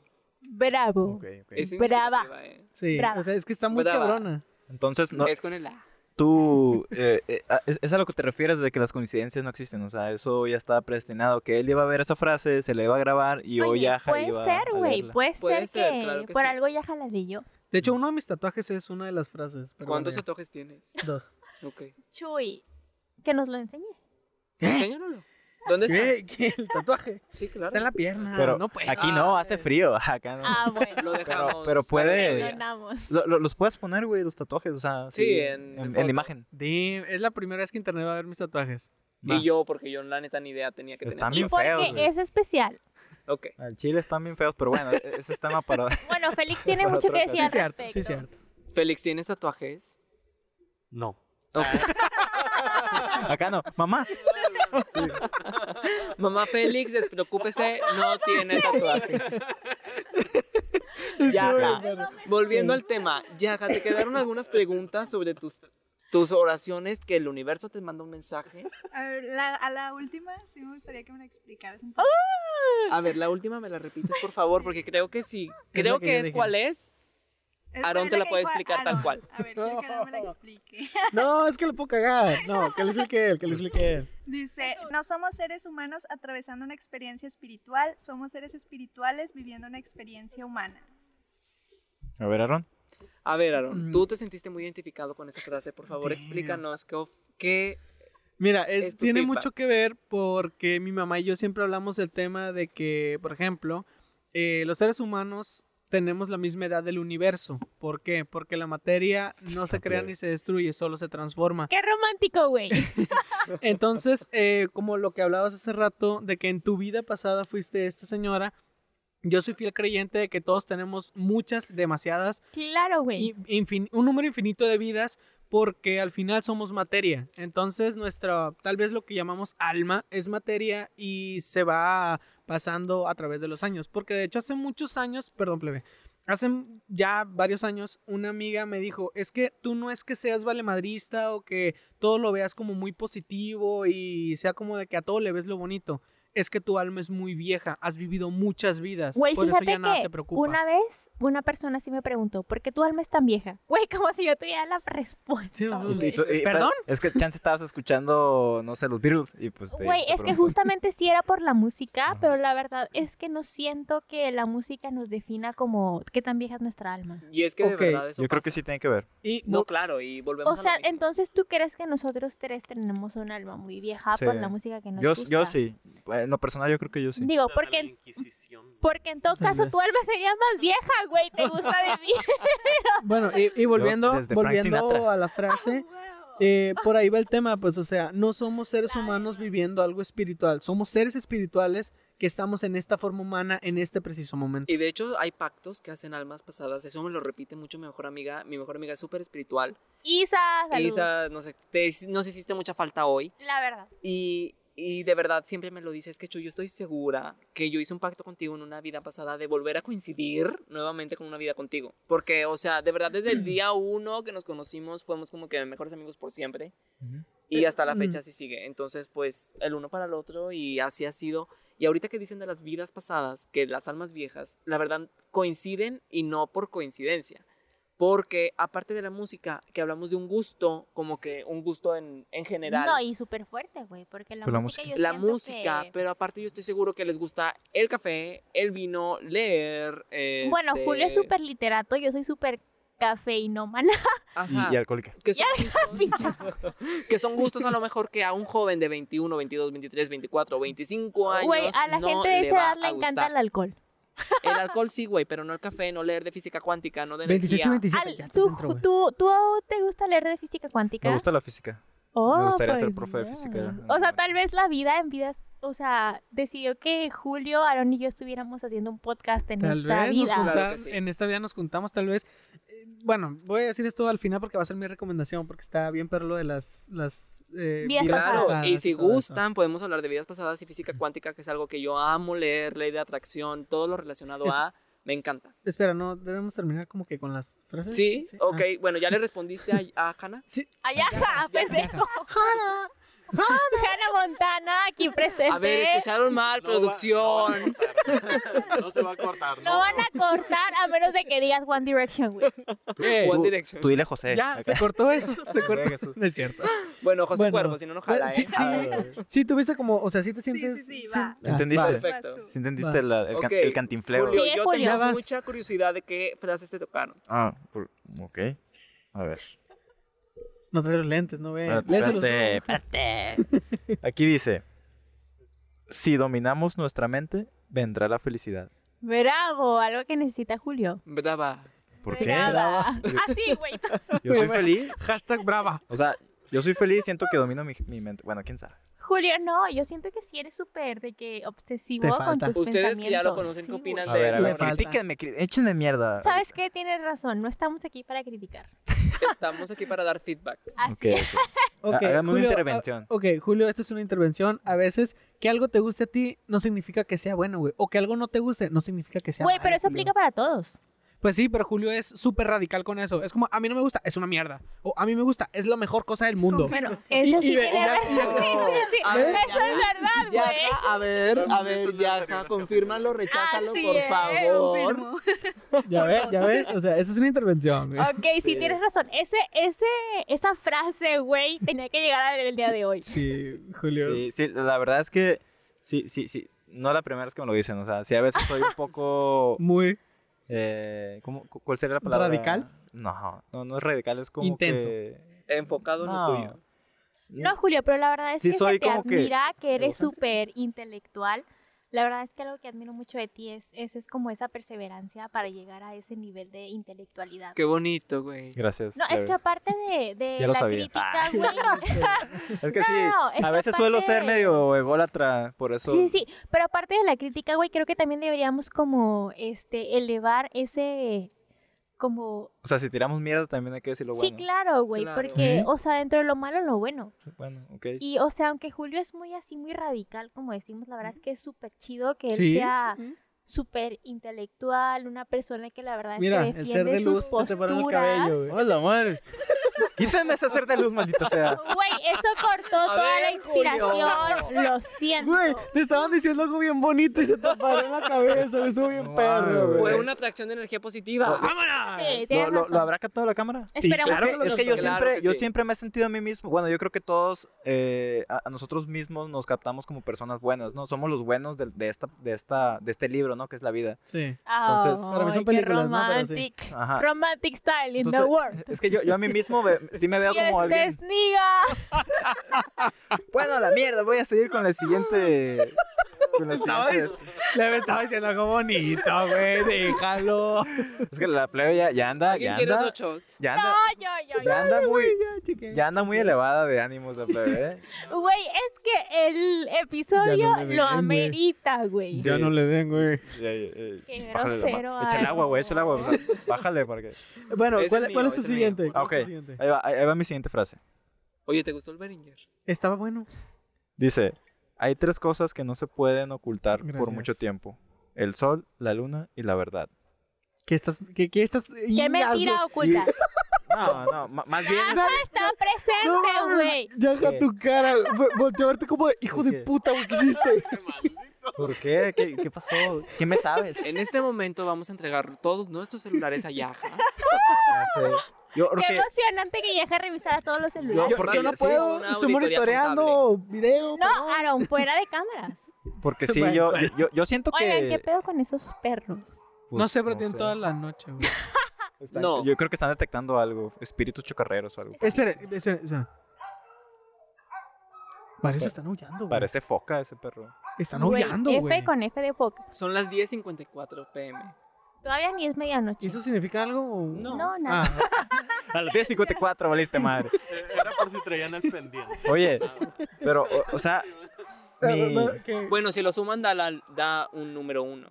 Speaker 2: Bravo.
Speaker 3: Ok, ok.
Speaker 4: Es
Speaker 2: Brava.
Speaker 4: significativa, eh.
Speaker 1: Sí,
Speaker 2: Brava.
Speaker 1: o sea, es que está muy
Speaker 4: Brava.
Speaker 1: cabrona.
Speaker 3: Entonces, no,
Speaker 4: Es con el A.
Speaker 3: tú. eh, eh, a- es, es a lo que te refieres de que las coincidencias no existen. O sea, eso ya estaba predestinado. Que él iba a ver esa frase, se la iba a grabar y hoy
Speaker 2: Oye,
Speaker 3: ya
Speaker 2: puede
Speaker 3: iba
Speaker 2: ser,
Speaker 3: a
Speaker 2: güey.
Speaker 3: leerla.
Speaker 2: Puede,
Speaker 4: Puede
Speaker 2: ser
Speaker 4: ser,
Speaker 2: que,
Speaker 4: claro que
Speaker 2: por
Speaker 4: sí.
Speaker 2: algo ya jaladillo.
Speaker 1: De
Speaker 4: Mm.
Speaker 1: hecho, uno de mis tatuajes es una de las frases. pero
Speaker 4: ¿Cuántos
Speaker 1: bueno,
Speaker 4: tatuajes tienes?
Speaker 1: ya. Dos.
Speaker 4: Ok.
Speaker 2: Chuy, que nos lo enseñe.
Speaker 4: Enséñanoslo. ¿Dónde está?
Speaker 1: ¿Qué? ¿Qué? ¿El tatuaje?
Speaker 4: Sí, claro.
Speaker 1: Está en la pierna.
Speaker 3: Pero
Speaker 1: no puede.
Speaker 3: aquí no, hace frío. Acá no.
Speaker 2: Ah, bueno.
Speaker 4: Lo dejamos.
Speaker 3: pero
Speaker 4: para el
Speaker 3: puede-
Speaker 4: día.
Speaker 2: Perdonamos.
Speaker 3: Lo- lo- los puedes poner, güey, los tatuajes. O sea,
Speaker 4: Sí,
Speaker 3: así,
Speaker 4: en- en
Speaker 3: en,
Speaker 4: foto.
Speaker 3: imagen.
Speaker 1: Damn, es la primera vez que internet va a ver mis tatuajes.
Speaker 3: Va.
Speaker 4: Y yo, porque yo la neta ni idea tenía que tener.
Speaker 3: Están
Speaker 2: Y
Speaker 3: bien
Speaker 2: porque
Speaker 3: feos, güey.
Speaker 2: es especial.
Speaker 4: Ok.
Speaker 3: Al chile están bien feos, pero bueno, e- ese es tema para.
Speaker 2: Bueno, Félix tiene
Speaker 3: Para
Speaker 2: mucho
Speaker 3: otra
Speaker 2: que decir
Speaker 1: Sí,
Speaker 2: al
Speaker 1: cierto,
Speaker 2: respecto.
Speaker 1: sí, cierto.
Speaker 4: Félix, ¿tienes tatuajes?
Speaker 9: No.
Speaker 1: Ah.
Speaker 4: Ok.
Speaker 3: Acá no, mamá.
Speaker 4: Mamá Félix, despreocúpese, no tiene tatuajes.
Speaker 1: Estuvo bien
Speaker 4: Yaga.
Speaker 1: padre.
Speaker 4: Volviendo al tema, Yaga, te quedaron algunas preguntas sobre tus, tus oraciones que el universo te manda un mensaje.
Speaker 5: A, ver, la, a la última sí me gustaría que me la explicaras
Speaker 4: Ah,
Speaker 5: un poco.
Speaker 4: A ver, la última me la repites, por favor, porque creo que sí.
Speaker 1: Es
Speaker 4: Creo
Speaker 1: lo que
Speaker 4: que
Speaker 1: yo
Speaker 4: es
Speaker 1: dije.
Speaker 4: cuál es.
Speaker 5: Es-
Speaker 4: Aarón
Speaker 5: es
Speaker 4: te
Speaker 5: lo
Speaker 4: la
Speaker 5: que
Speaker 4: puede
Speaker 5: dijo
Speaker 4: explicar tal
Speaker 5: Aarón.
Speaker 4: cual.
Speaker 5: A ver, quiero que no me la explique.
Speaker 1: No, es que lo puedo cagar. No, que lo explique él, que lo explique él.
Speaker 5: Dice, no somos seres humanos atravesando una experiencia espiritual, somos seres espirituales viviendo una experiencia humana.
Speaker 3: A ver, Aaron.
Speaker 4: A ver, Aaron,
Speaker 1: Mm.
Speaker 4: tú te sentiste muy identificado con esa frase. Por favor,
Speaker 1: Damn.
Speaker 4: explícanos qué, of- qué
Speaker 1: Mira, es-
Speaker 4: Es tu
Speaker 1: tiene
Speaker 4: feedback.
Speaker 1: mucho que ver porque mi mamá y yo siempre hablamos del tema de que, por ejemplo, eh, los seres humanos tenemos la misma edad del universo. ¿Por qué? Porque la materia no se crea ni se destruye, solo se transforma.
Speaker 2: Qué romántico, güey.
Speaker 1: Entonces, eh, como lo que hablabas hace rato, de que en tu vida pasada fuiste esta señora, yo soy fiel creyente de que todos tenemos muchas, demasiadas
Speaker 2: Claro, güey.
Speaker 1: in- infin- un número infinito de vidas porque al final somos materia. Entonces nuestra, tal vez lo que llamamos alma es materia y se va pasando a través de los años. Porque de hecho hace muchos años, perdón plebe, hace ya varios años una amiga me dijo, es que tú no es que seas valemadrista o que todo lo veas como muy positivo y sea como de que a todo le ves lo bonito. Es que tu alma es muy vieja, has vivido muchas vidas.
Speaker 2: Güey,
Speaker 1: por eso
Speaker 2: fíjate
Speaker 1: ya nada te
Speaker 2: que
Speaker 1: preocupa.
Speaker 2: una vez una persona sí me preguntó, ¿por qué tu alma es tan vieja? Güey, como si yo tuviera la respuesta.
Speaker 1: Sí, no,
Speaker 2: güey.
Speaker 1: y tú- y- ¿Perdón?
Speaker 3: Es que chance estabas escuchando, no sé, los Beatles y pues te-
Speaker 2: Güey,
Speaker 3: te
Speaker 2: es que
Speaker 3: preguntó.
Speaker 2: justamente sí era por la música,
Speaker 3: Ajá.
Speaker 2: pero la verdad es que no siento que la música nos defina como qué tan vieja es nuestra alma.
Speaker 4: Y es que
Speaker 1: Ok,
Speaker 4: de verdad eso
Speaker 3: Yo creo que
Speaker 4: pasa.
Speaker 3: sí tiene que ver.
Speaker 1: Y
Speaker 4: No, claro, y volvemos
Speaker 2: O
Speaker 4: a
Speaker 2: sea,
Speaker 4: lo mismo.
Speaker 2: entonces tú crees que nosotros tres tenemos un alma muy vieja
Speaker 3: Sí.
Speaker 2: por la música que nos
Speaker 3: Yo,
Speaker 2: gusta.
Speaker 3: yo sí. En lo personal, yo creo que yo sí.
Speaker 2: Digo,
Speaker 9: Desde la
Speaker 2: porque,
Speaker 9: Inquisición.
Speaker 2: porque en todo caso tu alma sería más vieja, güey, te gusta de mí.
Speaker 1: Bueno, y, y volviendo,
Speaker 3: desde Frank
Speaker 1: volviendo
Speaker 3: Sinatra.
Speaker 1: a la frase, eh, por ahí va el tema, pues, o sea, no somos seres humanos viviendo algo espiritual, somos seres espirituales que estamos en esta forma humana en este preciso momento.
Speaker 4: Y de hecho hay pactos que hacen almas pasadas. Eso me lo repite mucho mi mejor amiga. Mi mejor amiga es súper espiritual.
Speaker 2: Isa, salud.
Speaker 4: Isa, no sé, te, nos hiciste mucha falta hoy.
Speaker 2: La verdad.
Speaker 4: Y, y de verdad siempre me lo dice, es que Chuy, yo estoy segura que yo hice un pacto contigo en una vida pasada de volver a coincidir nuevamente con una vida contigo. Porque, o sea, de verdad desde el día uno que nos conocimos fuimos como que mejores amigos por siempre.
Speaker 3: Ujú.
Speaker 4: Y hasta la
Speaker 1: Mm.
Speaker 4: fecha así sigue. Entonces, pues, el uno para el otro y así ha sido. Y ahorita que dicen de las vidas pasadas, que las almas viejas, la verdad coinciden y no por coincidencia. Porque aparte de la música, que hablamos de un gusto, como que un gusto en, en general.
Speaker 2: No, y súper fuerte, güey, porque la
Speaker 3: Pero la
Speaker 2: música yo
Speaker 4: la
Speaker 2: siento
Speaker 4: música, pues,
Speaker 2: que-
Speaker 4: pero aparte yo estoy seguro que les gusta el café, el vino, leer.
Speaker 2: Bueno,
Speaker 4: este,
Speaker 2: Julio es súper literato, yo soy súper cafeinómana.
Speaker 4: ajá,
Speaker 3: Y, y alcohólica.
Speaker 4: que, son gustos, que son gustos a lo mejor que a un joven de 21, 22, 23, 24, 25 años.
Speaker 2: Güey, a la
Speaker 4: no
Speaker 2: gente de
Speaker 4: le
Speaker 2: esa
Speaker 4: va
Speaker 2: edad le
Speaker 4: a
Speaker 2: encanta
Speaker 4: gustar.
Speaker 2: el alcohol.
Speaker 4: El alcohol sí, güey, pero no el café, no leer de física cuántica, no de energía.
Speaker 1: 26 y 27,
Speaker 2: Al-
Speaker 1: ya estás
Speaker 2: ¿tú,
Speaker 1: dentro, güey.
Speaker 2: tú, ¿Tú te gusta leer de física cuántica?
Speaker 3: Me gusta la física.
Speaker 2: Oh,
Speaker 3: gustaría ser
Speaker 2: pues
Speaker 3: profe de
Speaker 2: mira.
Speaker 3: física en algún
Speaker 2: O sea,
Speaker 3: momento.
Speaker 2: tal vez la vida en vidas. O sea, decidió que Julio, Aaron y yo estuviéramos haciendo un podcast en
Speaker 1: Tal
Speaker 2: nuestra
Speaker 1: vez nos
Speaker 2: vida.
Speaker 1: juntaran-
Speaker 4: Claro que sí.
Speaker 1: en esta vida nos juntamos, tal vez. eh, Bueno, voy a decir esto al final porque va a ser mi recomendación, porque está bien pero lo de las, las eh,
Speaker 2: Vidas
Speaker 1: vidas
Speaker 4: Claro,
Speaker 1: pasadas
Speaker 4: y si
Speaker 1: todo eso.
Speaker 4: gustan, podemos hablar de vidas pasadas y física cuántica, que es algo que yo amo leer, ley de atracción, todo lo relacionado
Speaker 1: Es-
Speaker 4: a... Me encanta.
Speaker 1: Espera, no, debemos terminar como que con las frases.
Speaker 4: Sí,
Speaker 1: ah.
Speaker 4: ok, bueno, ya le respondiste a, a Hannah.
Speaker 2: Allá, pendejo. Hannah Montana, aquí presente.
Speaker 4: A ver, escucharon mal,
Speaker 9: No va- no
Speaker 4: producción.
Speaker 9: se va a cortar.
Speaker 2: Lo van a cortar a menos de que digas One Direction, güey.
Speaker 1: Eh,
Speaker 4: One
Speaker 3: Tú-
Speaker 4: Direction.
Speaker 3: Tú dile a José.
Speaker 1: ya,
Speaker 3: acá.
Speaker 1: se cortó eso. Se cortó.
Speaker 3: Jesús.
Speaker 1: No es cierto.
Speaker 4: Bueno, José
Speaker 1: Bueno,
Speaker 4: Cuervo, si no, no jala,
Speaker 1: sí,
Speaker 4: ¿eh?
Speaker 1: sí, sí, tuviste como, o sea, sí te
Speaker 5: sí,
Speaker 1: sientes.
Speaker 5: sí,
Speaker 1: Ah,
Speaker 5: va.
Speaker 3: ¿Entendiste?
Speaker 1: vale.
Speaker 4: Perfecto.
Speaker 5: Vas tú.
Speaker 3: ¿Sí entendiste la- el, can-
Speaker 4: Ok.
Speaker 3: el cantinfleo?
Speaker 4: Julio,
Speaker 2: Sí,
Speaker 4: yo
Speaker 2: Julio.
Speaker 1: Ya
Speaker 4: tengo
Speaker 1: vas.
Speaker 4: mucha curiosidad de qué frases te tocaron.
Speaker 3: Ah, por- ok. A ver.
Speaker 1: No traigo lentes, no ve.
Speaker 3: Espérate,
Speaker 1: Léselos.
Speaker 3: espérate, espérate. Aquí dice: Si dominamos nuestra mente, vendrá la felicidad.
Speaker 2: Bravo, algo que necesita Julio.
Speaker 4: Brava.
Speaker 3: ¿Por qué?
Speaker 2: Brava. Así, güey.
Speaker 3: Yo soy
Speaker 1: Güey,
Speaker 3: feliz.
Speaker 1: Hashtag brava.
Speaker 3: O sea, yo soy feliz, siento que domino mi, mi mente. Bueno, quién sabe.
Speaker 2: Julio, no, yo siento que sí eres súper de que obsesivo
Speaker 1: Te
Speaker 2: con
Speaker 1: falta.
Speaker 2: tus
Speaker 4: Ustedes que ya
Speaker 2: pensamientos.
Speaker 4: lo conocen, ¿qué
Speaker 2: Sí,
Speaker 4: opinan
Speaker 3: A
Speaker 4: de
Speaker 3: ver, a
Speaker 4: eso?
Speaker 1: Le
Speaker 3: ver,
Speaker 1: falta.
Speaker 3: critíquenme, cri- échenme mierda.
Speaker 2: ¿Sabes qué? Tienes razón, no estamos aquí para criticar.
Speaker 4: Estamos aquí para dar feedback.
Speaker 2: Así
Speaker 3: Ok, ok.
Speaker 1: Ok,
Speaker 3: Hágame una
Speaker 1: Julio,
Speaker 3: intervención.
Speaker 1: ah, ok, Julio, esto es una intervención. A veces que algo te guste a ti no significa que sea bueno, güey. O que algo no te guste no significa que sea
Speaker 2: Güey,
Speaker 1: malo,
Speaker 2: pero eso
Speaker 1: Julio.
Speaker 2: aplica para todos.
Speaker 1: Pues sí, pero Julio es súper radical con eso. Es como, a mí no me gusta, es una mierda. O a mí me gusta, es la mejor cosa del mundo.
Speaker 5: Bueno,
Speaker 2: Eso
Speaker 1: y
Speaker 2: sí
Speaker 1: ve-
Speaker 2: tiene
Speaker 1: ya-
Speaker 2: razón. Sí,
Speaker 4: A ver,
Speaker 2: Eso
Speaker 4: ya-
Speaker 2: es verdad,
Speaker 4: Ya,
Speaker 2: güey.
Speaker 4: a ver, a
Speaker 9: Eso
Speaker 4: ver,
Speaker 9: es
Speaker 4: ya,
Speaker 9: anterior a las
Speaker 4: confírmalo, recházalo,
Speaker 2: Así
Speaker 4: por
Speaker 2: es,
Speaker 4: favor.
Speaker 5: Confirmo.
Speaker 1: Ya ves, ya ves. O sea, eso es una intervención, güey.
Speaker 2: Ok, sí,
Speaker 4: Sí.
Speaker 2: tienes razón. Ese, ese, esa frase, güey, tenía que llegar al día de hoy.
Speaker 1: Sí, Julio.
Speaker 3: Sí, sí, la verdad es que sí, sí, sí. No la primera vez que me lo dicen, o sea, sí a veces soy un poco...
Speaker 1: Muy.
Speaker 3: eh, ¿cómo, cu- ¿Cuál sería la palabra?
Speaker 1: ¿Radical?
Speaker 3: No, no, no es radical, es como
Speaker 1: Intenso.
Speaker 3: que-
Speaker 4: Enfocado en lo
Speaker 3: No.
Speaker 4: tuyo.
Speaker 2: No, Julio, pero la verdad es
Speaker 3: Sí,
Speaker 2: que
Speaker 3: soy
Speaker 2: se te
Speaker 3: como que-
Speaker 2: admira que, eres
Speaker 3: Ojalá.
Speaker 2: súper intelectual. La verdad es que algo que admiro mucho de ti es, es, es como esa perseverancia para llegar a ese nivel de intelectualidad.
Speaker 4: Qué bonito, güey.
Speaker 3: Gracias.
Speaker 2: No, es que
Speaker 3: Gaby.
Speaker 2: aparte de, de
Speaker 3: Ya lo
Speaker 2: la
Speaker 3: sabía. Ah.
Speaker 2: crítica, güey.
Speaker 3: Es que sí,
Speaker 2: no, es
Speaker 3: a
Speaker 2: que
Speaker 3: veces suelo
Speaker 2: aparte-
Speaker 3: ser medio ególatra, por eso...
Speaker 2: Sí, sí, pero aparte de la crítica, güey, creo que también deberíamos como este elevar ese como
Speaker 3: O sea, si tiramos mierda también hay que decirlo bueno.
Speaker 2: Sí, claro, güey,
Speaker 4: Claro.
Speaker 2: porque
Speaker 1: Sí.
Speaker 2: o sea, dentro de lo malo lo bueno.
Speaker 3: Bueno, ok.
Speaker 2: Y o sea, aunque Julio es muy así muy radical, como decimos, la verdad es que es súper chido que él
Speaker 1: Sí,
Speaker 2: sea
Speaker 1: sí.
Speaker 2: súper intelectual, una persona que la verdad
Speaker 1: Mira,
Speaker 2: es que
Speaker 1: el ser
Speaker 2: defiende
Speaker 1: de luz
Speaker 2: sus
Speaker 1: se te paró el
Speaker 2: posturas.
Speaker 1: cabello, güey.
Speaker 3: ¡Hola, madre! Quítame ese ser de luz, maldita sea.
Speaker 2: Güey, eso cortó
Speaker 4: A
Speaker 2: toda la
Speaker 4: ver, Julio.
Speaker 2: inspiración, lo siento.
Speaker 1: Güey, te estaban diciendo algo bien bonito y se te paró en la cabeza, güey. Estuvo bien
Speaker 3: No
Speaker 1: perro,
Speaker 3: mames,
Speaker 1: güey.
Speaker 4: Fue una atracción de energía positiva.
Speaker 2: Sí,
Speaker 3: ¿Lo,
Speaker 2: tienes
Speaker 3: lo- lo
Speaker 2: razón.
Speaker 3: habrá captado la cámara?
Speaker 2: Esperamos
Speaker 3: Claro,
Speaker 1: Es
Speaker 3: es
Speaker 1: que
Speaker 3: que,
Speaker 1: lo
Speaker 3: yo,
Speaker 1: captó.
Speaker 4: Claro
Speaker 3: siempre,
Speaker 4: que
Speaker 3: yo
Speaker 4: sí.
Speaker 3: siempre me he sentido a mí mismo. Bueno, yo creo que todos eh, a, a nosotros mismos nos captamos como personas buenas, ¿no? Somos los buenos del- de, esta, de, esta, de este libro, ¿no? Que es la vida.
Speaker 1: Sí.
Speaker 3: Entonces-
Speaker 1: Para mí son
Speaker 2: Ah, Ay, qué
Speaker 1: películas, ¿no? Pero sí. eh,
Speaker 2: romantic.
Speaker 3: Ajá.
Speaker 2: Romantic style in
Speaker 3: Entonces,
Speaker 2: the world.
Speaker 3: Es que yo, yo a mí mismo ve- sí me eh, veo
Speaker 2: Y
Speaker 3: como
Speaker 2: este
Speaker 3: alguien.
Speaker 2: es Niga.
Speaker 3: Bueno, a la mierda, voy a seguir con la siguiente. Con la siguiente.
Speaker 1: Le estaba diciendo algo bonito, güey. Déjalo.
Speaker 3: Es que la plebe ya, ya anda,
Speaker 4: ¿Alguien
Speaker 3: ya
Speaker 4: quiere otro
Speaker 3: anda.
Speaker 4: shot?
Speaker 3: Ya
Speaker 2: No,
Speaker 3: anda,
Speaker 2: yo, yo, yo.
Speaker 3: ya anda muy, ya anda muy elevada de ánimos la plebe, ¿eh?
Speaker 2: Güey, es que el episodio
Speaker 1: me ven,
Speaker 2: lo
Speaker 1: güey.
Speaker 2: amerita, güey.
Speaker 1: Ya no le den, güey.
Speaker 3: Ya, ya, ya.
Speaker 2: Qué
Speaker 3: Bájale la mano.
Speaker 2: grosero,
Speaker 3: Echa el
Speaker 2: Aaron.
Speaker 3: agua, güey, echa el agua. o sea, Bájale para que.
Speaker 1: Bueno,
Speaker 4: Ese
Speaker 1: ¿cuál,
Speaker 4: es
Speaker 1: cuál
Speaker 4: mío,
Speaker 1: es tu
Speaker 4: ese es mío.
Speaker 1: siguiente? ¿Cuál es tu
Speaker 3: Ok.
Speaker 1: siguiente?
Speaker 3: Ahí va, ahí va mi siguiente frase.
Speaker 4: Oye, ¿te gustó el Beringer?
Speaker 1: Estaba bueno.
Speaker 3: Dice, hay tres cosas que no se pueden ocultar por
Speaker 1: Gracias.
Speaker 3: mucho tiempo. El sol, la luna y la verdad.
Speaker 1: ¿Qué estás? ¿Qué, qué estás?
Speaker 2: Qué mentira oculta.
Speaker 3: No, no, ma- más bien...
Speaker 2: Gaza está presente, güey.
Speaker 1: Deja
Speaker 3: ¿Qué?
Speaker 1: tu cara. güey. Volteo a verte como de, hijo
Speaker 3: ¿Por
Speaker 1: de
Speaker 3: qué?
Speaker 1: puta, güey. ¿Qué hiciste?
Speaker 3: ¿Por qué? ¿Qué, qué pasó? ¿Qué me sabes?
Speaker 4: En este momento vamos a entregar todos nuestros celulares a Yaja.
Speaker 3: Ya sé. Yo,
Speaker 2: Qué
Speaker 3: porque,
Speaker 2: emocionante que Yaja revisara todos los celulares.
Speaker 1: Yo, ¿por qué no
Speaker 4: Más- sí,
Speaker 1: puedo?
Speaker 4: una
Speaker 1: Estoy
Speaker 4: auditoría
Speaker 1: monitoreando video.
Speaker 2: No,
Speaker 1: perdón.
Speaker 2: Aaron, fuera de cámaras.
Speaker 3: porque sí,
Speaker 1: Bueno,
Speaker 3: yo, yo, yo siento que...
Speaker 2: Oigan, ¿qué pedo con esos perros?
Speaker 3: pues,
Speaker 1: no sé, pero tienen
Speaker 3: sé.
Speaker 1: toda la noche, güey.
Speaker 3: Están-
Speaker 4: No.
Speaker 3: Yo creo que están detectando algo. Espíritus chocarreros o algo.
Speaker 1: espera, espera, espera. Parece que están aullando, güey.
Speaker 3: Parece foca ese perro.
Speaker 1: Están
Speaker 2: Güey,
Speaker 1: aullando,
Speaker 2: F
Speaker 1: güey.
Speaker 2: con F de foca.
Speaker 4: Son las 10.54 pm.
Speaker 2: Todavía ni es medianoche.
Speaker 1: ¿Y eso significa algo? o-
Speaker 4: No.
Speaker 2: No, nada.
Speaker 1: Ah,
Speaker 3: A las 10.54 valiste madre.
Speaker 9: Eh, Era por si traían el pendiente. Ah,
Speaker 3: Oye, pero, o, o sea... mi-
Speaker 1: que-
Speaker 4: Bueno, si lo suman, da, la- da un número uno.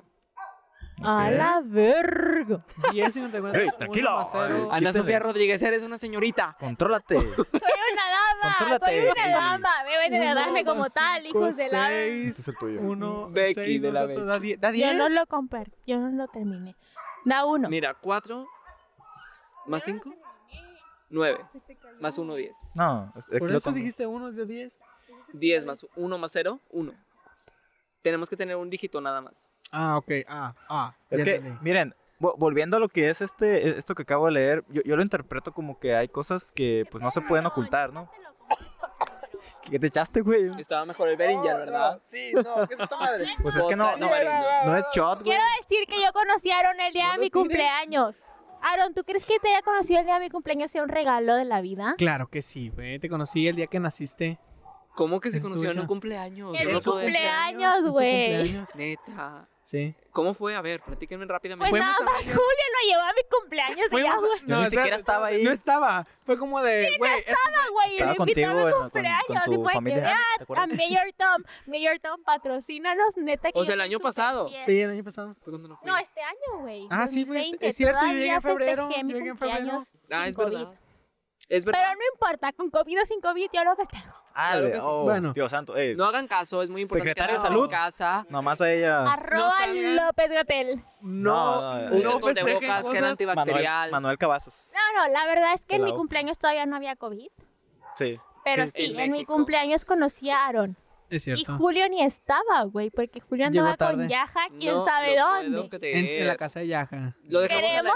Speaker 2: A la verga.
Speaker 1: 10.54.
Speaker 3: Ey, tranquilo.
Speaker 1: uno más cero.
Speaker 3: Ay,
Speaker 4: Ana
Speaker 3: Quítale.
Speaker 4: Sofía Rodríguez, eres una señorita.
Speaker 3: Contrólate.
Speaker 2: Soy una dama,
Speaker 3: Contrólate,
Speaker 2: soy una
Speaker 3: Emily.
Speaker 2: dama. Deben de
Speaker 1: Uno
Speaker 2: tratarme como
Speaker 1: más
Speaker 2: tal,
Speaker 1: cinco,
Speaker 2: hijos de la...
Speaker 1: seis,
Speaker 9: Este es el tuyo.
Speaker 1: Uno,
Speaker 4: Becky
Speaker 1: seis,
Speaker 4: de
Speaker 1: dos,
Speaker 4: la
Speaker 1: otro, Da 10. Da
Speaker 2: Yo no
Speaker 1: 10.
Speaker 2: lo compré, yo no lo terminé. Da uno.
Speaker 4: Mira, cuatro más cinco, nueve. Más uno, diez.
Speaker 3: No, es- es
Speaker 1: Por
Speaker 3: que lo
Speaker 1: eso
Speaker 3: tengo.
Speaker 1: dijiste uno de 10.
Speaker 4: Diez más uno más cero, uno. Tenemos que tener un dígito nada más.
Speaker 1: Ah, ok. Ah, ah.
Speaker 3: Es
Speaker 1: ya
Speaker 3: que,
Speaker 1: entendí.
Speaker 3: miren, vo- volviendo a lo que es este, e- esto que acabo de leer, yo, yo lo interpreto como que hay cosas que pues no se pueden ocultar, ¿no? ¿Qué te echaste, güey?
Speaker 4: Estaba mejor el Berinjal, ¿verdad?
Speaker 8: sí, no, ¿qué es esta madre?
Speaker 3: Pues es que no,
Speaker 4: Vodka,
Speaker 3: no,
Speaker 4: Berinjal.
Speaker 3: no es shot, güey.
Speaker 2: Quiero decir que yo conocí a Aaron el día de mi cumpleaños. Aaron, ¿tú crees que te haya conocido el día de mi cumpleaños sea un regalo de la vida?
Speaker 1: Claro que sí, güey. Te conocí el día que naciste.
Speaker 4: ¿Cómo que se
Speaker 1: Es
Speaker 4: conocieron en
Speaker 1: tuya.
Speaker 4: un cumpleaños?
Speaker 2: El
Speaker 4: Yo no puedo-
Speaker 2: cumpleaños,
Speaker 1: en su
Speaker 2: güey.
Speaker 1: cumpleaños.
Speaker 4: Neta.
Speaker 1: Sí.
Speaker 4: ¿Cómo fue? A ver, platíquenme rápidamente.
Speaker 2: Pues nada más Julio lo llevó a mi cumpleaños y ya,
Speaker 1: Fuimos-
Speaker 2: güey.
Speaker 3: Yo ni siquiera estaba ahí.
Speaker 1: No estaba. Fue como de, güey, es-
Speaker 2: Ah, güey, lo
Speaker 3: Estaba
Speaker 2: invitó a mi
Speaker 3: contigo, en- con-
Speaker 2: cumpleaños
Speaker 3: con
Speaker 2: y
Speaker 3: tu
Speaker 2: fue que,
Speaker 3: familia,
Speaker 2: ah,
Speaker 3: ¿te
Speaker 2: a
Speaker 3: acuerdas?
Speaker 2: Mayor Tom. Mayor Tom, patrocínanos, neta. que
Speaker 4: O
Speaker 2: yo
Speaker 4: sea, el
Speaker 2: soy
Speaker 4: año
Speaker 2: súper
Speaker 4: pasado.
Speaker 2: fiel.
Speaker 1: Sí, el año pasado.
Speaker 4: Fue cuando no fui.
Speaker 2: No, este año, güey.
Speaker 1: Ah, sí, güey, es-
Speaker 2: 2020,
Speaker 1: es cierto, yo llegué en
Speaker 2: todavía
Speaker 1: febrero,
Speaker 2: festejé mi
Speaker 1: llegué en febrero.
Speaker 2: cumpleaños
Speaker 4: ah,
Speaker 2: sin
Speaker 4: es
Speaker 2: COVID.
Speaker 4: verdad. Es
Speaker 2: Pero
Speaker 4: verdad.
Speaker 2: no importa, con COVID o sin COVID yo lo festejo.
Speaker 3: Ah,
Speaker 4: Claro
Speaker 3: de-
Speaker 4: que sí.
Speaker 3: oh,
Speaker 1: Bueno.
Speaker 3: Dios santo, eh,
Speaker 4: No hagan caso, es muy importante.
Speaker 3: Secretario de
Speaker 4: quedarse en
Speaker 3: Salud.
Speaker 4: casa.
Speaker 3: nomás a ella.
Speaker 2: Arroba
Speaker 1: salgan.
Speaker 2: López de Hotel.
Speaker 1: No,
Speaker 3: No, no,
Speaker 1: no,
Speaker 3: no.
Speaker 4: Usen
Speaker 1: festejen
Speaker 4: cubrebocas, que era
Speaker 1: cosas.
Speaker 4: antibacterial.
Speaker 3: Manuel, Manuel Cavazos.
Speaker 2: No, no, la verdad es que
Speaker 3: De
Speaker 2: en
Speaker 3: la
Speaker 2: mi
Speaker 3: U.
Speaker 2: cumpleaños todavía no había COVID.
Speaker 3: Sí.
Speaker 2: Pero
Speaker 4: Sí,
Speaker 2: sí,
Speaker 4: en
Speaker 2: en, mi
Speaker 4: México.
Speaker 2: cumpleaños conocí a Aaron.
Speaker 1: Es
Speaker 2: Y
Speaker 1: cierto.
Speaker 2: Julio ni estaba, güey, porque Julio
Speaker 1: Llegó
Speaker 2: andaba
Speaker 1: tarde.
Speaker 2: con Yaja, quién
Speaker 4: No
Speaker 2: sabe
Speaker 4: lo puedo
Speaker 2: dónde.
Speaker 1: En, en la
Speaker 4: creer.
Speaker 1: casa de Yaja.
Speaker 4: Lo dejamos a la
Speaker 2: Queremos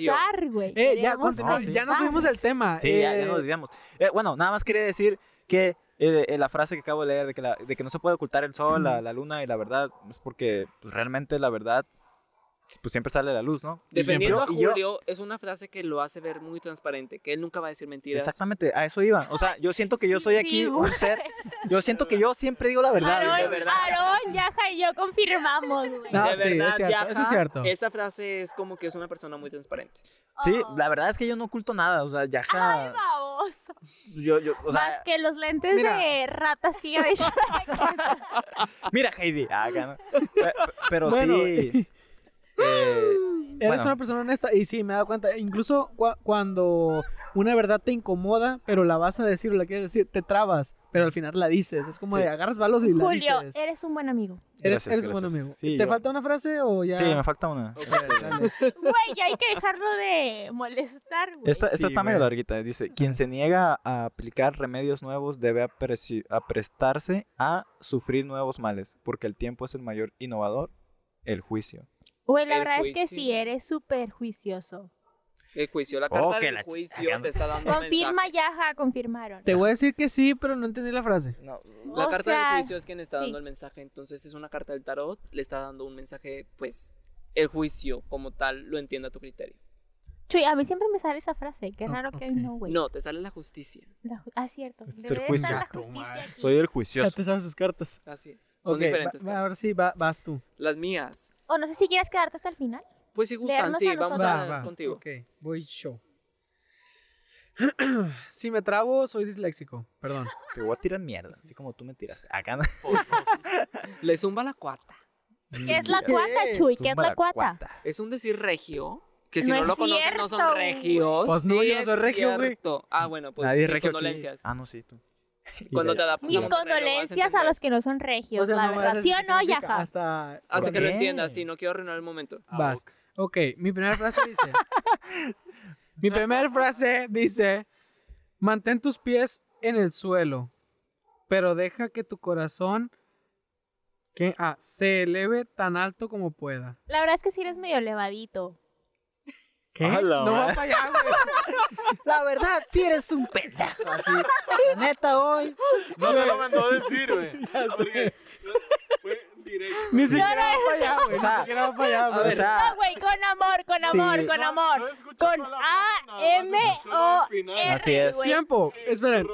Speaker 4: imaginación.
Speaker 2: pensar, güey.
Speaker 1: Eh, ya,
Speaker 2: queremos
Speaker 1: continuamos,
Speaker 3: sí.
Speaker 1: ya nos
Speaker 2: pensar.
Speaker 1: fuimos del tema.
Speaker 3: Sí, ya, ya
Speaker 1: Eh,
Speaker 3: nos olvidamos. Eh, bueno, nada más quería decir que eh, eh, la frase que acabo de leer de que, la- de que no se puede ocultar el sol, la, la luna y la verdad, es porque pues, realmente la verdad pues siempre sale a la luz, ¿no?
Speaker 4: Defendiendo a
Speaker 3: Y yo-
Speaker 4: Julio, es una frase que lo hace ver muy transparente, que él nunca va a decir mentiras.
Speaker 3: Exactamente, a eso iba. O sea, yo siento que yo soy aquí
Speaker 2: Sí,
Speaker 3: un ser, yo siento que yo siempre digo la verdad.
Speaker 2: Aarón,
Speaker 4: de verdad.
Speaker 2: Aarón, Yaja y yo confirmamos, güey.
Speaker 3: Ah,
Speaker 1: No,
Speaker 4: De
Speaker 1: sí, es
Speaker 4: verdad,
Speaker 1: cierto,
Speaker 4: Yaja,
Speaker 1: eso es cierto.
Speaker 4: Esta frase es como que es una persona muy transparente.
Speaker 3: Sí,
Speaker 2: Oh.
Speaker 3: la verdad es que yo no oculto nada, o sea, ya
Speaker 2: Ay, baboso.
Speaker 3: yo, yo, o
Speaker 2: Más
Speaker 3: sea,
Speaker 2: que los lentes
Speaker 1: mira.
Speaker 2: de rata ciega de Shrek.
Speaker 3: mira Heidi, ah, gana. Pe- pero
Speaker 1: Bueno,
Speaker 3: sí, eh,
Speaker 1: Eres
Speaker 3: Bueno.
Speaker 1: una persona honesta y sí, me he dado cuenta. Incluso cua- cuando una verdad te incomoda, pero la vas a decir o la quieres decir, te trabas, pero al final la dices. Es como
Speaker 3: Sí.
Speaker 1: de agarras balos y la
Speaker 2: Julio,
Speaker 1: dices.
Speaker 2: eres un buen amigo.
Speaker 1: Eres,
Speaker 3: Gracias,
Speaker 1: eres un buen
Speaker 3: gracias.
Speaker 1: amigo.
Speaker 3: Sí,
Speaker 1: ¿Te
Speaker 3: yo-
Speaker 1: falta una frase o ya?
Speaker 3: sí, me falta una.
Speaker 1: Ok, dale.
Speaker 2: Güey, ya hay que dejarlo de molestar, güey.
Speaker 3: Esta, esta
Speaker 9: Sí,
Speaker 3: está medio
Speaker 9: güey.
Speaker 3: larguita. eh. Dice, quien se niega a aplicar remedios nuevos debe apreci- aprestarse a sufrir nuevos males, porque el tiempo es el mayor innovador, el juicio.
Speaker 2: Güey, la
Speaker 4: El
Speaker 2: verdad es que
Speaker 4: juicio.
Speaker 2: sí, eres súper juicioso.
Speaker 4: El juicio, la
Speaker 3: Oh,
Speaker 4: carta
Speaker 3: que
Speaker 4: del
Speaker 3: la ch-
Speaker 4: juicio te está dando un
Speaker 2: Confirma,
Speaker 4: mensaje.
Speaker 2: Yaja, confirmaron.
Speaker 1: Te voy a decir que sí, pero no entendí la frase.
Speaker 4: La
Speaker 2: O
Speaker 4: carta
Speaker 2: sea,
Speaker 4: del juicio es quien está dando
Speaker 2: sí.
Speaker 4: el mensaje, entonces es una carta del tarot, le está dando un mensaje, pues, el juicio como tal lo entienda a tu criterio.
Speaker 2: Chuy, a mí siempre me sale esa frase. Qué raro que hoy
Speaker 1: ok.
Speaker 2: no, güey.
Speaker 4: No, te sale la justicia.
Speaker 2: La ju- ah, cierto.
Speaker 3: Es el
Speaker 2: Debe de
Speaker 3: juicio.
Speaker 2: estar la
Speaker 1: Ah, tu madre.
Speaker 2: justicia aquí.
Speaker 3: Soy el
Speaker 1: Ya
Speaker 3: juicioso.
Speaker 1: te sabes sus cartas.
Speaker 4: Así es. Son
Speaker 1: Ok,
Speaker 4: diferentes.
Speaker 1: va- va,
Speaker 4: cartas.
Speaker 1: ahora sí, va- vas tú.
Speaker 4: Las mías.
Speaker 2: O no sé si quieres quedarte hasta el final.
Speaker 4: Pues si gustan,
Speaker 2: Leernos
Speaker 4: sí,
Speaker 2: a
Speaker 4: vamos
Speaker 2: nosotros.
Speaker 4: a
Speaker 1: Va, va.
Speaker 4: contigo.
Speaker 1: Ok, voy yo. si me trabo, soy disléxico. Perdón.
Speaker 3: Te voy a tirar mierda, así como tú me tiraste. Acá no.
Speaker 4: Le zumba la cuarta.
Speaker 2: ¿Qué es la cuata, Chuy? ¿Qué es
Speaker 3: Zumba
Speaker 2: la cuata?
Speaker 3: cuata.
Speaker 4: Es un decir regio. Que si
Speaker 2: No
Speaker 4: no,
Speaker 2: es
Speaker 4: lo conocen, no
Speaker 2: cierto,
Speaker 4: son
Speaker 2: güey.
Speaker 4: regios.
Speaker 1: Pues no, yo no
Speaker 4: es
Speaker 1: soy regio, güey.
Speaker 4: cierto. Ah, bueno, pues
Speaker 3: Nadie es
Speaker 4: mis
Speaker 3: regio aquí.
Speaker 4: condolencias.
Speaker 3: Ah, no, sí, tú.
Speaker 4: Cuando te adaptas a
Speaker 2: Mis
Speaker 4: Monterrey, lo vas a
Speaker 2: condolencias a
Speaker 4: entender.
Speaker 2: los que no son regios,
Speaker 1: O sea,
Speaker 2: la
Speaker 1: no me
Speaker 2: verdad.
Speaker 1: haces
Speaker 2: ¿Sí o no,
Speaker 1: específica
Speaker 2: Yaja?
Speaker 1: Hasta,
Speaker 4: Hasta que lo Ah,
Speaker 3: Ok.
Speaker 4: entiendas, sí, no quiero arruinar el momento.
Speaker 1: Vas. Ok, mi primera frase dice. mi primera frase dice: Mantén tus pies en el suelo, pero deja que tu corazón Que A. Se eleve tan alto como pueda.
Speaker 2: La verdad es que sí eres medio elevadito.
Speaker 1: ¿Qué?
Speaker 3: A la
Speaker 1: no va
Speaker 3: madre.
Speaker 1: para allá, güey.
Speaker 10: La verdad, si eres un pendejo, así. La neta, hoy.
Speaker 9: No te lo mandó a decir, güey. Porque
Speaker 7: Fue directo.
Speaker 1: Ni siquiera va para
Speaker 3: ah,
Speaker 1: allá, güey. Ni siquiera va para allá, güey.
Speaker 10: O sea,
Speaker 2: No, Ah, güey, con amor, con amor,
Speaker 10: sí.
Speaker 2: con amor. con A-M-O-R.
Speaker 3: Así es.
Speaker 2: güey.
Speaker 1: Tiempo. Esperen.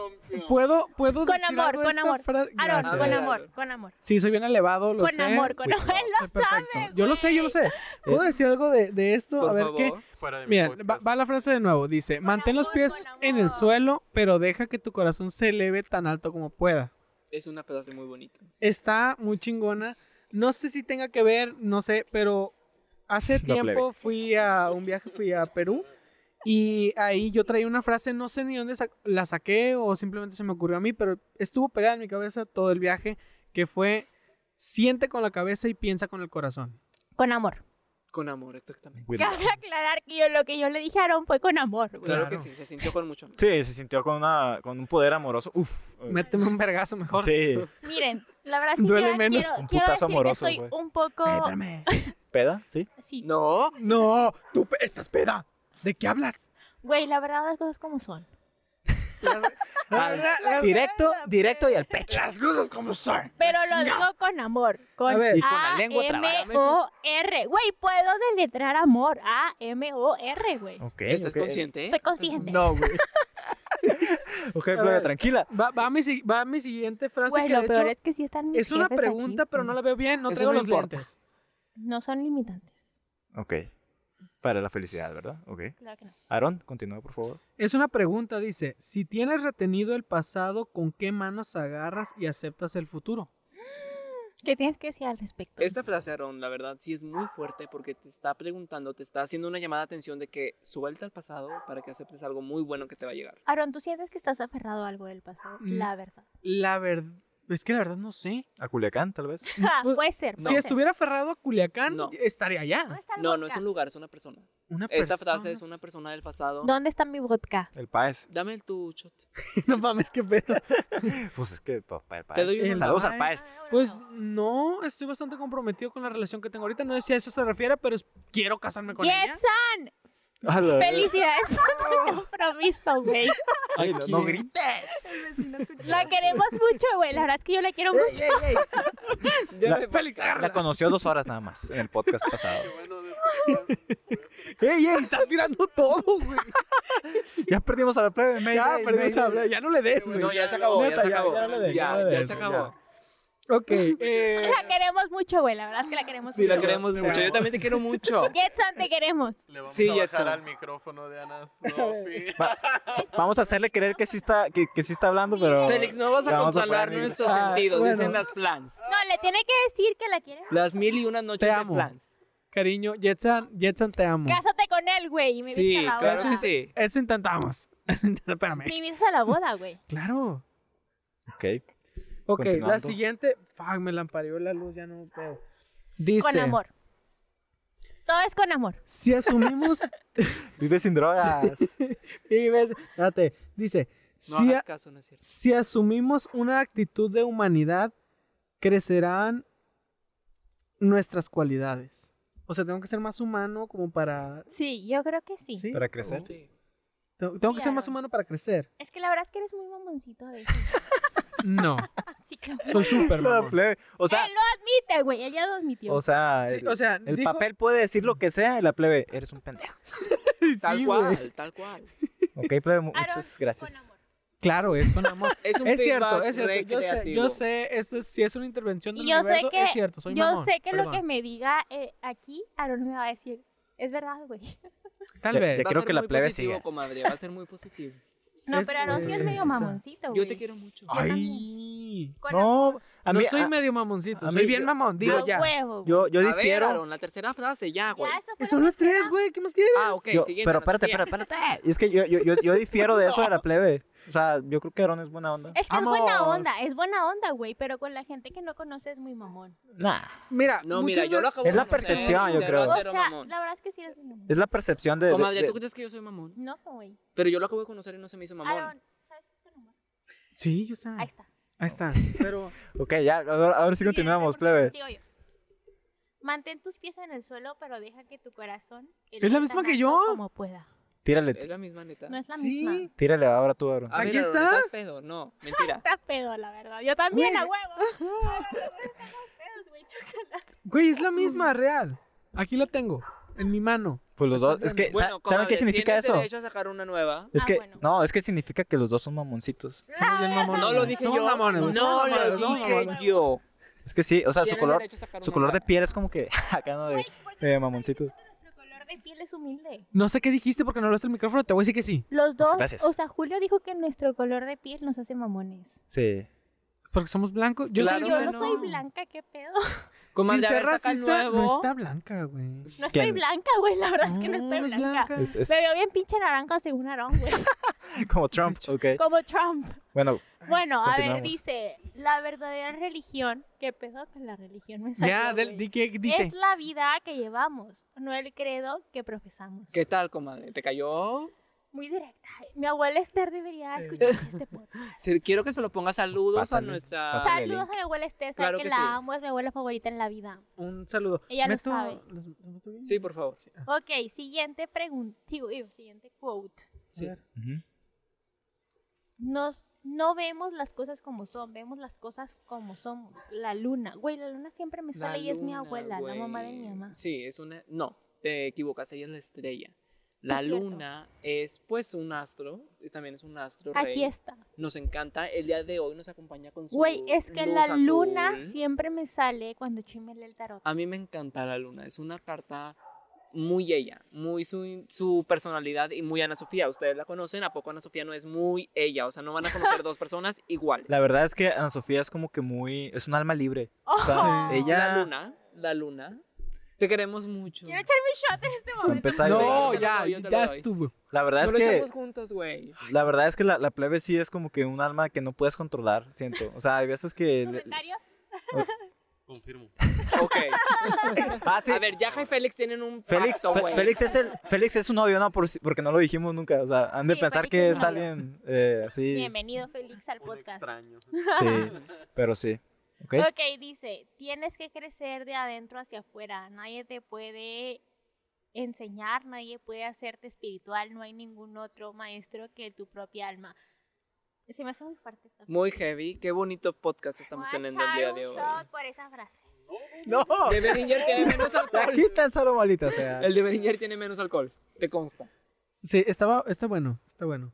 Speaker 1: ¿Puedo, puedo
Speaker 2: Con
Speaker 1: decir
Speaker 2: amor,
Speaker 1: algo de
Speaker 2: con
Speaker 1: esta
Speaker 2: amor.
Speaker 1: frase?
Speaker 2: Aaron,
Speaker 1: Gracias.
Speaker 2: Ah, con
Speaker 4: ver,
Speaker 2: amor,
Speaker 4: Aaron.
Speaker 2: con amor.
Speaker 1: Sí, soy bien elevado, lo
Speaker 2: Con
Speaker 1: sé.
Speaker 2: amor, con
Speaker 3: Güey,
Speaker 2: amor. Él
Speaker 1: Sé
Speaker 2: lo sabe.
Speaker 1: perfecto. Yo lo sé, yo lo sé. ¿Puedo
Speaker 3: Es-
Speaker 1: decir algo de, de esto?
Speaker 4: Por
Speaker 1: a ver
Speaker 4: favor.
Speaker 1: qué.
Speaker 9: Fuera de mi
Speaker 1: Mira, va,
Speaker 9: podcast.
Speaker 1: va la frase de nuevo. Dice,
Speaker 2: Con
Speaker 1: mantén los
Speaker 2: amor,
Speaker 1: pies
Speaker 2: con
Speaker 1: en el
Speaker 2: amor".
Speaker 1: suelo, pero deja que tu corazón se eleve tan alto como pueda.
Speaker 4: Es una frase muy bonita.
Speaker 1: Está muy chingona. No sé si tenga que ver, no sé, pero hace
Speaker 3: La
Speaker 1: tiempo
Speaker 3: plebe.
Speaker 1: fui a un viaje, fui a Perú. Y ahí yo traía una frase, no sé ni dónde sa- la saqué o simplemente se me ocurrió a mí, pero estuvo pegada en mi cabeza todo el viaje, que fue, siente con la cabeza y piensa con el corazón.
Speaker 2: Con amor.
Speaker 4: Con amor, exactamente.
Speaker 3: With
Speaker 2: Cabe
Speaker 3: love.
Speaker 2: aclarar que yo lo que yo le dije a Aaron fue con amor, güey.
Speaker 4: Claro, que
Speaker 1: Claro.
Speaker 4: sí, se sintió con mucho amor.
Speaker 3: Sí, se sintió con, una, con un poder amoroso. Uf. eh,
Speaker 1: Méteme un vergazo mejor.
Speaker 3: Sí.
Speaker 2: Miren, la verdad es que
Speaker 1: Duele
Speaker 2: yo
Speaker 1: menos.
Speaker 2: quiero,
Speaker 3: Un
Speaker 2: quiero
Speaker 3: putazo
Speaker 2: decir
Speaker 3: amoroso,
Speaker 2: que estoy
Speaker 3: güey. Eh,
Speaker 2: un poco...
Speaker 3: ¿Peda? ¿Sí?
Speaker 2: Sí,
Speaker 4: No,
Speaker 1: No, tú pe- estás peda. ¿De qué hablas?
Speaker 2: güey, la verdad las cosas como son.
Speaker 10: al- directo, directo y al pecho.
Speaker 8: Las cosas como son.
Speaker 2: Pero lo digo con amor. Con
Speaker 1: A ver.
Speaker 10: Y con la lengua
Speaker 2: A-M-O-R. Güey, puedo deletrar amor. A-M-O-R, güey.
Speaker 3: Ok.
Speaker 4: ¿estás
Speaker 3: ok.
Speaker 4: consciente?
Speaker 2: Estoy consciente.
Speaker 1: No, güey.
Speaker 3: Ok,
Speaker 1: A
Speaker 3: plebe,
Speaker 1: ver.
Speaker 3: tranquila.
Speaker 1: Va, va mi, si- va mi siguiente frase
Speaker 2: Güey,
Speaker 1: que
Speaker 2: lo
Speaker 1: de
Speaker 2: peor
Speaker 1: hecho,
Speaker 2: es que sí están mis
Speaker 1: es una
Speaker 2: jefes aquí.
Speaker 1: pregunta, pero no la veo bien. No
Speaker 4: Eso
Speaker 1: traigo
Speaker 4: no
Speaker 1: los
Speaker 4: importa.
Speaker 1: lentes.
Speaker 2: No son limitantes.
Speaker 3: Ok. Para la felicidad, ¿verdad? Ok.
Speaker 2: Claro que no.
Speaker 3: Aaron, continúa, por favor.
Speaker 1: Es una pregunta, dice. Si tienes retenido el pasado, ¿con qué manos agarras y aceptas el futuro?
Speaker 2: ¿Qué tienes que decir al respecto?
Speaker 4: Esta frase, Aaron, la verdad sí es muy fuerte porque te está preguntando, te está haciendo una llamada de atención de que suelta el pasado para que aceptes algo muy bueno que te va a llegar.
Speaker 2: Aaron, ¿tú sientes que estás aferrado a algo del pasado?
Speaker 1: Mm.
Speaker 2: La verdad.
Speaker 1: La verdad... Es que la verdad no sé.
Speaker 3: A Culiacán, tal vez.
Speaker 2: Ja,
Speaker 1: Pues,
Speaker 2: puede ser.
Speaker 1: si
Speaker 2: puede ser.
Speaker 1: estuviera aferrado a Culiacán,
Speaker 4: No.
Speaker 1: estaría
Speaker 2: ¿Dónde
Speaker 1: allá.
Speaker 2: está el
Speaker 4: No, no es
Speaker 2: vodka?
Speaker 4: un lugar, es una persona.
Speaker 1: Una
Speaker 4: Esta
Speaker 1: persona.
Speaker 4: frase es una persona del pasado.
Speaker 2: ¿Dónde está mi vodka?
Speaker 3: El Paez.
Speaker 4: Dame el tu shot.
Speaker 1: no mames, qué pedo.
Speaker 3: Pues es que papá, el Paez.
Speaker 4: Te doy un-
Speaker 1: El
Speaker 3: Saludos al
Speaker 1: Paez.
Speaker 3: Paez.
Speaker 1: Pues no, estoy bastante comprometido con la relación que tengo ahorita. No sé si a eso se refiere, pero es- quiero casarme con ella.
Speaker 2: ¡Yetza!
Speaker 3: A
Speaker 10: Eh.
Speaker 3: la-
Speaker 2: ¡Felicidades por el compromiso, güey!
Speaker 3: Ay, no, no grites.
Speaker 5: El vecino escucha.
Speaker 2: La queremos mucho, güey. La verdad es que yo la quiero
Speaker 10: Eh.
Speaker 2: mucho.
Speaker 4: Ya
Speaker 3: La-
Speaker 4: me-
Speaker 1: Félix,
Speaker 3: La
Speaker 1: agárrala.
Speaker 3: conoció dos horas nada más en el podcast pasado.
Speaker 7: Bueno, después,
Speaker 9: Pues,
Speaker 1: ¡Ey, ey! Estás tirando todo, güey.
Speaker 3: Ya perdimos a la plebe. May,
Speaker 1: Ya,
Speaker 3: may,
Speaker 1: perdimos
Speaker 3: may.
Speaker 1: a hablar. Ah, Ya no le des, güey.
Speaker 4: No, ya se acabó, ya
Speaker 1: Neta,
Speaker 4: se
Speaker 1: ya-
Speaker 4: acabó.
Speaker 1: ya lo dejé, ya
Speaker 4: Ya,
Speaker 1: lo
Speaker 4: ya
Speaker 1: dejé,
Speaker 4: se acabó.
Speaker 1: Ok. eh,
Speaker 2: La queremos mucho, güey. La verdad es que la queremos
Speaker 4: Sí,
Speaker 2: mucho.
Speaker 4: la queremos mucho. Yo también te quiero mucho.
Speaker 2: Getson, te queremos.
Speaker 9: Le vamos
Speaker 4: Sí,
Speaker 9: a
Speaker 4: Jetson.
Speaker 9: bajar al micrófono de Ana Sofi.
Speaker 3: Vamos a hacerle creer que sí está, que, que sí está hablando, pero.
Speaker 4: Félix, no vas
Speaker 3: le
Speaker 4: a
Speaker 3: vamos
Speaker 4: controlar
Speaker 3: poner-
Speaker 4: nuestros
Speaker 1: Ah,
Speaker 4: sentidos,
Speaker 1: bueno.
Speaker 4: dicen las flans.
Speaker 2: No, le tiene que decir que la quiere.
Speaker 4: Las mil y una noches
Speaker 1: Te
Speaker 4: de
Speaker 1: amo.
Speaker 4: flans.
Speaker 1: Cariño, Jetson, Jetson, te amo.
Speaker 2: Cásate con él, güey. Y me
Speaker 4: Sí,
Speaker 2: invitas a la
Speaker 4: claro
Speaker 2: boda.
Speaker 4: que sí.
Speaker 1: Eso intentamos. Eso intentamos. Espérame.
Speaker 2: Me invitas a la boda, güey.
Speaker 1: Claro.
Speaker 3: Ok.
Speaker 1: Ok, la
Speaker 3: Continuando.
Speaker 1: siguiente. Fuck, me lampareó la luz, ya no veo. Dice:
Speaker 2: Con amor. Todo es con amor.
Speaker 1: Si asumimos.
Speaker 3: Vive sin drogas.
Speaker 1: y ves, espérate. Dice:
Speaker 4: No
Speaker 1: si, a-
Speaker 4: hagas caso, no es cierto.
Speaker 1: si asumimos una actitud de humanidad, crecerán nuestras cualidades. O sea, tengo que ser más humano como para.
Speaker 2: Sí, yo creo que sí.
Speaker 1: ¿sí?
Speaker 3: Para crecer.
Speaker 4: Sí.
Speaker 1: Tengo, tengo que
Speaker 2: Sí,
Speaker 1: ser más
Speaker 2: Aaron.
Speaker 1: humano para crecer.
Speaker 2: Es que la verdad es que eres muy mamoncito de eso.
Speaker 1: No,
Speaker 2: Sí, claro.
Speaker 1: soy súper
Speaker 3: La
Speaker 1: mamón.
Speaker 3: plebe. O sea,
Speaker 2: él lo admite, güey. Él ya lo admitió.
Speaker 3: o sea,
Speaker 1: Sí,
Speaker 3: Ah, el,
Speaker 1: o sea,
Speaker 3: el
Speaker 1: digo-
Speaker 3: papel puede decir lo que sea y la plebe, eres un pendejo.
Speaker 4: Tal
Speaker 1: Sí, güey.
Speaker 4: cual, tal cual.
Speaker 3: Ok, plebe, mu-
Speaker 2: Aaron,
Speaker 3: muchas
Speaker 2: Con amor.
Speaker 3: gracias.
Speaker 1: Claro, es con amor.
Speaker 4: Es un
Speaker 1: es cierto,
Speaker 4: feedback
Speaker 1: es cierto. Yo sé,
Speaker 4: recreativo.
Speaker 1: yo sé, esto es, si es una intervención del
Speaker 2: Y yo sé
Speaker 1: universo,
Speaker 2: que-
Speaker 1: es cierto, soy
Speaker 2: yo
Speaker 1: mamón,
Speaker 2: sé que lo
Speaker 1: perdón.
Speaker 2: que me diga eh, aquí, Aaron me va a decir. Es verdad, güey.
Speaker 1: Tal
Speaker 3: Ya-
Speaker 1: vez.
Speaker 3: ya
Speaker 4: Va a
Speaker 3: Creo
Speaker 4: ser
Speaker 3: que la
Speaker 4: muy
Speaker 3: plebe
Speaker 4: positivo,
Speaker 3: sigue.
Speaker 4: comadre, va a ser muy positivo.
Speaker 2: No,
Speaker 1: Es-
Speaker 2: pero Aaron sí
Speaker 1: es
Speaker 2: es medio
Speaker 1: correcto.
Speaker 2: mamoncito, güey.
Speaker 4: Yo te quiero mucho.
Speaker 2: Yo también.
Speaker 1: Ay,
Speaker 2: Con
Speaker 3: No, a mí,
Speaker 1: no soy
Speaker 3: a-
Speaker 1: medio mamoncito,
Speaker 3: a
Speaker 1: soy
Speaker 3: mí-
Speaker 1: bien
Speaker 3: yo-
Speaker 1: mamón, digo
Speaker 2: A
Speaker 1: ya.
Speaker 2: huevo, güey.
Speaker 3: yo, yo
Speaker 4: a ver,
Speaker 3: difiero.
Speaker 4: Aaron, la tercera frase, ya, güey.
Speaker 2: Ya, eso fue
Speaker 1: Son
Speaker 2: la
Speaker 1: las tres,
Speaker 2: tercera.
Speaker 1: güey, ¿qué más quieres?
Speaker 4: Ah, ok,
Speaker 3: Yo-
Speaker 4: siguiente.
Speaker 3: pero
Speaker 4: Ana
Speaker 3: espérate,
Speaker 4: Sofía.
Speaker 3: espérate, espérate. Es que yo, yo, yo, yo difiero de eso de la plebe. O sea, yo creo que Aaron es buena onda.
Speaker 2: Es que es buena
Speaker 1: Vamos.
Speaker 2: onda, es buena onda, güey, pero con la gente que no conoce es muy mamón.
Speaker 3: Nah.
Speaker 1: Mira,
Speaker 4: No, mira,
Speaker 1: muchas
Speaker 4: yo lo
Speaker 1: veces-
Speaker 4: acabo
Speaker 3: Es
Speaker 4: de
Speaker 3: la
Speaker 4: conocer,
Speaker 3: percepción, yo
Speaker 4: cero,
Speaker 3: creo.
Speaker 2: O
Speaker 4: cero
Speaker 2: sea,
Speaker 4: mamón.
Speaker 2: la verdad es que sí eres muy mamón.
Speaker 3: Es la percepción de. de-
Speaker 4: Comadre,
Speaker 3: de-
Speaker 4: ¿tú crees que yo soy mamón?
Speaker 2: No, güey.
Speaker 4: Pero yo lo acabo de conocer y no se me hizo mamón.
Speaker 2: Aaron, ¿sabes qué te nomás?
Speaker 1: Mm. Sí, yo sé.
Speaker 2: Ahí está.
Speaker 1: Ahí está. Pero
Speaker 3: Ok, ya, ahora, ahora sí continuamos, plebe.
Speaker 2: Sigo yo. Mantén tus pies en el suelo, pero deja que tu corazón...
Speaker 1: ¿Es la misma que yo?
Speaker 2: Como pueda.
Speaker 4: Es
Speaker 3: Tírale,
Speaker 4: la misma neta.
Speaker 2: No es la
Speaker 1: Sí.
Speaker 2: misma.
Speaker 3: tírale ahora tú, Aaron.
Speaker 4: A ver,
Speaker 1: Aquí
Speaker 4: Aarón,
Speaker 1: está.
Speaker 4: ¿estás pedo? No, mentira.
Speaker 2: Está pedo, la verdad. Yo también, a huevo.
Speaker 1: Güey, es la
Speaker 4: Mm.
Speaker 1: misma, real. Aquí la tengo, en mi mano.
Speaker 3: Pues los dos, es que, sa-
Speaker 4: Bueno,
Speaker 3: ¿saben qué
Speaker 4: comadre,
Speaker 3: significa
Speaker 4: tienes
Speaker 3: eso?
Speaker 4: derecho a sacar una nueva.
Speaker 3: Es
Speaker 2: Ah,
Speaker 3: que,
Speaker 2: bueno.
Speaker 3: no, es que significa que los dos son mamoncitos.
Speaker 1: Somos bien mamones.
Speaker 4: Ah, No lo
Speaker 1: güey.
Speaker 4: dije
Speaker 1: Somos
Speaker 4: yo.
Speaker 1: mamones, güey, somos
Speaker 4: no
Speaker 1: mamones,
Speaker 4: lo
Speaker 1: somos
Speaker 4: dije
Speaker 1: mamones.
Speaker 4: yo.
Speaker 3: Es que sí, o sea, su
Speaker 4: Tienes
Speaker 3: color,
Speaker 4: derecho a sacar
Speaker 3: su
Speaker 4: una
Speaker 3: color de
Speaker 4: nueva.
Speaker 3: piel es como que, acá no de,
Speaker 1: Eh.
Speaker 3: de mamoncitos.
Speaker 2: Nuestro color de piel es humilde.
Speaker 1: No sé qué dijiste porque no hablaste el micrófono, te voy a decir que sí.
Speaker 2: Los dos,
Speaker 3: Gracias.
Speaker 2: o sea, Julio dijo que nuestro color de piel nos hace mamones.
Speaker 3: Sí.
Speaker 1: Porque somos blancos. Yo
Speaker 4: Claro,
Speaker 1: soy
Speaker 2: Yo
Speaker 4: que
Speaker 2: no
Speaker 4: no.
Speaker 2: soy blanca, qué pedo.
Speaker 4: Comadre,
Speaker 1: sin
Speaker 4: a ver,
Speaker 1: ser
Speaker 4: saca el
Speaker 1: racista,
Speaker 4: nuevo.
Speaker 1: no está blanca, güey.
Speaker 2: No estoy
Speaker 3: ¿Quién?
Speaker 2: blanca, güey. La verdad es que no estoy
Speaker 1: es
Speaker 2: blanca.
Speaker 3: Es, es
Speaker 2: Me veo bien pinche naranja según Aarón, güey.
Speaker 3: como Trump, ok.
Speaker 2: Como Trump.
Speaker 3: Bueno,
Speaker 2: Bueno, a ver,
Speaker 3: Continuamos.
Speaker 2: dice, la verdadera religión, qué pedo con la religión me salió,
Speaker 1: Ya, del-
Speaker 2: güey.
Speaker 1: di que dice.
Speaker 2: Es la vida que llevamos, no el credo que profesamos.
Speaker 4: ¿Qué tal, comadre? ¿Te cayó?
Speaker 2: Muy directa. Ay, Mi abuela Esther debería escuchar este podcast.
Speaker 4: Se- Quiero que se lo ponga saludos
Speaker 3: Pásale,
Speaker 4: a nuestra...
Speaker 3: pásale. el
Speaker 2: Saludos a mi abuela Esther, sabe
Speaker 4: Ah, Claro
Speaker 2: que
Speaker 4: que
Speaker 2: la
Speaker 4: sí.
Speaker 2: amo, es mi abuela favorita en la vida.
Speaker 1: Un saludo.
Speaker 2: Ella lo
Speaker 1: ¿Meto
Speaker 2: sabe.
Speaker 1: los- los meto bien?
Speaker 4: Sí, por favor.
Speaker 2: Ok, siguiente pregunta, sigo yo, siguiente quote.
Speaker 4: Sí.
Speaker 3: ujú.
Speaker 2: Nos, no vemos las cosas como son, vemos las cosas como somos. La luna, güey, la luna siempre me
Speaker 4: La
Speaker 2: sale y es mi
Speaker 4: luna,
Speaker 2: abuela,
Speaker 4: güey.
Speaker 2: la mamá de mi mamá.
Speaker 4: Sí, es una... No, te equivocaste, ella es la estrella. La
Speaker 2: Es cierto.
Speaker 4: luna es pues un astro, y también es un astro rey.
Speaker 2: Aquí está.
Speaker 4: Nos encanta, el día de hoy nos acompaña con su
Speaker 2: Güey, es que
Speaker 4: luz
Speaker 2: la luna
Speaker 4: azul.
Speaker 2: siempre me sale cuando chimel el tarot.
Speaker 4: A mí me encanta la luna, es una carta muy ella, muy su, su personalidad y muy Ana Sofía. Ustedes la conocen, ¿a poco Ana Sofía no es muy ella? O sea, no van a conocer dos personas iguales.
Speaker 3: La verdad es que Ana Sofía es como que muy, es un alma libre. O sea,
Speaker 2: Oh.
Speaker 4: La
Speaker 3: ella,
Speaker 4: luna, la luna, te queremos mucho.
Speaker 2: Quiero echarme un shot en este
Speaker 3: para
Speaker 2: momento.
Speaker 4: pues,
Speaker 3: empezar,
Speaker 1: No,
Speaker 4: Yo te lo
Speaker 1: ya,
Speaker 4: doy, yo te lo
Speaker 1: ya
Speaker 4: doy.
Speaker 1: estuvo.
Speaker 3: la verdad
Speaker 4: No
Speaker 3: es
Speaker 4: lo
Speaker 3: que...
Speaker 4: echamos juntos, güey.
Speaker 3: La verdad es que la, la plebe sí es como que un alma que no puedes controlar, siento. O sea, hay veces que... le-
Speaker 2: ¿Comentarios?
Speaker 9: Confirmo.
Speaker 4: Ok.
Speaker 3: Ah, sí.
Speaker 4: A ver, ah, Yaja y Félix tienen un
Speaker 3: Félix,
Speaker 4: pacto,
Speaker 3: Fe-
Speaker 4: güey.
Speaker 3: Félix es el Félix es su novio, no, por si- porque no lo dijimos nunca. O sea, han de
Speaker 2: Sí,
Speaker 3: pensar
Speaker 2: Félix es
Speaker 3: que es
Speaker 2: mi novio.
Speaker 3: alguien eh, así.
Speaker 2: Bienvenido, Félix, al
Speaker 9: Un
Speaker 2: podcast.
Speaker 9: extraño.
Speaker 3: Sí, pero sí. ¿Ok?
Speaker 2: Ok, dice, tienes que crecer de adentro hacia afuera. Nadie te puede enseñar, nadie puede hacerte espiritual, no hay ningún otro maestro que tu propia alma. Se me hace muy fuerte esto.
Speaker 4: Muy heavy. Qué bonito podcast estamos
Speaker 2: Voy a
Speaker 4: teniendo el
Speaker 2: echar
Speaker 4: día
Speaker 2: un
Speaker 4: de hoy.
Speaker 2: shot por esa frase.
Speaker 3: ¡No!
Speaker 4: De Beringer tiene menos
Speaker 3: La
Speaker 4: alcohol.
Speaker 3: quitan solo malita, o sea.
Speaker 4: El de Beringer tiene menos alcohol. Te consta.
Speaker 1: Sí, estaba, está bueno, está bueno.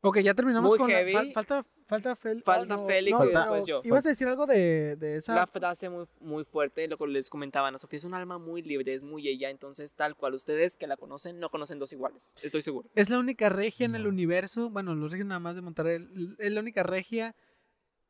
Speaker 1: Ok, ya terminamos
Speaker 4: Muy
Speaker 1: con la-
Speaker 4: heavy.
Speaker 1: fal- falta falta Fel- oh,
Speaker 4: Falta Félix
Speaker 3: y
Speaker 1: pero
Speaker 4: después yo.
Speaker 1: Ibas a decir algo de, de esa
Speaker 4: La frase muy, muy fuerte, lo que les comentaba, Ana Sofía es un alma muy libre, es muy ella, entonces tal cual ustedes que la conocen no conocen dos iguales, estoy seguro.
Speaker 1: Es la única regia en el
Speaker 3: No.
Speaker 1: universo, bueno, los regios nada más de Monterrey, es la única regia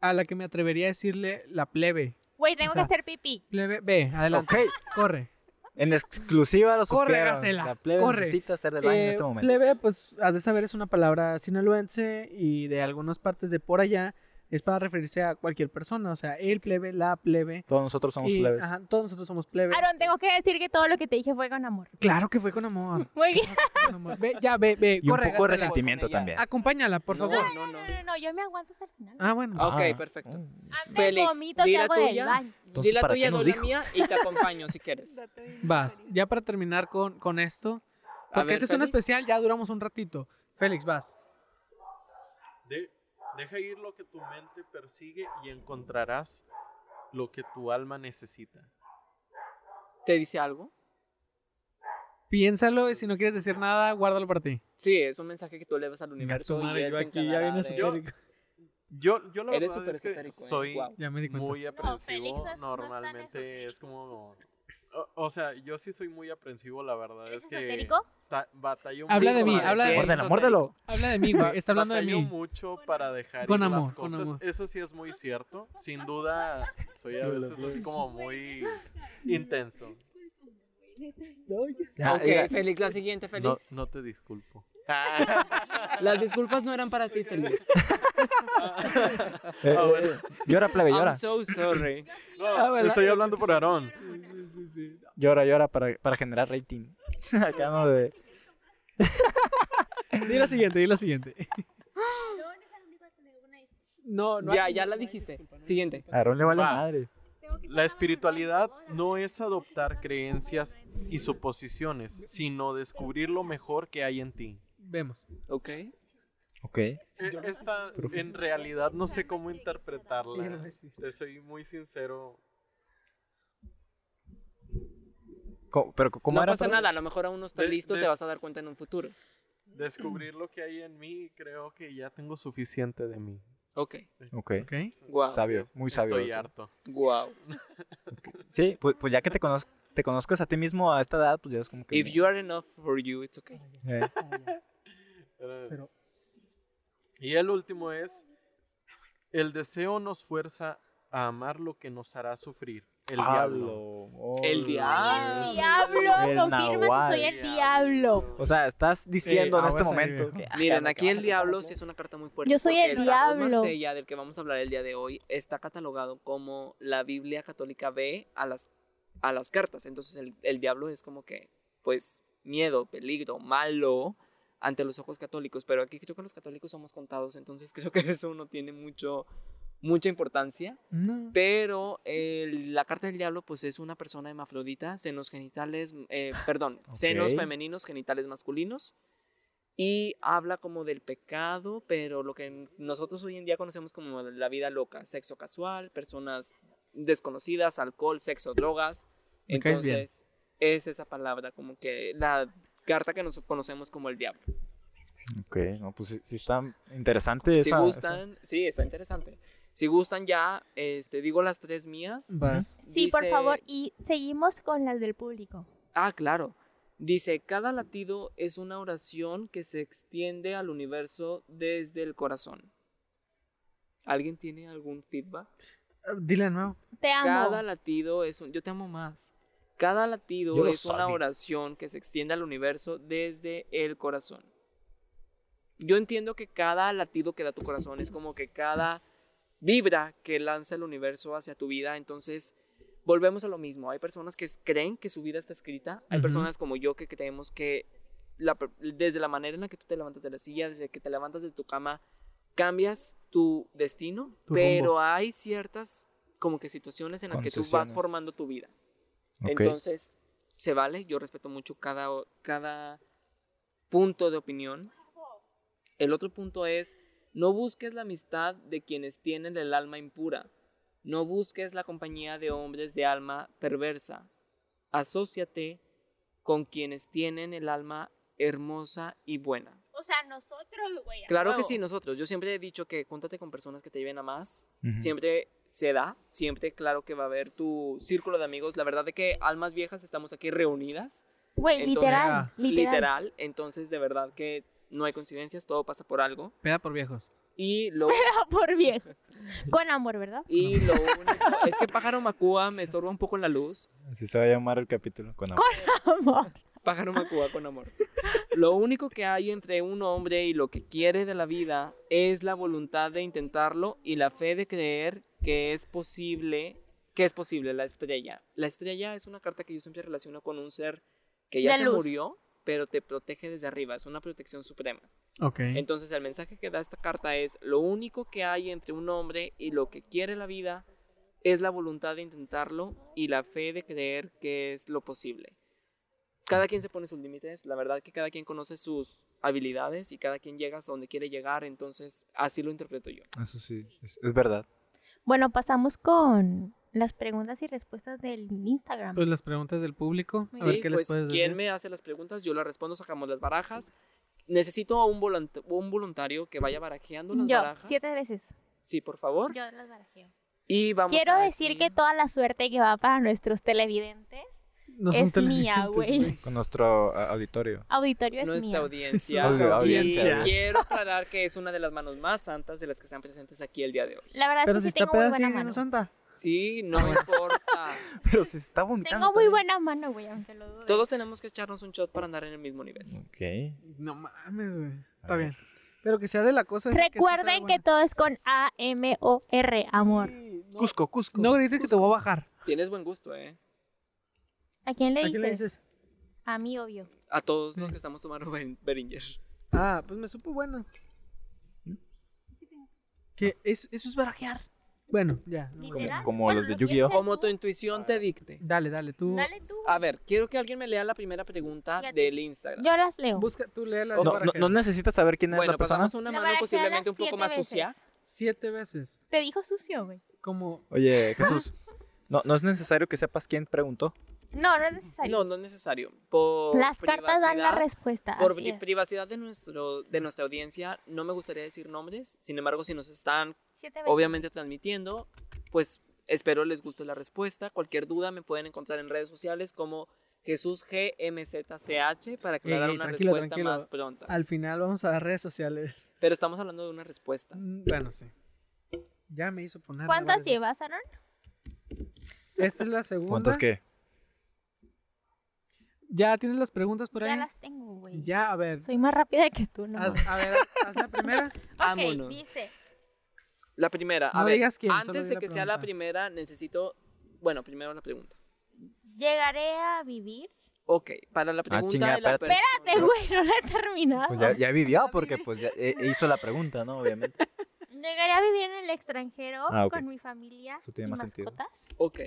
Speaker 1: a la que me atrevería a decirle la plebe.
Speaker 2: Güey, tengo
Speaker 1: O sea,
Speaker 2: que hacer pipí.
Speaker 1: Plebe, ve, adelante,
Speaker 3: Ok,
Speaker 1: corre.
Speaker 3: en exclusiva lo
Speaker 1: Corre,
Speaker 3: supieron.
Speaker 1: Gacela,
Speaker 3: La plebe
Speaker 1: corre.
Speaker 3: necesita hacer del baño en
Speaker 1: Eh,
Speaker 3: este momento.
Speaker 1: Plebe, pues, has de saber, es una palabra sinaloense y de algunas partes de por allá es para referirse a cualquier persona, o sea, el plebe, la plebe.
Speaker 3: Todos nosotros somos
Speaker 1: y,
Speaker 3: plebes.
Speaker 1: ajá, todos nosotros somos plebes.
Speaker 2: Aaron, tengo que decir que todo lo que te dije fue con amor.
Speaker 1: Claro que fue con amor.
Speaker 2: Muy bien.
Speaker 1: con amor. Ve, ya, ve, ve,
Speaker 3: Y un
Speaker 1: corre,
Speaker 3: poco de
Speaker 1: Gacela.
Speaker 3: resentimiento
Speaker 4: Voy con ella.
Speaker 3: también.
Speaker 1: Acompáñala, por
Speaker 4: No,
Speaker 1: favor.
Speaker 4: no,
Speaker 2: No,
Speaker 4: no.
Speaker 2: no, no, yo me aguanto hasta el final.
Speaker 1: Ah, bueno.
Speaker 4: Ok,
Speaker 3: Ah,
Speaker 4: perfecto.
Speaker 3: oh.
Speaker 2: Antes
Speaker 4: Félix,
Speaker 2: vomito,
Speaker 4: di
Speaker 2: te
Speaker 4: la
Speaker 2: hago del
Speaker 4: tuya.
Speaker 2: baño.
Speaker 4: Di
Speaker 3: Entonces,
Speaker 4: la
Speaker 3: ¿para qué
Speaker 4: tuya,
Speaker 3: nos
Speaker 4: doy la
Speaker 3: dijo?
Speaker 4: mía y te acompaño si quieres.
Speaker 1: Vas. Ya para terminar con, con esto, porque
Speaker 4: ver,
Speaker 1: este es un
Speaker 4: Félix.
Speaker 1: especial, ya duramos un ratito. Félix, vas.
Speaker 9: De- deja ir lo que tu mente persigue y encontrarás lo que tu alma necesita.
Speaker 4: ¿Te dice algo?
Speaker 1: Piénsalo y si no quieres decir nada, guárdalo para ti.
Speaker 4: Sí, es un mensaje que tú le vas al universo. y él se encargará de-
Speaker 9: Yo- Yo, yo la
Speaker 4: Eres
Speaker 9: verdad
Speaker 4: súper
Speaker 9: es que
Speaker 4: esotérico, ¿eh?
Speaker 9: soy
Speaker 4: Guau.
Speaker 1: Ya me di cuenta.
Speaker 9: muy
Speaker 2: Félix,
Speaker 9: aprensivo.
Speaker 2: no- no está en
Speaker 9: Normalmente
Speaker 2: esotérico.
Speaker 9: es como... O, o sea, yo sí soy muy aprensivo, la verdad
Speaker 2: ¿Eres
Speaker 9: es que...
Speaker 2: esotérico?
Speaker 9: ta- batallo
Speaker 1: Habla
Speaker 9: mucho
Speaker 1: de mí,
Speaker 9: para
Speaker 1: habla de
Speaker 9: decir-
Speaker 1: mí.
Speaker 3: Muérdelo, muérdelo.
Speaker 1: Habla de mí, güey. Está hablando de
Speaker 9: Batallo
Speaker 1: mí.
Speaker 9: mucho para dejar
Speaker 1: Con
Speaker 9: ir las
Speaker 1: amor, con
Speaker 9: cosas.
Speaker 1: amor.
Speaker 9: Eso sí es muy cierto. Sin duda, soy a
Speaker 3: Yo lo
Speaker 9: veces
Speaker 3: creo.
Speaker 9: así como muy intenso.
Speaker 3: Ya,
Speaker 4: ok, Ah,
Speaker 3: mira,
Speaker 4: Félix, la siguiente,
Speaker 9: No,
Speaker 4: Félix.
Speaker 9: no te disculpo.
Speaker 4: Las disculpas no eran para ti, Félix.
Speaker 3: eh,
Speaker 9: Ah, bueno.
Speaker 3: eh, llora, plebe, llora.
Speaker 4: I'm so sorry.
Speaker 9: No,
Speaker 1: Ah, ¿verdad?
Speaker 9: estoy hablando por Aarón.
Speaker 3: Llora, llora para, para generar rating. Acá no de...
Speaker 1: Di la siguiente, di la siguiente.
Speaker 2: No, no es la única que me- una disculpa.
Speaker 1: No, no.
Speaker 4: Ya, ya la dijiste. Siguiente.
Speaker 3: A Aaron le vale
Speaker 9: Va.
Speaker 3: madre.
Speaker 9: La espiritualidad no es adoptar creencias y suposiciones, sino descubrir lo mejor que hay en ti.
Speaker 1: Ah. Vemos.
Speaker 4: Ok.
Speaker 3: Ok.
Speaker 9: E- Esta, en realidad, no sé cómo interpretarla. Te soy muy sincero.
Speaker 3: Co- Pero ¿cómo
Speaker 4: no
Speaker 3: era?
Speaker 4: pasa
Speaker 3: perdón?
Speaker 4: nada, a lo mejor aún no está
Speaker 9: De-
Speaker 4: listo, te
Speaker 9: des-
Speaker 4: vas a dar cuenta en un futuro.
Speaker 9: Descubrir lo que hay en mí, creo que ya tengo suficiente de mí.
Speaker 4: Ok.
Speaker 3: Ok.
Speaker 1: Ok.
Speaker 4: Wow.
Speaker 3: Sabio, muy sabio.
Speaker 9: Estoy
Speaker 3: eso.
Speaker 9: harto.
Speaker 4: Wow.
Speaker 3: Sí, pues, pues ya que te, conoz- te conozcas a ti mismo a esta edad, pues ya es como que...
Speaker 4: If you are enough for you, it's okay.
Speaker 3: Eh,
Speaker 9: Pero-
Speaker 1: Pero-
Speaker 9: Y el último es, el deseo nos fuerza a amar lo que nos hará sufrir. El
Speaker 3: Ah,
Speaker 9: diablo.
Speaker 3: oh,
Speaker 4: Ah, El
Speaker 3: oh.
Speaker 4: diablo.
Speaker 2: Diablo,
Speaker 3: El
Speaker 2: confirma si
Speaker 3: Nahual.
Speaker 2: soy el diablo.
Speaker 3: O sea, estás diciendo
Speaker 1: Eh,
Speaker 3: en este
Speaker 1: aguas ahí,
Speaker 3: momento
Speaker 1: viejo.
Speaker 3: que... ah,
Speaker 4: Miren,
Speaker 3: cabrón,
Speaker 4: aquí
Speaker 3: que
Speaker 4: el
Speaker 3: vas a-
Speaker 4: diablo sí es una carta muy fuerte.
Speaker 2: Yo soy
Speaker 4: porque
Speaker 2: el
Speaker 4: Tarot
Speaker 2: diablo.
Speaker 4: Marsella, del que vamos a hablar el día de hoy, está catalogado como la Biblia católica ve a las, a las cartas. Entonces el, el diablo es como que, pues, miedo, peligro, malo ante los ojos católicos. Pero aquí creo que los católicos somos contados, entonces creo que eso no tiene mucho, mucha importancia.
Speaker 1: No.
Speaker 4: Pero el- la carta del diablo, pues es una persona hermafrodita, senos genitales, eh, perdón, senos
Speaker 3: Ok.
Speaker 4: femeninos, genitales masculinos. Y habla como del pecado, pero lo que nosotros hoy en día conocemos como la vida loca, sexo casual, personas desconocidas, alcohol, sexo, drogas.
Speaker 1: Me caes bien.
Speaker 4: Entonces, es esa palabra, como que la carta que nos conocemos como el diablo.
Speaker 3: Ok, no, pues sí, sí está interesante
Speaker 4: si
Speaker 3: esa- esa-
Speaker 4: gustan, sí, está interesante. Si gustan ya, este, digo las tres mías.
Speaker 1: Vas.
Speaker 2: Sí, por
Speaker 4: Dice-
Speaker 2: favor. Y seguimos con las del público.
Speaker 4: Ah, claro. Dice, cada latido es una oración que se extiende al universo desde el corazón. ¿Alguien tiene algún feedback?
Speaker 1: Ah, Dile de nuevo.
Speaker 2: Te amo.
Speaker 4: Cada latido es un... Yo te amo más. Cada latido
Speaker 3: Yo lo
Speaker 4: es una
Speaker 3: sabía.
Speaker 4: oración que se extiende al universo desde el corazón. Yo entiendo que cada latido que da tu corazón es como que cada vibra que lanza el universo hacia tu vida. Entonces, volvemos a lo mismo. Hay personas que s- creen que su vida está escrita. Hay
Speaker 1: Ujú.
Speaker 4: personas como yo que creemos que la per- desde la manera en la que tú te levantas de la silla, desde que te levantas de tu cama, cambias tu destino.
Speaker 1: Tu
Speaker 4: pero
Speaker 1: rumbo.
Speaker 4: hay ciertas como que situaciones en las que tú vas
Speaker 3: Concesiones.
Speaker 4: formando tu vida.
Speaker 3: Ok.
Speaker 4: eh, Entonces, se vale. Yo respeto mucho cada, o- cada punto de opinión. El otro punto es, no busques la amistad de quienes tienen el alma impura. No busques la compañía de hombres de alma perversa. Asociate con quienes tienen el alma hermosa y buena.
Speaker 2: O sea, nosotros, güey. a
Speaker 4: Claro que
Speaker 2: huevo.
Speaker 4: sí, nosotros. Yo siempre he dicho que júntate con personas que te lleven a más.
Speaker 3: Ujú.
Speaker 4: Siempre se da, siempre claro que va a haber tu círculo de amigos. La verdad de que almas viejas estamos aquí reunidas.
Speaker 2: Güey,
Speaker 4: Entonces,
Speaker 1: Ah,
Speaker 2: literal, literal.
Speaker 4: Literal. Entonces, de verdad que no hay coincidencias, todo pasa por algo.
Speaker 1: Peda por viejos.
Speaker 4: Y lo,
Speaker 2: Por viejo. Con amor, ¿verdad?
Speaker 4: y lo único es que Pájaro Macúa me estorba un poco en la luz.
Speaker 3: Así se va a llamar el capítulo con amor.
Speaker 2: Amor.
Speaker 4: Pájaro Macúa con amor. Lo único que hay entre un hombre y lo que quiere de la vida es la voluntad de intentarlo y la fe de creer que es posible, que es posible la estrella. La estrella es una carta que yo siempre relaciono con un ser que ya
Speaker 2: De
Speaker 4: se
Speaker 2: luz.
Speaker 4: murió, pero te protege desde arriba, es una protección suprema.
Speaker 1: Ok.
Speaker 4: Entonces el mensaje que da esta carta es, lo único que hay entre un hombre y lo que quiere la vida es la voluntad de intentarlo y la fe de creer que es lo posible. Cada quien se pone sus límites, la verdad que cada quien conoce sus habilidades y cada quien llega hasta donde quiere llegar, entonces así lo interpreto yo.
Speaker 3: Eso sí, es, es verdad.
Speaker 2: Bueno, pasamos con las preguntas y respuestas del Instagram.
Speaker 1: Pues las preguntas del público. A
Speaker 4: Sí,
Speaker 1: ver qué les
Speaker 4: pues
Speaker 1: puedes decir.
Speaker 4: quien me hace las preguntas, yo las respondo, sacamos las barajas. Necesito a un, volante- un voluntario que vaya barajeando las
Speaker 2: Yo,
Speaker 4: barajas.
Speaker 2: siete veces.
Speaker 4: Sí, por favor.
Speaker 2: Yo las barajeo.
Speaker 4: Y vamos
Speaker 2: Quiero
Speaker 4: a
Speaker 2: decir que toda la suerte que va para nuestros televidentes,
Speaker 1: No son
Speaker 2: es mía,
Speaker 1: televidentes,
Speaker 2: güey.
Speaker 3: Con nuestro a- auditorio.
Speaker 2: auditorio es mío.
Speaker 4: nuestra audiencia.
Speaker 3: Audi- audiencia.
Speaker 4: Y quiero aclarar que es una de las manos más santas de las que están presentes aquí el día de hoy.
Speaker 2: La verdad
Speaker 1: Pero
Speaker 2: es
Speaker 1: si
Speaker 2: que sí
Speaker 1: está
Speaker 2: tengo muy
Speaker 1: peda, sí,
Speaker 2: buena mano.
Speaker 1: no santa.
Speaker 4: Sí, no importa.
Speaker 3: Pero se está vomitando.
Speaker 2: Tengo muy
Speaker 3: también.
Speaker 2: buena mano, güey, aunque lo dudes.
Speaker 4: Todos tenemos que echarnos un shot para andar en el mismo nivel.
Speaker 3: Ok.
Speaker 1: No mames, güey. Está
Speaker 3: A ver.
Speaker 1: bien. Pero que sea de la cosa. esa que sí sabe
Speaker 2: Recuerden que,
Speaker 1: buena.
Speaker 2: todo es con A-M-O-R, amor.
Speaker 3: Cusco, Cusco.
Speaker 1: No grites que te voy a bajar.
Speaker 4: Tienes buen gusto, ¿eh?
Speaker 2: ¿A quién le
Speaker 1: ¿A
Speaker 2: dices?
Speaker 1: quién le dices?
Speaker 2: A mí, obvio.
Speaker 4: A todos los que estamos tomando Beringer.
Speaker 1: Ah, pues me supo bueno. ¿Mm? Que es- eso es barajear. Bueno, ya. no
Speaker 3: Como-
Speaker 1: pasa nada.
Speaker 3: como los de Yu-Gi-Oh.
Speaker 4: Como tu intuición te dicte.
Speaker 1: Dale, dale, tú.
Speaker 2: Dale tú.
Speaker 4: A ver, quiero que alguien me lea la primera pregunta
Speaker 2: Fíjate.
Speaker 4: del Instagram.
Speaker 2: Yo las leo.
Speaker 1: Busca, tú léelas.
Speaker 3: No, no,
Speaker 1: barajear.
Speaker 3: no necesitas saber quién es
Speaker 4: Bueno,
Speaker 3: la persona.
Speaker 4: pasamos a una
Speaker 2: La
Speaker 4: mano
Speaker 2: barajé
Speaker 4: posiblemente
Speaker 2: las
Speaker 4: un poco
Speaker 2: siete
Speaker 4: más
Speaker 2: veces.
Speaker 4: sucia.
Speaker 1: Siete veces.
Speaker 2: Te dijo sucio, güey.
Speaker 1: Como.
Speaker 4: Ah.
Speaker 3: Oye, Jesús, no, no es necesario que sepas quién preguntó.
Speaker 2: No, no es necesario.
Speaker 4: No, no es necesario. Por
Speaker 2: las cartas dan la
Speaker 4: privacidad-
Speaker 2: respuesta.
Speaker 4: Por
Speaker 2: así
Speaker 4: pri-
Speaker 2: es.
Speaker 4: privacidad de, nuestro, de nuestra audiencia, no me gustaría decir nombres. Sin embargo, si nos están
Speaker 2: Siete veces.
Speaker 4: obviamente transmitiendo, pues espero les guste la respuesta. Cualquier duda me pueden encontrar en redes sociales como Jesús GMZCH para que
Speaker 1: Ey,
Speaker 4: dar
Speaker 1: ey,
Speaker 4: una
Speaker 1: tranquilo,
Speaker 4: respuesta
Speaker 1: tranquilo. Ah.
Speaker 4: más pronta.
Speaker 1: Al final vamos a dar redes sociales.
Speaker 4: Pero estamos hablando de una respuesta.
Speaker 1: Mm, Bueno, sí. Ya me hizo poner.
Speaker 2: ¿Cuántas
Speaker 1: varias veces.
Speaker 2: llevas, Aaron?
Speaker 1: Esta es la segunda.
Speaker 3: ¿Cuántas qué?
Speaker 1: Ya tienes las preguntas por
Speaker 2: Ya
Speaker 1: ahí.
Speaker 2: las tengo, güey.
Speaker 1: Ya, a ver.
Speaker 2: Soy más rápida que tú, no.
Speaker 1: haz- a ver, haz la primera.
Speaker 2: Ok,
Speaker 4: vámonos.
Speaker 2: dice.
Speaker 4: La primera. A
Speaker 1: No
Speaker 4: ver,
Speaker 1: digas quién, solo
Speaker 4: antes
Speaker 1: di
Speaker 4: de
Speaker 1: la
Speaker 4: que sea la
Speaker 1: pregunta.
Speaker 4: primera, necesito. Bueno, primero la pregunta.
Speaker 2: ¿Llegaré a vivir?
Speaker 4: Ok, para la pregunta
Speaker 3: chingada,
Speaker 4: de la
Speaker 3: espérate.
Speaker 4: persona-
Speaker 2: Te güey, no la he terminado.
Speaker 3: Pues ya, ya
Speaker 4: Ah,
Speaker 3: vivió porque pues ya, eh, hizo la pregunta, ¿no? Obviamente.
Speaker 2: ¿Llegaré a vivir en el extranjero
Speaker 3: Ah, ok.
Speaker 2: con mi familia
Speaker 3: Eso tiene
Speaker 2: y
Speaker 3: más sentido.
Speaker 2: mascotas?
Speaker 4: Ok,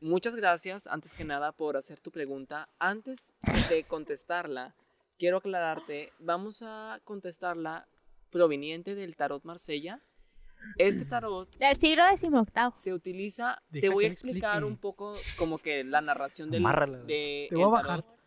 Speaker 4: muchas gracias antes que nada por hacer tu pregunta. Antes de contestarla, quiero aclararte, vamos a contestarla proveniente del tarot Marsella. Este tarot
Speaker 2: Del siglo XVIII.
Speaker 4: se utiliza, te
Speaker 1: Deja
Speaker 4: voy a
Speaker 1: que le
Speaker 4: explicar
Speaker 1: explique.
Speaker 4: un poco como que la narración del
Speaker 3: Amárrala.
Speaker 4: de
Speaker 1: Te voy a
Speaker 4: el
Speaker 1: bajar.
Speaker 4: tarot.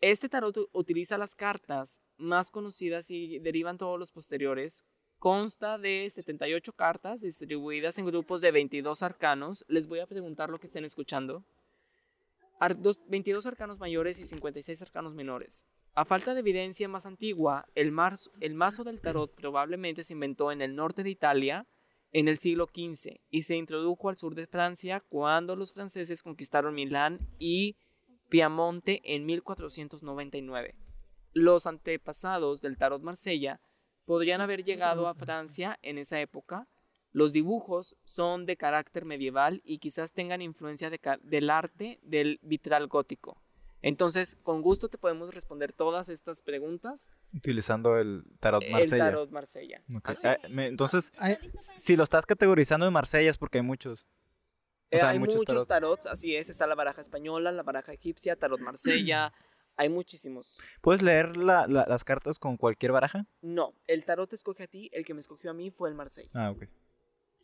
Speaker 4: Este tarot u- utiliza las cartas más conocidas y derivan todos los posteriores. Consta de 78 cartas distribuidas en grupos de 22 arcanos. Les voy a preguntar lo que estén escuchando. Ar- dos- 22 arcanos mayores y 56 arcanos menores. A falta de evidencia más antigua, el, mars- el mazo del tarot probablemente se inventó en el norte de Italia en el siglo XV y se introdujo al sur de Francia cuando los franceses conquistaron Milán y Piamonte en 1499. Los antepasados del tarot Marsella podrían haber llegado a Francia en esa época. Los dibujos son de carácter medieval y quizás tengan influencia de ca- del arte del vitral gótico. Entonces, con gusto te podemos responder todas estas preguntas.
Speaker 3: Utilizando el tarot
Speaker 4: El
Speaker 3: Marsella.
Speaker 4: tarot Marsella.
Speaker 3: Ok.
Speaker 4: Así
Speaker 3: Ah,
Speaker 4: es.
Speaker 3: me- entonces,
Speaker 1: Ay,
Speaker 3: si lo estás categorizando en Marsella es porque hay muchos. O
Speaker 4: Eh,
Speaker 3: sea,
Speaker 4: hay muchos,
Speaker 3: tarot.
Speaker 4: tarots, así es. Está la baraja española, la baraja egipcia, tarot Marsella. hay muchísimos.
Speaker 3: ¿Puedes leer la- la- las cartas con cualquier baraja?
Speaker 4: No, el tarot te escoge a ti, el que me escogió a mí fue el Marsella.
Speaker 3: Ah, ok.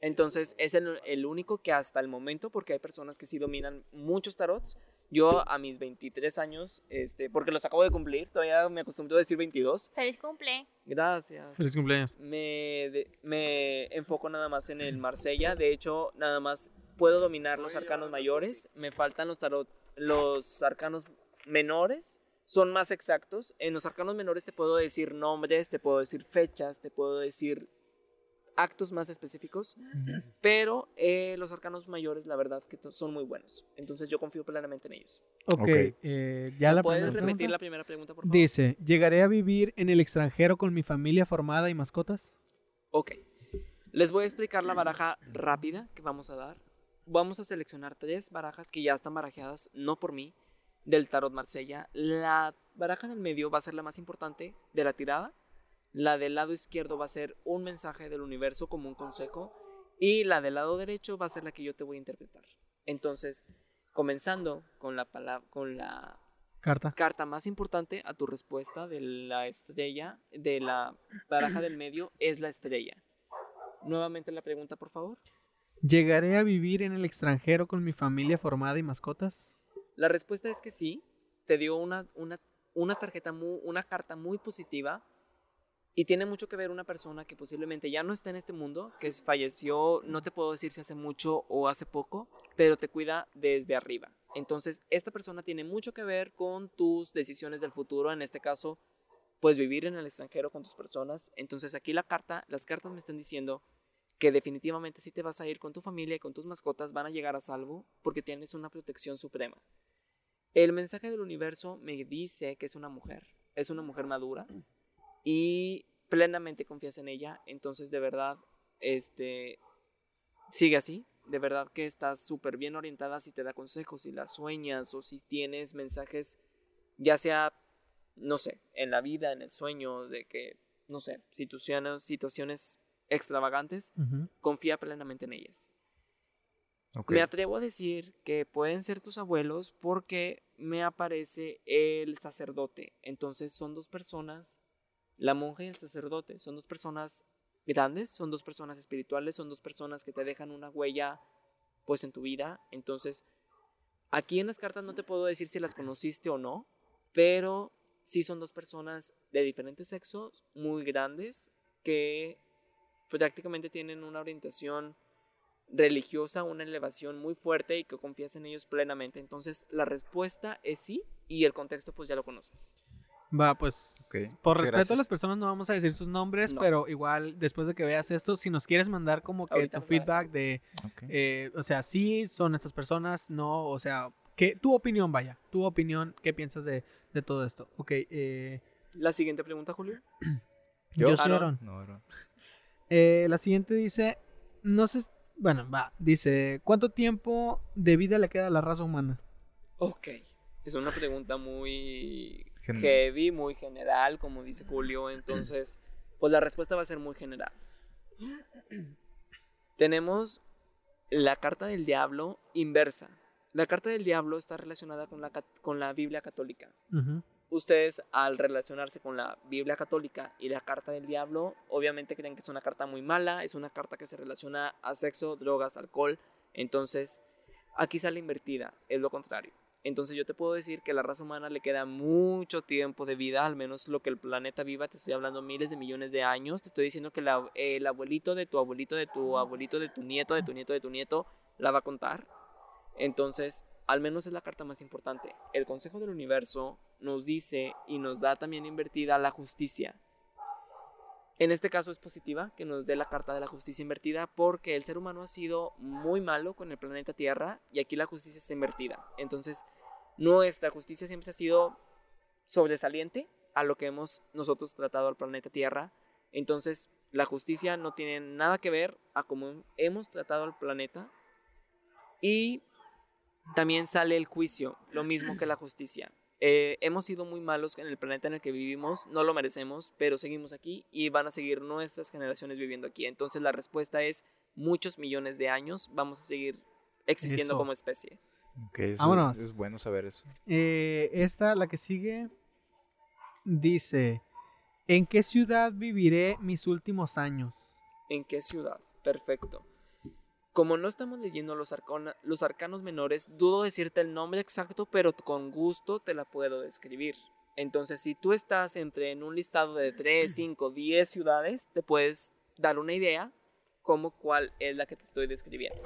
Speaker 4: Entonces es el, el único que hasta el momento, porque hay personas que sí dominan muchos tarots. Yo a mis 23 años, este, porque los acabo de cumplir, todavía me acostumbro a decir 22.
Speaker 2: Feliz cumple.
Speaker 4: Gracias.
Speaker 1: Feliz cumpleaños.
Speaker 4: Me, de- me enfoco nada más en el Marsella. De hecho, nada más puedo dominar los arcanos mayores. Me faltan los tarot, los arcanos menores. Son más exactos. En los arcanos menores te puedo decir nombres, te puedo decir fechas, te puedo decir actos más específicos. Pero eh, los arcanos mayores, la verdad, que to- son muy buenos. Entonces yo confío plenamente en ellos.
Speaker 1: Ok,
Speaker 3: Ok.
Speaker 1: eh, ya la
Speaker 4: ¿Puedes
Speaker 1: primera
Speaker 4: repetir
Speaker 1: pregunta.
Speaker 4: la primera pregunta, por favor?
Speaker 1: Dice, ¿llegaré a vivir en el extranjero con mi familia formada y mascotas?
Speaker 4: Ok. Les voy a explicar la baraja rápida que vamos a dar. Vamos a seleccionar tres barajas que ya están barajeadas, no por mí, del tarot Marsella. La baraja del medio va a ser la más importante de la tirada. La del lado izquierdo va a ser un mensaje del universo como un consejo. Y la del lado derecho va a ser la que yo te voy a interpretar. Entonces, comenzando con la, palabra, con la
Speaker 1: Carta.
Speaker 4: carta más importante a tu respuesta de la estrella, de la baraja del medio, es la estrella. Nuevamente la pregunta, por favor.
Speaker 1: ¿Llegaré a vivir en el extranjero con mi familia formada y mascotas?
Speaker 4: La respuesta es que sí. Te dio una, una, una tarjeta, mu- una carta muy positiva. Y tiene mucho que ver una persona que posiblemente ya no está en este mundo, que es- falleció, no te puedo decir si hace mucho o hace poco, pero te cuida desde arriba. Entonces, esta persona tiene mucho que ver con tus decisiones del futuro, en este caso, pues vivir en el extranjero con tus personas. Entonces, aquí la carta, las cartas me están diciendo que definitivamente si te vas a ir con tu familia y con tus mascotas van a llegar a salvo porque tienes una protección suprema. El mensaje del universo me dice que es una mujer, es una mujer madura y plenamente confías en ella, entonces de verdad, este, sigue así, de verdad que estás súper bien orientada si te da consejos, si las sueñas o si tienes mensajes, ya sea, no sé, en la vida, en el sueño, de que, no sé, situaciones, situaciones extravagantes,
Speaker 1: Ujú.
Speaker 4: confía plenamente en ellas.
Speaker 3: Ok.
Speaker 4: Me atrevo a decir que pueden ser tus abuelos porque me aparece el sacerdote. Entonces son dos personas, la monja y el sacerdote, son dos personas grandes, son dos personas espirituales, son dos personas que te dejan una huella pues en tu vida. Entonces, aquí en las cartas no te puedo decir si las conociste o no, pero sí son dos personas de diferentes sexos, muy grandes, que prácticamente tienen una orientación religiosa, una elevación muy fuerte y que confías en ellos plenamente. Entonces, la respuesta es sí y el contexto pues ya lo conoces.
Speaker 1: Va, pues.
Speaker 3: Ok,
Speaker 1: Por respeto
Speaker 3: muchas
Speaker 1: a
Speaker 3: gracias.
Speaker 1: las personas no vamos a decir sus nombres,
Speaker 4: No.
Speaker 1: pero igual después de que veas esto, si nos quieres mandar como que
Speaker 4: Ahorita
Speaker 1: tu
Speaker 4: nos va a-
Speaker 1: feedback de,
Speaker 3: Ok.
Speaker 1: eh, o sea, sí son estas personas, no, o sea, que tu opinión vaya, tu opinión, qué piensas de, de todo esto. Ok, eh,
Speaker 4: La siguiente pregunta, Julio.
Speaker 1: yo,
Speaker 4: Yo,
Speaker 1: soy
Speaker 4: Aaron.
Speaker 1: Aaron.
Speaker 3: No, no.
Speaker 1: Eh, la siguiente dice, no sé, bueno, va, dice, ¿cuánto tiempo de vida le queda a la raza humana?
Speaker 4: Ok. Es una pregunta muy
Speaker 3: Gen-
Speaker 4: heavy, muy general, como dice Julio. Entonces, pues la respuesta va a ser muy general. Tenemos la carta del diablo inversa. La carta del diablo está relacionada con la, cat- con la Biblia católica.
Speaker 1: Ujú.
Speaker 4: ustedes al relacionarse con la Biblia católica y la carta del diablo, obviamente creen que es una carta muy mala, es una carta que se relaciona a sexo, drogas, alcohol, entonces aquí sale invertida, es lo contrario. Entonces yo te puedo decir que a la raza humana le queda mucho tiempo de vida, al menos lo que el planeta viva, te estoy hablando miles de millones de años, te estoy diciendo que la- el abuelito de tu abuelito, de tu abuelito, de tu nieto, de tu nieto, de tu nieto, la va a contar. Entonces, al menos es la carta más importante. El Consejo del Universo nos dice y nos da también invertida la justicia. En este caso es positiva que nos dé la carta de la justicia invertida porque el ser humano ha sido muy malo con el planeta Tierra y aquí la justicia está invertida. Entonces, nuestra justicia siempre ha sido sobresaliente a lo que hemos nosotros tratado al planeta Tierra. Entonces, la justicia no tiene nada que ver a cómo hemos tratado al planeta y también sale el juicio, lo mismo que la justicia. Eh, hemos sido muy malos en el planeta en el que vivimos, no lo merecemos, pero seguimos aquí y van a seguir nuestras generaciones viviendo aquí. Entonces la respuesta es muchos millones de años vamos a seguir existiendo
Speaker 1: Eso.
Speaker 4: como especie.
Speaker 3: Ok, eso-
Speaker 1: Vámonos.
Speaker 3: Es bueno saber eso.
Speaker 1: Eh, esta, la que sigue, dice, ¿en qué ciudad viviré mis últimos años?
Speaker 4: ¿En qué ciudad? Perfecto. Como no estamos leyendo los, arcona- los arcanos menores, dudo decirte el nombre exacto, pero con gusto te la puedo describir. Entonces, si tú estás entre en un listado de 3, 5, 10 ciudades, te puedes dar una idea como cuál es la que te estoy describiendo.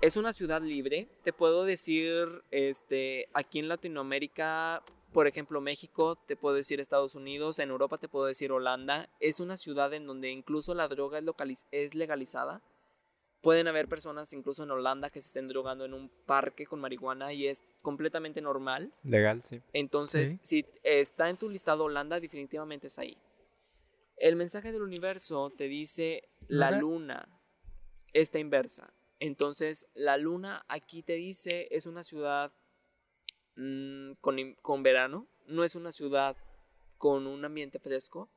Speaker 4: Es una ciudad libre. Te puedo decir, este, aquí en Latinoamérica, por ejemplo, México, te puedo decir Estados Unidos, en Europa te puedo decir Holanda. Es una ciudad en donde incluso la droga es, localiz- es legalizada. Pueden haber personas incluso en Holanda que se estén drogando en un parque con marihuana y es completamente normal.
Speaker 3: Legal, sí.
Speaker 4: Entonces,
Speaker 1: Sí.
Speaker 4: si está en tu listado Holanda, definitivamente es ahí. El mensaje del universo te dice la
Speaker 1: Ahora-
Speaker 4: luna está inversa. Entonces, la luna aquí te dice es una ciudad mm, con, in- con verano, no es una ciudad con un ambiente fresco.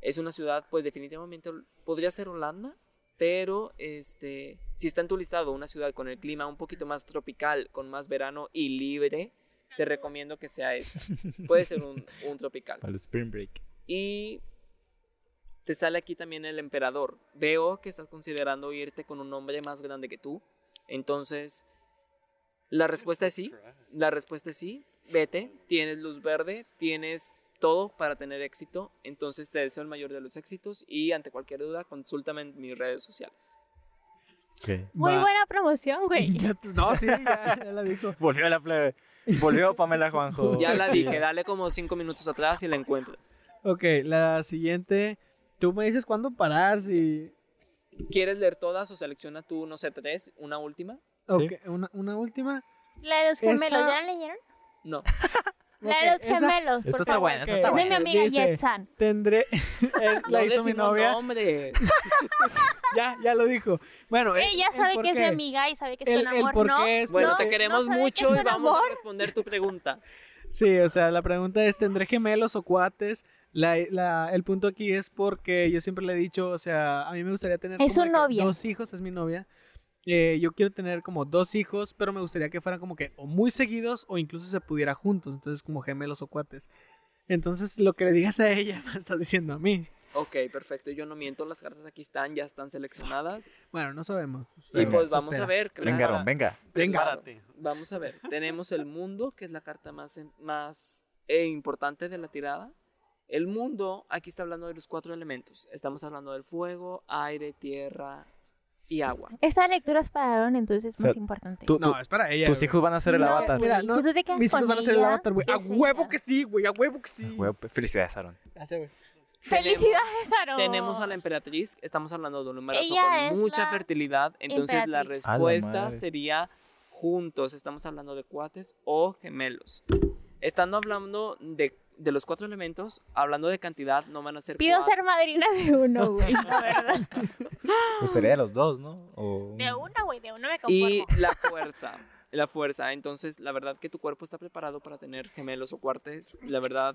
Speaker 4: Es una ciudad, pues definitivamente hol- podría ser Holanda, pero este, si está en tu listado una ciudad con el clima un poquito más tropical, con más verano y libre, te recomiendo que sea esa. Puede ser un, un tropical.
Speaker 3: Para el Spring Break.
Speaker 4: Y te sale aquí también el emperador. Veo que estás considerando irte con un hombre más grande que tú. Entonces, la respuesta es sí. La respuesta es sí. Vete, tienes luz verde, tienes todo para tener éxito. Entonces, te deseo el mayor de los éxitos y ante cualquier duda, consúltame en mis redes sociales.
Speaker 3: Ok.
Speaker 2: Muy
Speaker 1: Va.
Speaker 2: buena promoción, güey.
Speaker 1: Ya tú- no, sí, ya, ya la dijo.
Speaker 3: Volvió la plebe. Volvió Pamela Juanjo.
Speaker 4: Ya la dije, dale como cinco minutos atrás y la encuentras.
Speaker 1: Ok, la siguiente, tú me dices cuándo parar, si...
Speaker 4: ¿Quieres leer todas o selecciona tú, no sé, tres, una última?
Speaker 1: Ok,
Speaker 3: Sí.
Speaker 1: una, una última.
Speaker 2: La de los gemelos,
Speaker 1: Esta-
Speaker 2: ¿ya la leyeron?
Speaker 4: No.
Speaker 2: La
Speaker 1: Ok,
Speaker 2: de los
Speaker 1: esa-
Speaker 2: gemelos, por
Speaker 3: Esa está
Speaker 2: favor.
Speaker 3: buena, esa
Speaker 1: Ok.
Speaker 3: está
Speaker 2: Es de mi
Speaker 3: buena.
Speaker 2: amiga
Speaker 1: Dice-
Speaker 2: Jetsan.
Speaker 1: Tendré... eh, la
Speaker 4: No
Speaker 1: hizo mi
Speaker 4: decimos
Speaker 1: novia.
Speaker 4: nombres.
Speaker 1: Ya, ya lo dijo. Bueno, el-
Speaker 2: Ella
Speaker 1: el
Speaker 2: sabe
Speaker 1: por
Speaker 2: que es mi
Speaker 1: qué.
Speaker 2: amiga y sabe que es
Speaker 1: El,
Speaker 2: un
Speaker 1: el
Speaker 2: amor,
Speaker 1: por
Speaker 2: ¿no?
Speaker 1: qué es...
Speaker 4: Bueno,
Speaker 1: porque-
Speaker 4: te queremos
Speaker 2: ¿sabes
Speaker 4: mucho
Speaker 2: qué es
Speaker 4: y
Speaker 2: un
Speaker 4: vamos
Speaker 2: amor?
Speaker 4: a responder tu pregunta.
Speaker 1: Sí, o sea, la pregunta es, ¿tendré gemelos o cuates? La- la- el punto aquí es porque yo siempre le he dicho, o sea, a mí me gustaría tener
Speaker 2: Es
Speaker 1: como
Speaker 2: su
Speaker 1: de que
Speaker 2: novia.
Speaker 1: dos hijos, es mi novia. Eh, yo quiero tener como dos hijos, pero me gustaría que fueran como que o muy seguidos o incluso se pudiera juntos, entonces como gemelos o cuates. Entonces lo que le digas a ella me lo estás diciendo a mí.
Speaker 4: Ok, perfecto. Yo no miento, las cartas aquí están, ya están seleccionadas.
Speaker 1: Bueno, no sabemos.
Speaker 4: Y
Speaker 1: Pero
Speaker 4: pues
Speaker 1: se
Speaker 4: vamos a
Speaker 1: espera.
Speaker 4: ver. claro.
Speaker 3: Venga, Aaron, venga.
Speaker 1: Venga.
Speaker 4: Claro. Vamos a ver. Tenemos el mundo, que es la carta más, en- más eh, importante de la tirada. El mundo, aquí está hablando de los cuatro elementos. Estamos hablando del fuego, aire, tierra y agua.
Speaker 2: Esta lectura es para Aaron, entonces es
Speaker 3: O sea,
Speaker 2: más importante.
Speaker 3: Tú-
Speaker 1: No,
Speaker 3: tú-
Speaker 1: es para ella.
Speaker 3: Tus
Speaker 1: güey.
Speaker 3: hijos van a ser el
Speaker 2: No,
Speaker 3: avatar.
Speaker 1: Mira, no, pues,
Speaker 2: si tú te quedas
Speaker 1: mis hijos
Speaker 2: con
Speaker 1: van a ser el
Speaker 2: ella,
Speaker 1: avatar, güey. A
Speaker 2: es
Speaker 1: huevo
Speaker 2: ella.
Speaker 1: que sí, güey. A huevo que sí.
Speaker 3: Güey, Ah, Felicidades, Aaron.
Speaker 1: Gracias, güey.
Speaker 2: ¡Felicidades, Aaron!
Speaker 4: Tenemos a la emperatriz, estamos hablando de un embarazo
Speaker 2: Ella es
Speaker 4: con mucha
Speaker 2: la
Speaker 4: fertilidad. Entonces la
Speaker 2: emperatriz.
Speaker 3: A la
Speaker 4: respuesta
Speaker 3: madre.
Speaker 4: sería juntos. Estamos hablando de cuates o gemelos. Estando hablando de, de los cuatro elementos, hablando de cantidad, no van a ser
Speaker 2: Pido
Speaker 4: cuatro.
Speaker 2: ser madrina de uno, güey, la verdad.
Speaker 3: Pues sería de los dos, ¿no? O
Speaker 2: De
Speaker 3: un-
Speaker 2: uno, güey, de uno me conformo.
Speaker 4: Y la fuerza. La fuerza. Entonces, la verdad que tu cuerpo está preparado para tener gemelos o cuartes. La verdad,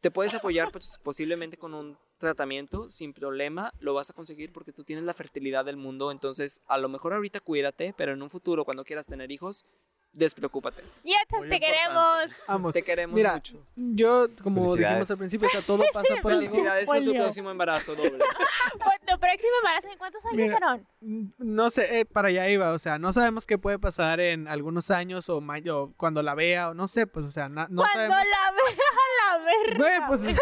Speaker 4: te puedes apoyar pues, posiblemente con un tratamiento sin problema. Lo vas a conseguir porque tú tienes la fertilidad del mundo. Entonces, a lo mejor ahorita cuídate, pero en un futuro, cuando quieras tener hijos, despreocúpate.
Speaker 2: ¡Ya te
Speaker 9: Muy importante.
Speaker 2: queremos!
Speaker 10: Pues,
Speaker 1: Vamos.
Speaker 4: Te queremos
Speaker 1: Mira,
Speaker 4: mucho.
Speaker 1: Yo, como dijimos
Speaker 3: Felicidades.
Speaker 1: al principio, o sea, todo pasa por algo.
Speaker 4: Felicidades por tu
Speaker 2: polio.
Speaker 4: próximo embarazo doble.
Speaker 10: Pues,
Speaker 2: Por tu próximo embarazo, ¿en cuántos años,
Speaker 1: Mira.
Speaker 2: Aaron?
Speaker 1: No sé, eh, para allá iba, o sea, no sabemos qué puede pasar en algunos años o, ma- o cuando la vea o no sé, pues, o sea, na- no
Speaker 2: Cuando
Speaker 1: sabemos.
Speaker 2: la vea, la verga.
Speaker 1: Güey, pues,
Speaker 2: güey.
Speaker 1: es-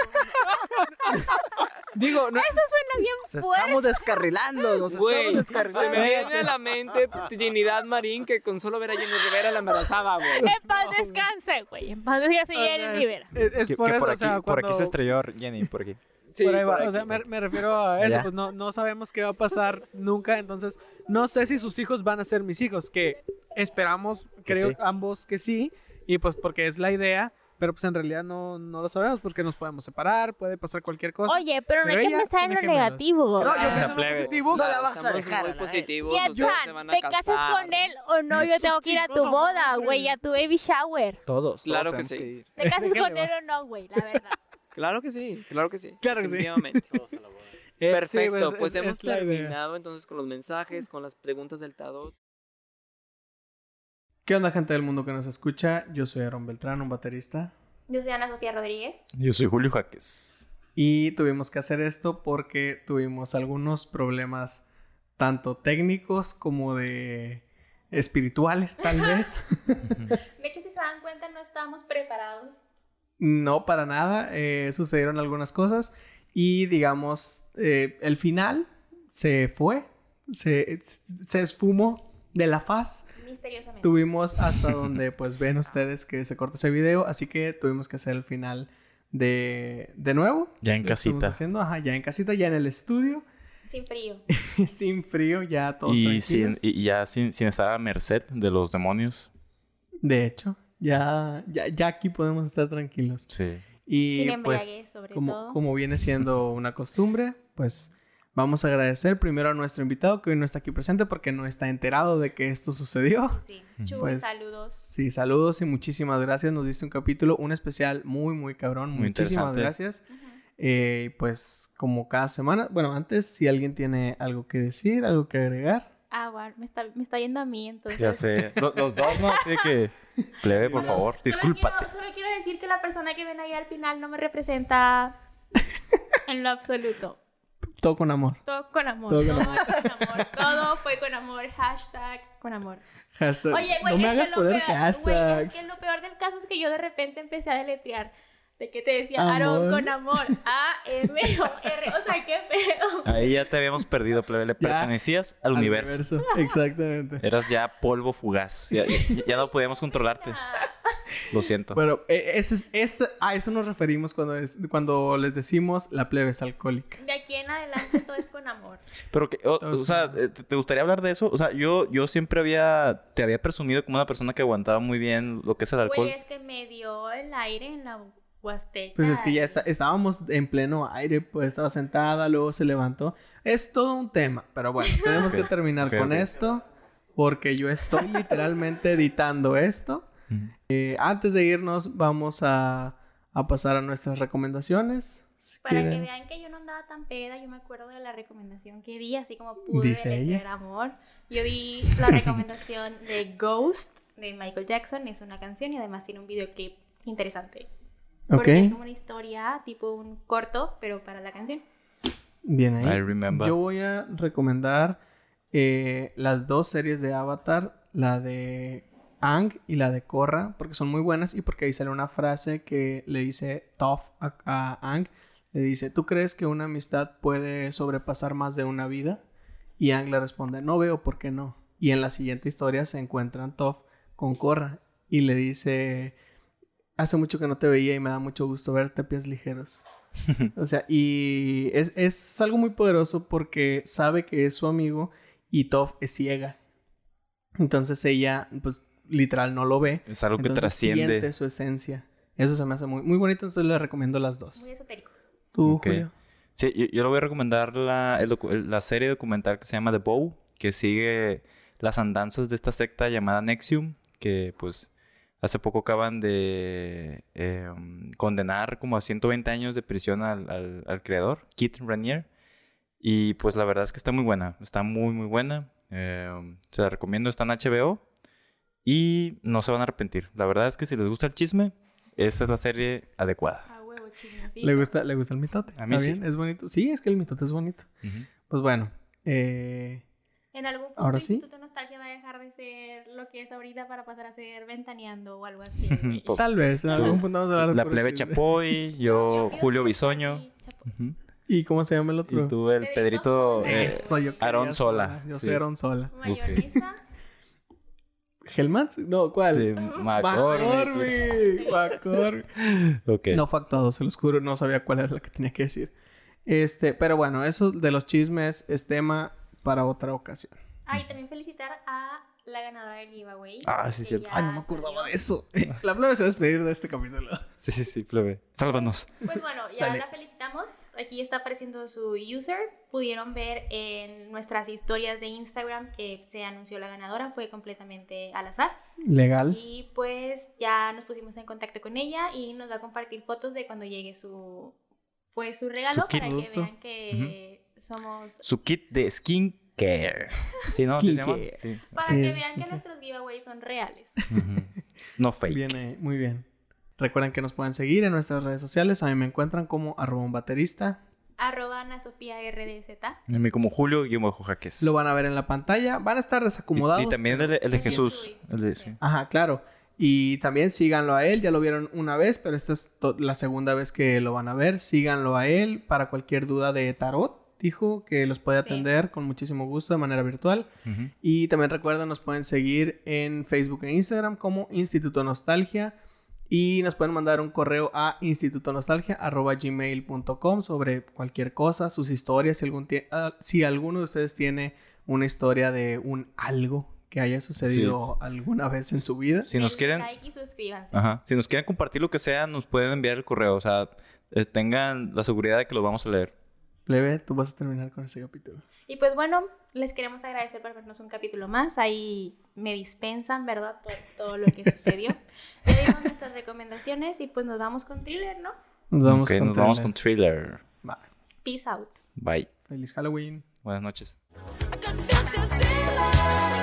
Speaker 1: Digo, no,
Speaker 2: Eso suena bien
Speaker 1: Pues
Speaker 10: Nos
Speaker 2: fuerte.
Speaker 10: estamos descarrilando, nos
Speaker 4: Güey,
Speaker 10: estamos
Speaker 4: se
Speaker 10: descarrilando.
Speaker 4: me viene a la mente Trinidad Marín que con solo ver a Jenny Rivera la embarazaba, güey.
Speaker 2: En paz descanse, güey. En paz descanse,
Speaker 1: o sea,
Speaker 2: Jenny Rivera.
Speaker 1: es, es
Speaker 3: que-
Speaker 1: por
Speaker 3: que
Speaker 1: eso,
Speaker 3: por,
Speaker 1: o sea,
Speaker 3: aquí- por aquí
Speaker 1: cuando-
Speaker 3: se estrelló Jenny, por aquí.
Speaker 4: Sí,
Speaker 1: por ahí va,
Speaker 4: por
Speaker 1: o sea,
Speaker 4: aquí.
Speaker 1: me, me refiero a eso,
Speaker 3: Ya.
Speaker 1: pues no, no sabemos qué va a pasar nunca, entonces no sé si sus hijos van a ser mis hijos, que esperamos,
Speaker 3: Que
Speaker 1: creo
Speaker 3: sí.
Speaker 1: ambos que sí, y pues porque es la idea, pero pues en realidad no, no lo sabemos porque nos podemos separar, puede pasar cualquier cosa.
Speaker 2: Oye, pero no
Speaker 1: Pero
Speaker 2: hay que
Speaker 1: ella
Speaker 2: pensar en
Speaker 1: tiene
Speaker 2: lo
Speaker 1: gemelos.
Speaker 2: negativo.
Speaker 1: no, yo
Speaker 4: Ah,
Speaker 1: pienso en lo
Speaker 3: plebe.
Speaker 10: No
Speaker 1: positivo.
Speaker 10: la vas a
Speaker 4: Estamos
Speaker 10: dejar a
Speaker 4: muy
Speaker 10: la
Speaker 4: positivos,
Speaker 2: Y
Speaker 4: ustedes se
Speaker 2: Chan,
Speaker 4: van a
Speaker 2: ¿te
Speaker 4: casar.
Speaker 2: casas con él o no? Yo tengo que ir a tu
Speaker 1: Chingada
Speaker 2: boda,
Speaker 1: madre.
Speaker 2: güey, a tu baby shower.
Speaker 3: Todos.
Speaker 4: Claro que
Speaker 3: tenemos
Speaker 4: sí.
Speaker 3: ir.
Speaker 2: ¿Te casas
Speaker 1: Déjale,
Speaker 2: con
Speaker 1: va.
Speaker 2: él o no, güey? La verdad.
Speaker 4: Claro que sí, claro que sí.
Speaker 1: Claro que sí.
Speaker 4: definitivamente.
Speaker 9: Todos a la boda.
Speaker 1: Eh, sí,
Speaker 4: Perfecto,
Speaker 1: es-
Speaker 4: pues
Speaker 1: es-
Speaker 4: hemos
Speaker 1: es la idea.
Speaker 4: terminado entonces con los mensajes, con las preguntas del tarot.
Speaker 1: ¿Qué onda, gente del mundo que nos escucha? Yo soy Aaron Beltrán, un baterista.
Speaker 2: Yo soy Ana Sofía Rodríguez.
Speaker 3: Yo soy Julio Jaques.
Speaker 1: Y tuvimos que hacer esto porque tuvimos algunos problemas, tanto técnicos como de espirituales, tal vez.
Speaker 2: De hecho, si se dan cuenta, no estábamos preparados.
Speaker 1: no, para nada. eh, sucedieron algunas cosas. Y digamos, eh, el final se fue, se, se esfumó de la faz.
Speaker 2: Misteriosamente.
Speaker 1: Tuvimos hasta donde pues ven ustedes que se corta ese video, así que tuvimos que hacer el final de, de nuevo.
Speaker 3: Ya en
Speaker 1: Lo estuvimos
Speaker 3: casita.
Speaker 1: haciendo, ajá, ya en casita, ya en el estudio,
Speaker 2: Sin frío.
Speaker 1: sin frío, ya todos
Speaker 3: Y, sin,
Speaker 1: tranquilos.
Speaker 3: y ya sin, sin estar a merced de los demonios.
Speaker 1: De hecho, ya, ya, ya aquí podemos estar tranquilos.
Speaker 3: Sí.
Speaker 1: Y
Speaker 2: Sin
Speaker 1: pues,
Speaker 2: embriaguez, sobre
Speaker 1: como,
Speaker 2: todo.
Speaker 1: como viene siendo una costumbre, pues vamos a agradecer primero a nuestro invitado que hoy no está aquí presente porque no está enterado de que esto sucedió.
Speaker 2: Sí,
Speaker 3: Ujú.
Speaker 2: Chu,
Speaker 1: Pues,
Speaker 2: saludos.
Speaker 1: Sí, saludos y muchísimas gracias. Nos diste un capítulo, un especial muy, muy cabrón.
Speaker 3: Muy
Speaker 1: muchísimas
Speaker 3: interesante.
Speaker 1: gracias. Eh, pues como cada semana, bueno, antes si alguien tiene algo que decir, algo que agregar.
Speaker 2: Ah, bueno, me está, me está yendo a mí, entonces.
Speaker 3: Ya sé. Los, los dos, ¿no? Así de que. Plebe, por favor. Discúlpate.
Speaker 2: Solo quiero, solo quiero decir que la persona que ven ahí al final no me representa en lo absoluto.
Speaker 1: Todo con amor.
Speaker 2: Todo con amor.
Speaker 1: Todo
Speaker 2: Todo,
Speaker 1: con
Speaker 2: con amor. Todo fue con amor. Hashtag con amor.
Speaker 1: Hashtag-
Speaker 2: Oye, güey,
Speaker 1: no me
Speaker 2: es
Speaker 1: hagas
Speaker 2: que lo
Speaker 1: poner
Speaker 2: peor- güey,
Speaker 1: hashtags.
Speaker 2: es que lo peor del caso es que yo de repente empecé a deletrear. De que te decía
Speaker 1: Amor.
Speaker 2: Aarón con amor. A-M-O-R. O sea, qué pedo.
Speaker 3: Ahí ya te habíamos perdido, plebe. Le
Speaker 1: Ya.
Speaker 3: pertenecías al
Speaker 1: Al
Speaker 3: universo.
Speaker 1: Exactamente.
Speaker 3: Eras ya polvo fugaz. Ya, ya- ya no podíamos controlarte. Lo siento.
Speaker 1: Bueno, eh, ese es, ese- a eso nos referimos cuando, es- cuando les decimos la plebe es alcohólica.
Speaker 2: De aquí en adelante todo es con amor.
Speaker 3: Pero que, o,
Speaker 1: Todos
Speaker 3: o sea,
Speaker 1: tenemos.
Speaker 3: eh, ¿te te gustaría hablar de eso? O sea, yo, yo siempre había, te había presumido como una persona que aguantaba muy bien lo que es el alcohol.
Speaker 2: Güey, es que me dio el aire en la Huasteca.
Speaker 1: Pues es que ya
Speaker 2: y-
Speaker 1: está- estábamos en pleno aire, pues estaba sentada, luego se levantó. Es todo un tema, pero bueno, tenemos
Speaker 3: Ok,
Speaker 1: que terminar
Speaker 3: ok,
Speaker 1: con
Speaker 3: ok.
Speaker 1: esto porque yo estoy literalmente editando esto.
Speaker 3: Ujú.
Speaker 1: Eh, antes de irnos vamos a, a pasar a nuestras recomendaciones. Si
Speaker 11: Para que
Speaker 1: quieren.
Speaker 11: vean que yo no andaba tan peda, yo me acuerdo de la recomendación que di, así como pude
Speaker 1: Dice
Speaker 11: de
Speaker 1: ella.
Speaker 11: tener amor. Yo di la recomendación de Ghost de Michael Jackson, es una canción y además tiene un videoclip interesante. Porque
Speaker 1: Ok.
Speaker 11: es como una historia, tipo un corto, pero para la canción.
Speaker 1: Bien ahí.
Speaker 3: I remember.
Speaker 1: Yo voy a recomendar eh, las dos series de Avatar, la de Ang y la de Korra, porque son muy buenas y porque ahí sale una frase que le dice Toph a, a Ang. Le dice, ¿tú crees que una amistad puede sobrepasar más de una vida? Y Ang le responde, no veo por qué no. Y en la siguiente historia se encuentran Toph con Korra y le dice, hace mucho que no te veía y me da mucho gusto verte, pies ligeros. O sea, y es, es algo muy poderoso porque sabe que es su amigo y Toph es ciega. Entonces ella, pues, literal no lo ve.
Speaker 3: Es algo que
Speaker 1: Entonces,
Speaker 3: trasciende.
Speaker 1: Siente su esencia. Eso se me hace muy, muy bonito, entonces le recomiendo las dos. Muy
Speaker 11: esotérico.
Speaker 1: ¿Tú,
Speaker 3: Ok.
Speaker 1: Julio?
Speaker 3: Sí, yo, yo le voy a recomendar la, el docu- el- la serie documental que se llama The Bow, que sigue las andanzas de esta secta llamada Nexium, que pues hace poco acaban de eh, condenar como a 120 años de prisión al, al- al creador, Kit Ranier. Y pues la verdad es que está muy buena, está muy muy buena. Eh, se la recomiendo, está en HBO y no se van a arrepentir. La verdad es que si les gusta el chisme, esa es la serie adecuada.
Speaker 1: ¿Le gusta, ¿Le gusta el mitote?
Speaker 3: A mí
Speaker 1: ¿Está
Speaker 3: sí.
Speaker 1: bien? Es bonito. Sí, es que el mitote es bonito.
Speaker 3: Ujú.
Speaker 1: Pues bueno. eh,
Speaker 11: En algún punto
Speaker 1: Ahora sí.
Speaker 11: Instituto Nostalgia va a dejar de ser lo que es ahorita para pasar a ser ventaneando o algo así. güey.
Speaker 3: Po-
Speaker 1: Tal vez, en
Speaker 3: Sí.
Speaker 1: algún punto vamos a hablar de
Speaker 3: La
Speaker 1: puro
Speaker 3: plebe
Speaker 1: chisme.
Speaker 3: Chapoy, yo Julio Bisoño. Ujú.
Speaker 1: ¿Y cómo se llama el otro?
Speaker 3: Y tú el Pedrito eh,
Speaker 1: Eso, yo quería
Speaker 3: Aarón Sola.
Speaker 1: Sola. Yo
Speaker 3: sí.
Speaker 1: soy Aarón Sola.
Speaker 11: Mayonesa.
Speaker 1: ¿Helmans? No, ¿cuál?
Speaker 3: Sí, McCormick.
Speaker 1: McCormick, McCormick.
Speaker 3: Ok.
Speaker 1: No fue actuado, se los juro, no sabía cuál era la que tenía que decir. Este, pero bueno, eso de los chismes es tema para otra ocasión.
Speaker 11: Ay, Ah, también felicitar a la ganadora del giveaway. que ya
Speaker 1: Ah, Ay, no me acordaba de eso. La plebe se va a despedir de este capítulo.
Speaker 3: Sí, sí, sí, plebe. Sálvanos.
Speaker 11: Pues bueno, ya
Speaker 1: Dale.
Speaker 11: la felicitamos. Aquí está apareciendo su user. Pudieron ver en nuestras historias de Instagram que se anunció la ganadora. Fue completamente al azar.
Speaker 1: Legal.
Speaker 11: Y pues ya nos pusimos en contacto con ella y nos va a compartir fotos de cuando llegue su pues su regalo
Speaker 3: Su kit.
Speaker 11: para que
Speaker 3: Producto.
Speaker 11: vean que somos
Speaker 3: Su kit de skin care. Sí, ¿no? ¿Sí se llama?
Speaker 1: Skincare.
Speaker 3: Sí.
Speaker 11: para
Speaker 1: Sí,
Speaker 11: que
Speaker 1: sí,
Speaker 11: vean
Speaker 1: sí.
Speaker 11: que nuestros giveaways son reales.
Speaker 3: No fake.
Speaker 1: Bien ahí, muy bien. Recuerden que nos pueden seguir en nuestras redes sociales. A mí me encuentran como arroba un baterista.
Speaker 11: Arroba Ana Sofía RDZ.
Speaker 3: A mí como Julio y bajo Jaques.
Speaker 1: Lo van a ver en la pantalla. Van a estar desacomodados.
Speaker 3: Y también el, de- el de Jesús. el de- sí.
Speaker 1: Ajá, claro. Y también síganlo a él, ya lo vieron una vez, pero esta es to- la segunda vez que lo van a ver. Síganlo a él para cualquier duda de tarot. Dijo que los puede atender con muchísimo gusto de manera virtual.
Speaker 3: Ujú.
Speaker 1: Y también recuerden, nos pueden seguir en Facebook e Instagram como Instituto Nostalgia. Y nos pueden mandar un correo a institutonostalgia.gmail.com sobre cualquier cosa, sus historias, si, algún tie- ah, si alguno de ustedes tiene una historia de un algo que haya sucedido alguna vez en su vida.
Speaker 3: Si nos quieren...
Speaker 11: Like y suscríbanse.
Speaker 3: Ajá. Si nos quieren compartir lo que sea, nos pueden enviar el correo. O sea, eh, tengan la seguridad de que lo vamos a leer.
Speaker 1: Plebe, tú vas a terminar con ese capítulo.
Speaker 11: Y pues bueno, les queremos agradecer por vernos un capítulo más. Ahí me dispensan, ¿verdad? Por todo lo que sucedió. Le dimos nuestras recomendaciones y pues nos vamos con thriller, ¿no?
Speaker 1: Nos vamos
Speaker 3: Ok,
Speaker 1: con
Speaker 3: nos vamos
Speaker 1: Thriller.
Speaker 3: con Thriller.
Speaker 11: Peace out.
Speaker 3: Bye.
Speaker 1: Feliz Halloween.
Speaker 3: Buenas noches.
Speaker 12: Thriller.